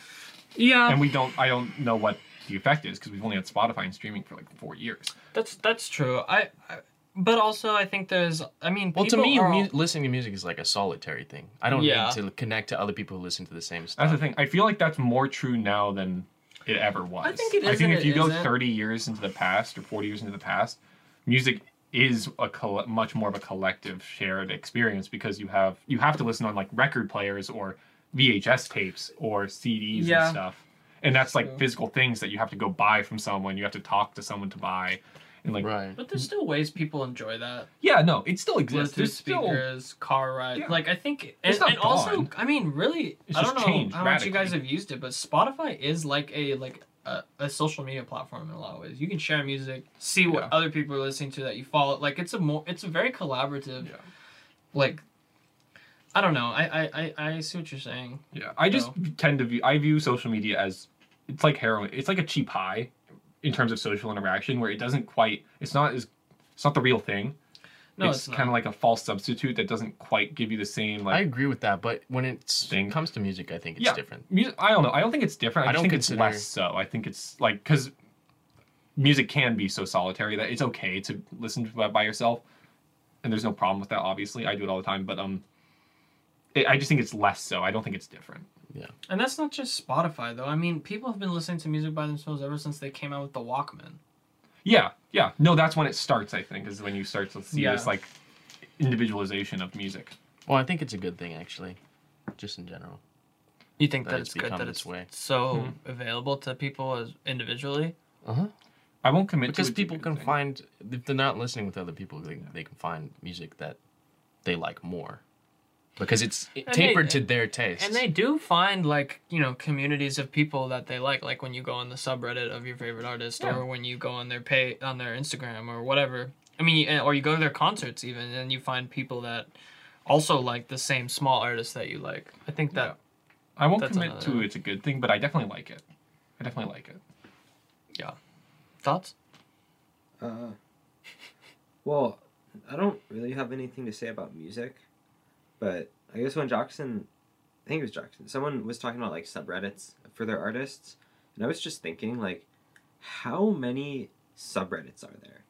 [SPEAKER 1] Yeah.
[SPEAKER 2] and we don't i don't know what the effect is because we've only had spotify and streaming for like four years
[SPEAKER 1] that's that's true. I, I but also I think there's I mean
[SPEAKER 3] Well, to
[SPEAKER 1] people
[SPEAKER 3] me,
[SPEAKER 1] are-
[SPEAKER 3] mu- listening to music is like a solitary thing. I don't
[SPEAKER 1] Yeah.
[SPEAKER 3] need to connect to other people who listen to the same stuff.
[SPEAKER 2] That's the thing. I feel like that's more true now than it ever was.
[SPEAKER 1] I think it
[SPEAKER 2] I
[SPEAKER 1] is
[SPEAKER 2] think
[SPEAKER 1] and
[SPEAKER 2] if
[SPEAKER 1] it
[SPEAKER 2] you go
[SPEAKER 1] isn't.
[SPEAKER 2] 30 years into the past or 40 years into the past, music is a coll- much more of a collective shared experience because you have you have to listen on like record players or VHS tapes or CDs
[SPEAKER 1] Yeah.
[SPEAKER 2] and stuff. And that's like
[SPEAKER 1] True.
[SPEAKER 2] physical things that you have to go buy from someone. You have to talk to someone to buy. And like
[SPEAKER 3] Right.
[SPEAKER 1] but there's still ways people enjoy that.
[SPEAKER 2] yeah, no, it still exists.
[SPEAKER 1] Bluetooth
[SPEAKER 2] There's still
[SPEAKER 1] speakers, car ride.
[SPEAKER 2] Yeah.
[SPEAKER 1] Like I think, and,
[SPEAKER 2] It's not
[SPEAKER 1] and also,
[SPEAKER 2] gone.
[SPEAKER 1] I mean, really,
[SPEAKER 2] It's
[SPEAKER 1] I
[SPEAKER 2] just
[SPEAKER 1] don't know
[SPEAKER 2] changed
[SPEAKER 1] how much you guys
[SPEAKER 2] radically.
[SPEAKER 1] have used it, but Spotify is like a like a, a social media platform in a lot of ways. You can share music, see what
[SPEAKER 2] Yeah.
[SPEAKER 1] other people are listening to that you follow. Like it's a more, it's a very collaborative.
[SPEAKER 2] Yeah.
[SPEAKER 1] Like, I don't know. I I I, I see what you're saying.
[SPEAKER 2] Yeah, I just tend to view I view social media as it's like heroin. It's like a cheap high in terms of social interaction where it doesn't quite it's not as it's not the real thing.
[SPEAKER 1] No, it's,
[SPEAKER 2] it's
[SPEAKER 1] not.
[SPEAKER 2] kind of like a false substitute that doesn't quite give you the same
[SPEAKER 3] I
[SPEAKER 2] like
[SPEAKER 3] agree with that, but when it's,
[SPEAKER 2] Thing.
[SPEAKER 3] it comes to music, I think it's
[SPEAKER 2] Yeah.
[SPEAKER 3] different.
[SPEAKER 2] music. I don't know. I don't think it's different. I,
[SPEAKER 3] I
[SPEAKER 2] just
[SPEAKER 3] don't
[SPEAKER 2] think
[SPEAKER 3] consider-
[SPEAKER 2] it's less so. I think it's like cuz music can be so solitary that it's okay to listen to it by yourself. And there's no problem with that obviously. I do it all the time, but um it, I just think it's less so. I don't think it's different.
[SPEAKER 1] and that's not just Spotify though. I mean, people have been listening to music by themselves ever since they came out with the Walkman.
[SPEAKER 2] Yeah, yeah. No, that's when it starts. I think is when you start to see
[SPEAKER 1] Yeah.
[SPEAKER 2] this like individualization of music.
[SPEAKER 3] Well, I think it's a good thing actually, just in general.
[SPEAKER 1] You think
[SPEAKER 3] that
[SPEAKER 1] that,
[SPEAKER 3] it's
[SPEAKER 1] it's good
[SPEAKER 3] become
[SPEAKER 1] that
[SPEAKER 3] this
[SPEAKER 1] it's
[SPEAKER 3] way.
[SPEAKER 1] so
[SPEAKER 2] Mm-hmm.
[SPEAKER 1] available to people as individually?
[SPEAKER 3] Uh huh.
[SPEAKER 2] I won't commit
[SPEAKER 3] Because
[SPEAKER 2] to it to a
[SPEAKER 3] people
[SPEAKER 2] good
[SPEAKER 3] can
[SPEAKER 2] thing.
[SPEAKER 3] find if they're not listening with other people, they, they can find music that they like more, because it's
[SPEAKER 1] And they-
[SPEAKER 3] tapered to their taste.
[SPEAKER 1] And they do find like you know communities of people that they like, like when you go on the subreddit of your favorite artist,
[SPEAKER 2] Yeah.
[SPEAKER 1] or when you go on their pay on their Instagram or whatever. I mean, eh, or you go to their concerts even, and you find people that also like the same small artist that you like. I think that
[SPEAKER 2] I won't
[SPEAKER 1] that's
[SPEAKER 2] commit
[SPEAKER 1] another-
[SPEAKER 2] to it's a good thing, but I definitely like it. I definitely like it.
[SPEAKER 1] thoughts.
[SPEAKER 4] Uh, well, I don't really have anything to say about music, but I guess when Jackson, I think it was Jackson, someone was talking about like subreddits for their artists, and I was just thinking like, how many subreddits are there?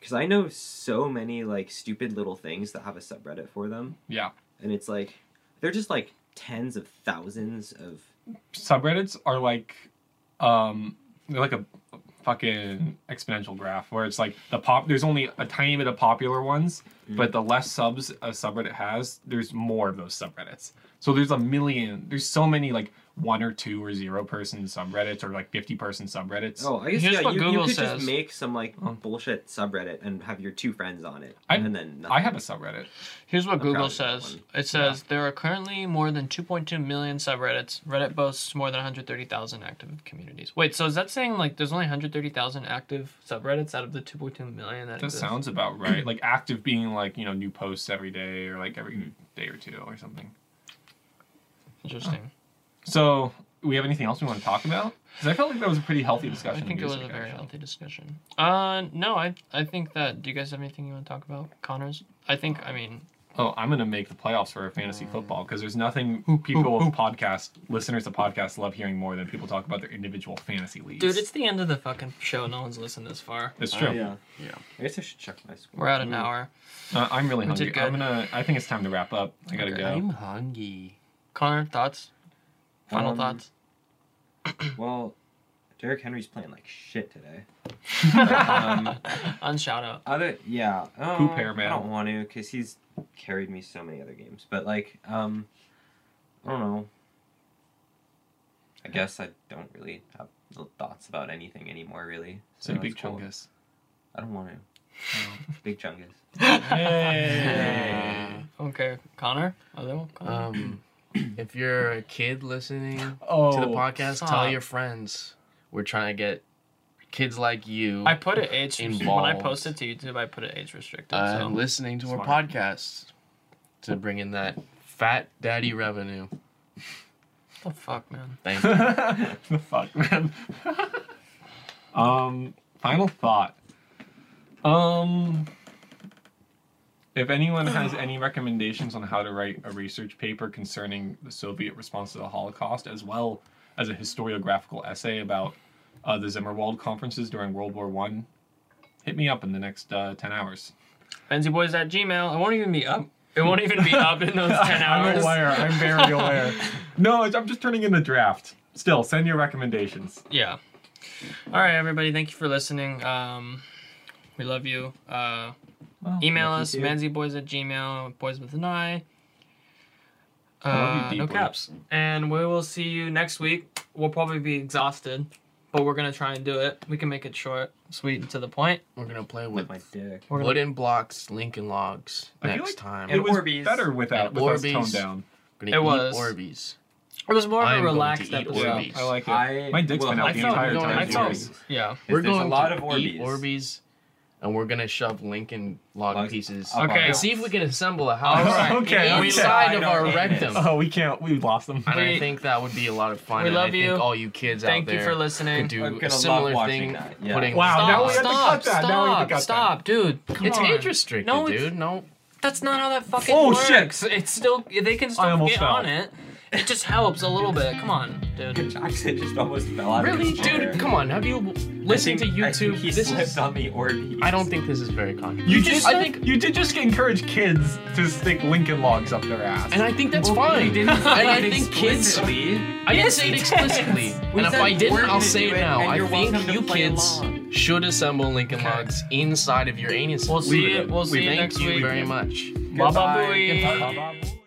[SPEAKER 4] Because I know so many like stupid little things that have a subreddit for them,
[SPEAKER 2] Yeah,
[SPEAKER 4] and it's like they're just like tens of thousands of
[SPEAKER 2] subreddits are like um they're like a fucking exponential graph where it's like the pop there's only a tiny bit of popular ones but the less subs a subreddit has there's more of those subreddits so there's a million there's so many like one or two or zero person subreddits or like 50 person subreddits
[SPEAKER 4] Oh, I guess
[SPEAKER 1] Here's
[SPEAKER 4] yeah,
[SPEAKER 1] what
[SPEAKER 4] you, you
[SPEAKER 1] Google
[SPEAKER 4] could
[SPEAKER 1] says.
[SPEAKER 4] just make some like
[SPEAKER 2] Oh.
[SPEAKER 4] bullshit subreddit and have your two friends on it,
[SPEAKER 2] I-
[SPEAKER 4] and then
[SPEAKER 2] i have a subreddit
[SPEAKER 1] Here's what
[SPEAKER 4] I'm
[SPEAKER 1] Google
[SPEAKER 4] proud of that
[SPEAKER 1] says.
[SPEAKER 4] one.
[SPEAKER 1] It says there are currently more than 2.2 million subreddits. Reddit boasts more than 130,000 active communities. Wait, so is that saying like there's only 130,000 active subreddits out of the 2.2 million that
[SPEAKER 2] that
[SPEAKER 1] exist?
[SPEAKER 2] sounds about right like active being like you know new posts every day or like
[SPEAKER 1] Mm.
[SPEAKER 2] every day or two or something
[SPEAKER 1] interesting.
[SPEAKER 2] so we have anything else we want to talk about because i felt like that was a pretty healthy
[SPEAKER 1] I
[SPEAKER 2] discussion of
[SPEAKER 1] think it was
[SPEAKER 2] music,
[SPEAKER 1] a very
[SPEAKER 2] actually.
[SPEAKER 1] healthy discussion. Uh, no, I I think that. Do you guys have anything you want to talk about, Connors? I think I mean
[SPEAKER 2] Oh, I'm gonna make the playoffs for fantasy
[SPEAKER 1] Mm.
[SPEAKER 2] football because there's nothing people of podcast listeners to podcasts love hearing more than people talk about their individual fantasy leagues.
[SPEAKER 1] Dude, it's the end of the fucking show. No one's listened this far.
[SPEAKER 2] It's true.
[SPEAKER 4] yeah,
[SPEAKER 3] Yeah.
[SPEAKER 4] I guess I should check my score.
[SPEAKER 1] We're at an hour.
[SPEAKER 2] Uh, I'm really
[SPEAKER 1] We did
[SPEAKER 2] hungry.
[SPEAKER 1] good.
[SPEAKER 2] I'm gonna. I think it's time to wrap up. I gotta
[SPEAKER 1] Okay.
[SPEAKER 2] go.
[SPEAKER 3] hungry.
[SPEAKER 1] Connor, thoughts? Final
[SPEAKER 4] Um,
[SPEAKER 1] thoughts?
[SPEAKER 4] Well, Derrick Henry's playing like shit today.
[SPEAKER 2] um,
[SPEAKER 1] On shout out.
[SPEAKER 4] Other yeah, uh,
[SPEAKER 2] Poop hair, man.
[SPEAKER 4] I don't want to because he's carried me so many other games, but like um, I don't know. I guess I don't really have thoughts about anything anymore, really.
[SPEAKER 2] say
[SPEAKER 4] that's
[SPEAKER 2] big
[SPEAKER 4] cool.
[SPEAKER 2] chungus.
[SPEAKER 4] I don't want to. Big chungus.
[SPEAKER 2] Hey.
[SPEAKER 1] Okay, Connor. Other one. Connor?
[SPEAKER 3] Um, if you're a kid listening
[SPEAKER 2] Oh,
[SPEAKER 3] to the podcast, tell
[SPEAKER 1] stop.
[SPEAKER 3] your friends. We're trying to get kids like you
[SPEAKER 1] I put it age when I
[SPEAKER 3] Involved.
[SPEAKER 1] posted to YouTube. I put it age restricted.
[SPEAKER 3] uh,
[SPEAKER 1] so.
[SPEAKER 3] listening to our
[SPEAKER 2] Smart.
[SPEAKER 3] podcast to bring in that fat daddy revenue.
[SPEAKER 1] what the fuck, man?
[SPEAKER 3] Thank you.
[SPEAKER 2] the fuck, man. um, final thought. Um, if anyone has any recommendations on how to write a research paper concerning the Soviet response to the Holocaust, as well as a historiographical essay about uh, the Zimmerwald conferences during World War One, hit me up in the next uh, ten hours.
[SPEAKER 1] Fancy boys at Gmail. It won't even be up. It won't even be up in those ten
[SPEAKER 2] I'm
[SPEAKER 1] hours.
[SPEAKER 2] aware. I'm very aware. no, it's- I'm just turning in the draft. Still, send your recommendations.
[SPEAKER 1] yeah. All right, everybody. Thank you for listening. Um, we love you. Uh, email
[SPEAKER 4] love you
[SPEAKER 1] us
[SPEAKER 4] too.
[SPEAKER 1] manzyboys at gmail. Boys with an I.
[SPEAKER 2] love you
[SPEAKER 1] Uh, no
[SPEAKER 2] deeply.
[SPEAKER 1] caps. And we will see you next week. We'll probably be exhausted, but we're gonna try and do it. We can make it short, sweet, and to the point.
[SPEAKER 3] We're gonna play
[SPEAKER 4] With
[SPEAKER 3] with
[SPEAKER 4] my dick.
[SPEAKER 1] We're gonna
[SPEAKER 3] wooden blocks, Lincoln logs
[SPEAKER 2] I feel
[SPEAKER 3] next
[SPEAKER 2] like-
[SPEAKER 3] time.
[SPEAKER 2] It
[SPEAKER 4] And
[SPEAKER 2] was
[SPEAKER 4] Orbeez.
[SPEAKER 2] better without
[SPEAKER 3] And
[SPEAKER 2] with us
[SPEAKER 3] Orbeez.
[SPEAKER 2] toned down.
[SPEAKER 3] We're
[SPEAKER 1] It
[SPEAKER 3] gonna eat
[SPEAKER 1] was.
[SPEAKER 3] Orbeez.
[SPEAKER 1] It was more of
[SPEAKER 3] I am
[SPEAKER 1] a
[SPEAKER 3] going to
[SPEAKER 1] relaxed
[SPEAKER 3] eat
[SPEAKER 1] episode.
[SPEAKER 2] Yeah,
[SPEAKER 3] Orbeez.
[SPEAKER 2] I like it.
[SPEAKER 4] I-
[SPEAKER 2] My dick's been
[SPEAKER 4] well,
[SPEAKER 2] out
[SPEAKER 4] I
[SPEAKER 2] the
[SPEAKER 1] felt-
[SPEAKER 2] entire
[SPEAKER 3] no, I
[SPEAKER 2] time.
[SPEAKER 3] felt-
[SPEAKER 2] Yours.
[SPEAKER 1] Yeah.
[SPEAKER 3] We're
[SPEAKER 4] there's
[SPEAKER 3] going
[SPEAKER 4] a lot
[SPEAKER 3] to
[SPEAKER 4] of
[SPEAKER 3] eat Orbeez, and we're gonna shove Lincoln log
[SPEAKER 4] Logs-
[SPEAKER 3] pieces.
[SPEAKER 2] Okay.
[SPEAKER 3] And see if we can assemble a house
[SPEAKER 1] Alright.
[SPEAKER 2] Okay,
[SPEAKER 1] Yeah,
[SPEAKER 2] okay.
[SPEAKER 1] we
[SPEAKER 3] inside
[SPEAKER 4] I
[SPEAKER 3] of
[SPEAKER 4] don't
[SPEAKER 3] our
[SPEAKER 4] hate
[SPEAKER 3] rectum.
[SPEAKER 4] this.
[SPEAKER 3] And
[SPEAKER 2] Oh, we can't. We lost them.
[SPEAKER 1] We-
[SPEAKER 3] I think that would be a lot lot of fun.
[SPEAKER 1] We
[SPEAKER 3] and
[SPEAKER 1] love
[SPEAKER 3] I think
[SPEAKER 1] you.
[SPEAKER 3] all you kids out
[SPEAKER 1] Thank
[SPEAKER 3] there
[SPEAKER 1] you for
[SPEAKER 3] could
[SPEAKER 1] listening.
[SPEAKER 4] I'm
[SPEAKER 3] do
[SPEAKER 4] gonna
[SPEAKER 3] a
[SPEAKER 4] love
[SPEAKER 3] similar
[SPEAKER 4] watching
[SPEAKER 3] thing.
[SPEAKER 4] that, yeah.
[SPEAKER 3] Putting
[SPEAKER 2] Wow,
[SPEAKER 1] Stop,
[SPEAKER 2] now we have to
[SPEAKER 1] stop,
[SPEAKER 2] cut that.
[SPEAKER 1] stop,
[SPEAKER 2] Now we have to cut that.
[SPEAKER 1] stop, dude. Come
[SPEAKER 3] it's
[SPEAKER 1] on.
[SPEAKER 3] age restricted,
[SPEAKER 1] No, it's-
[SPEAKER 3] dude. No,
[SPEAKER 1] That's not how that fucking
[SPEAKER 2] Oh,
[SPEAKER 1] works.
[SPEAKER 2] shit.
[SPEAKER 1] It's still they can
[SPEAKER 2] I
[SPEAKER 1] still
[SPEAKER 2] almost
[SPEAKER 1] get
[SPEAKER 2] fell.
[SPEAKER 1] on it. It just helps a little bit. Come on, dude.
[SPEAKER 4] Jackson just almost fell out
[SPEAKER 3] really,
[SPEAKER 4] of his chair.
[SPEAKER 3] dude. Come on. Have you listened to
[SPEAKER 4] I think
[SPEAKER 3] YouTube?
[SPEAKER 4] he
[SPEAKER 3] This
[SPEAKER 4] slipped
[SPEAKER 3] is.
[SPEAKER 4] on the Orbeez.
[SPEAKER 3] I don't think this is very controversial.
[SPEAKER 2] You just.
[SPEAKER 3] I think,
[SPEAKER 2] you did just encourage kids to stick Lincoln logs up their ass.
[SPEAKER 3] and I think that's fine. And I think kids.
[SPEAKER 4] Explicitly.
[SPEAKER 3] I didn't say it explicitly.
[SPEAKER 4] We
[SPEAKER 3] and if
[SPEAKER 4] said
[SPEAKER 3] I
[SPEAKER 4] we're
[SPEAKER 3] didn't,
[SPEAKER 4] gonna
[SPEAKER 3] I'll say
[SPEAKER 4] do
[SPEAKER 3] it
[SPEAKER 4] it,
[SPEAKER 3] now.
[SPEAKER 4] and
[SPEAKER 3] I
[SPEAKER 4] you're
[SPEAKER 3] think
[SPEAKER 4] welcome to
[SPEAKER 3] you
[SPEAKER 4] play
[SPEAKER 3] kids
[SPEAKER 4] along.
[SPEAKER 3] should assemble Lincoln
[SPEAKER 1] Okay.
[SPEAKER 3] Logs inside of your anus.
[SPEAKER 1] We'll see
[SPEAKER 2] it
[SPEAKER 1] you.
[SPEAKER 2] in.
[SPEAKER 1] We'll see you
[SPEAKER 3] Thank
[SPEAKER 1] next
[SPEAKER 3] you
[SPEAKER 1] week.
[SPEAKER 3] very much.
[SPEAKER 1] Bye bye.
[SPEAKER 4] Goodbye.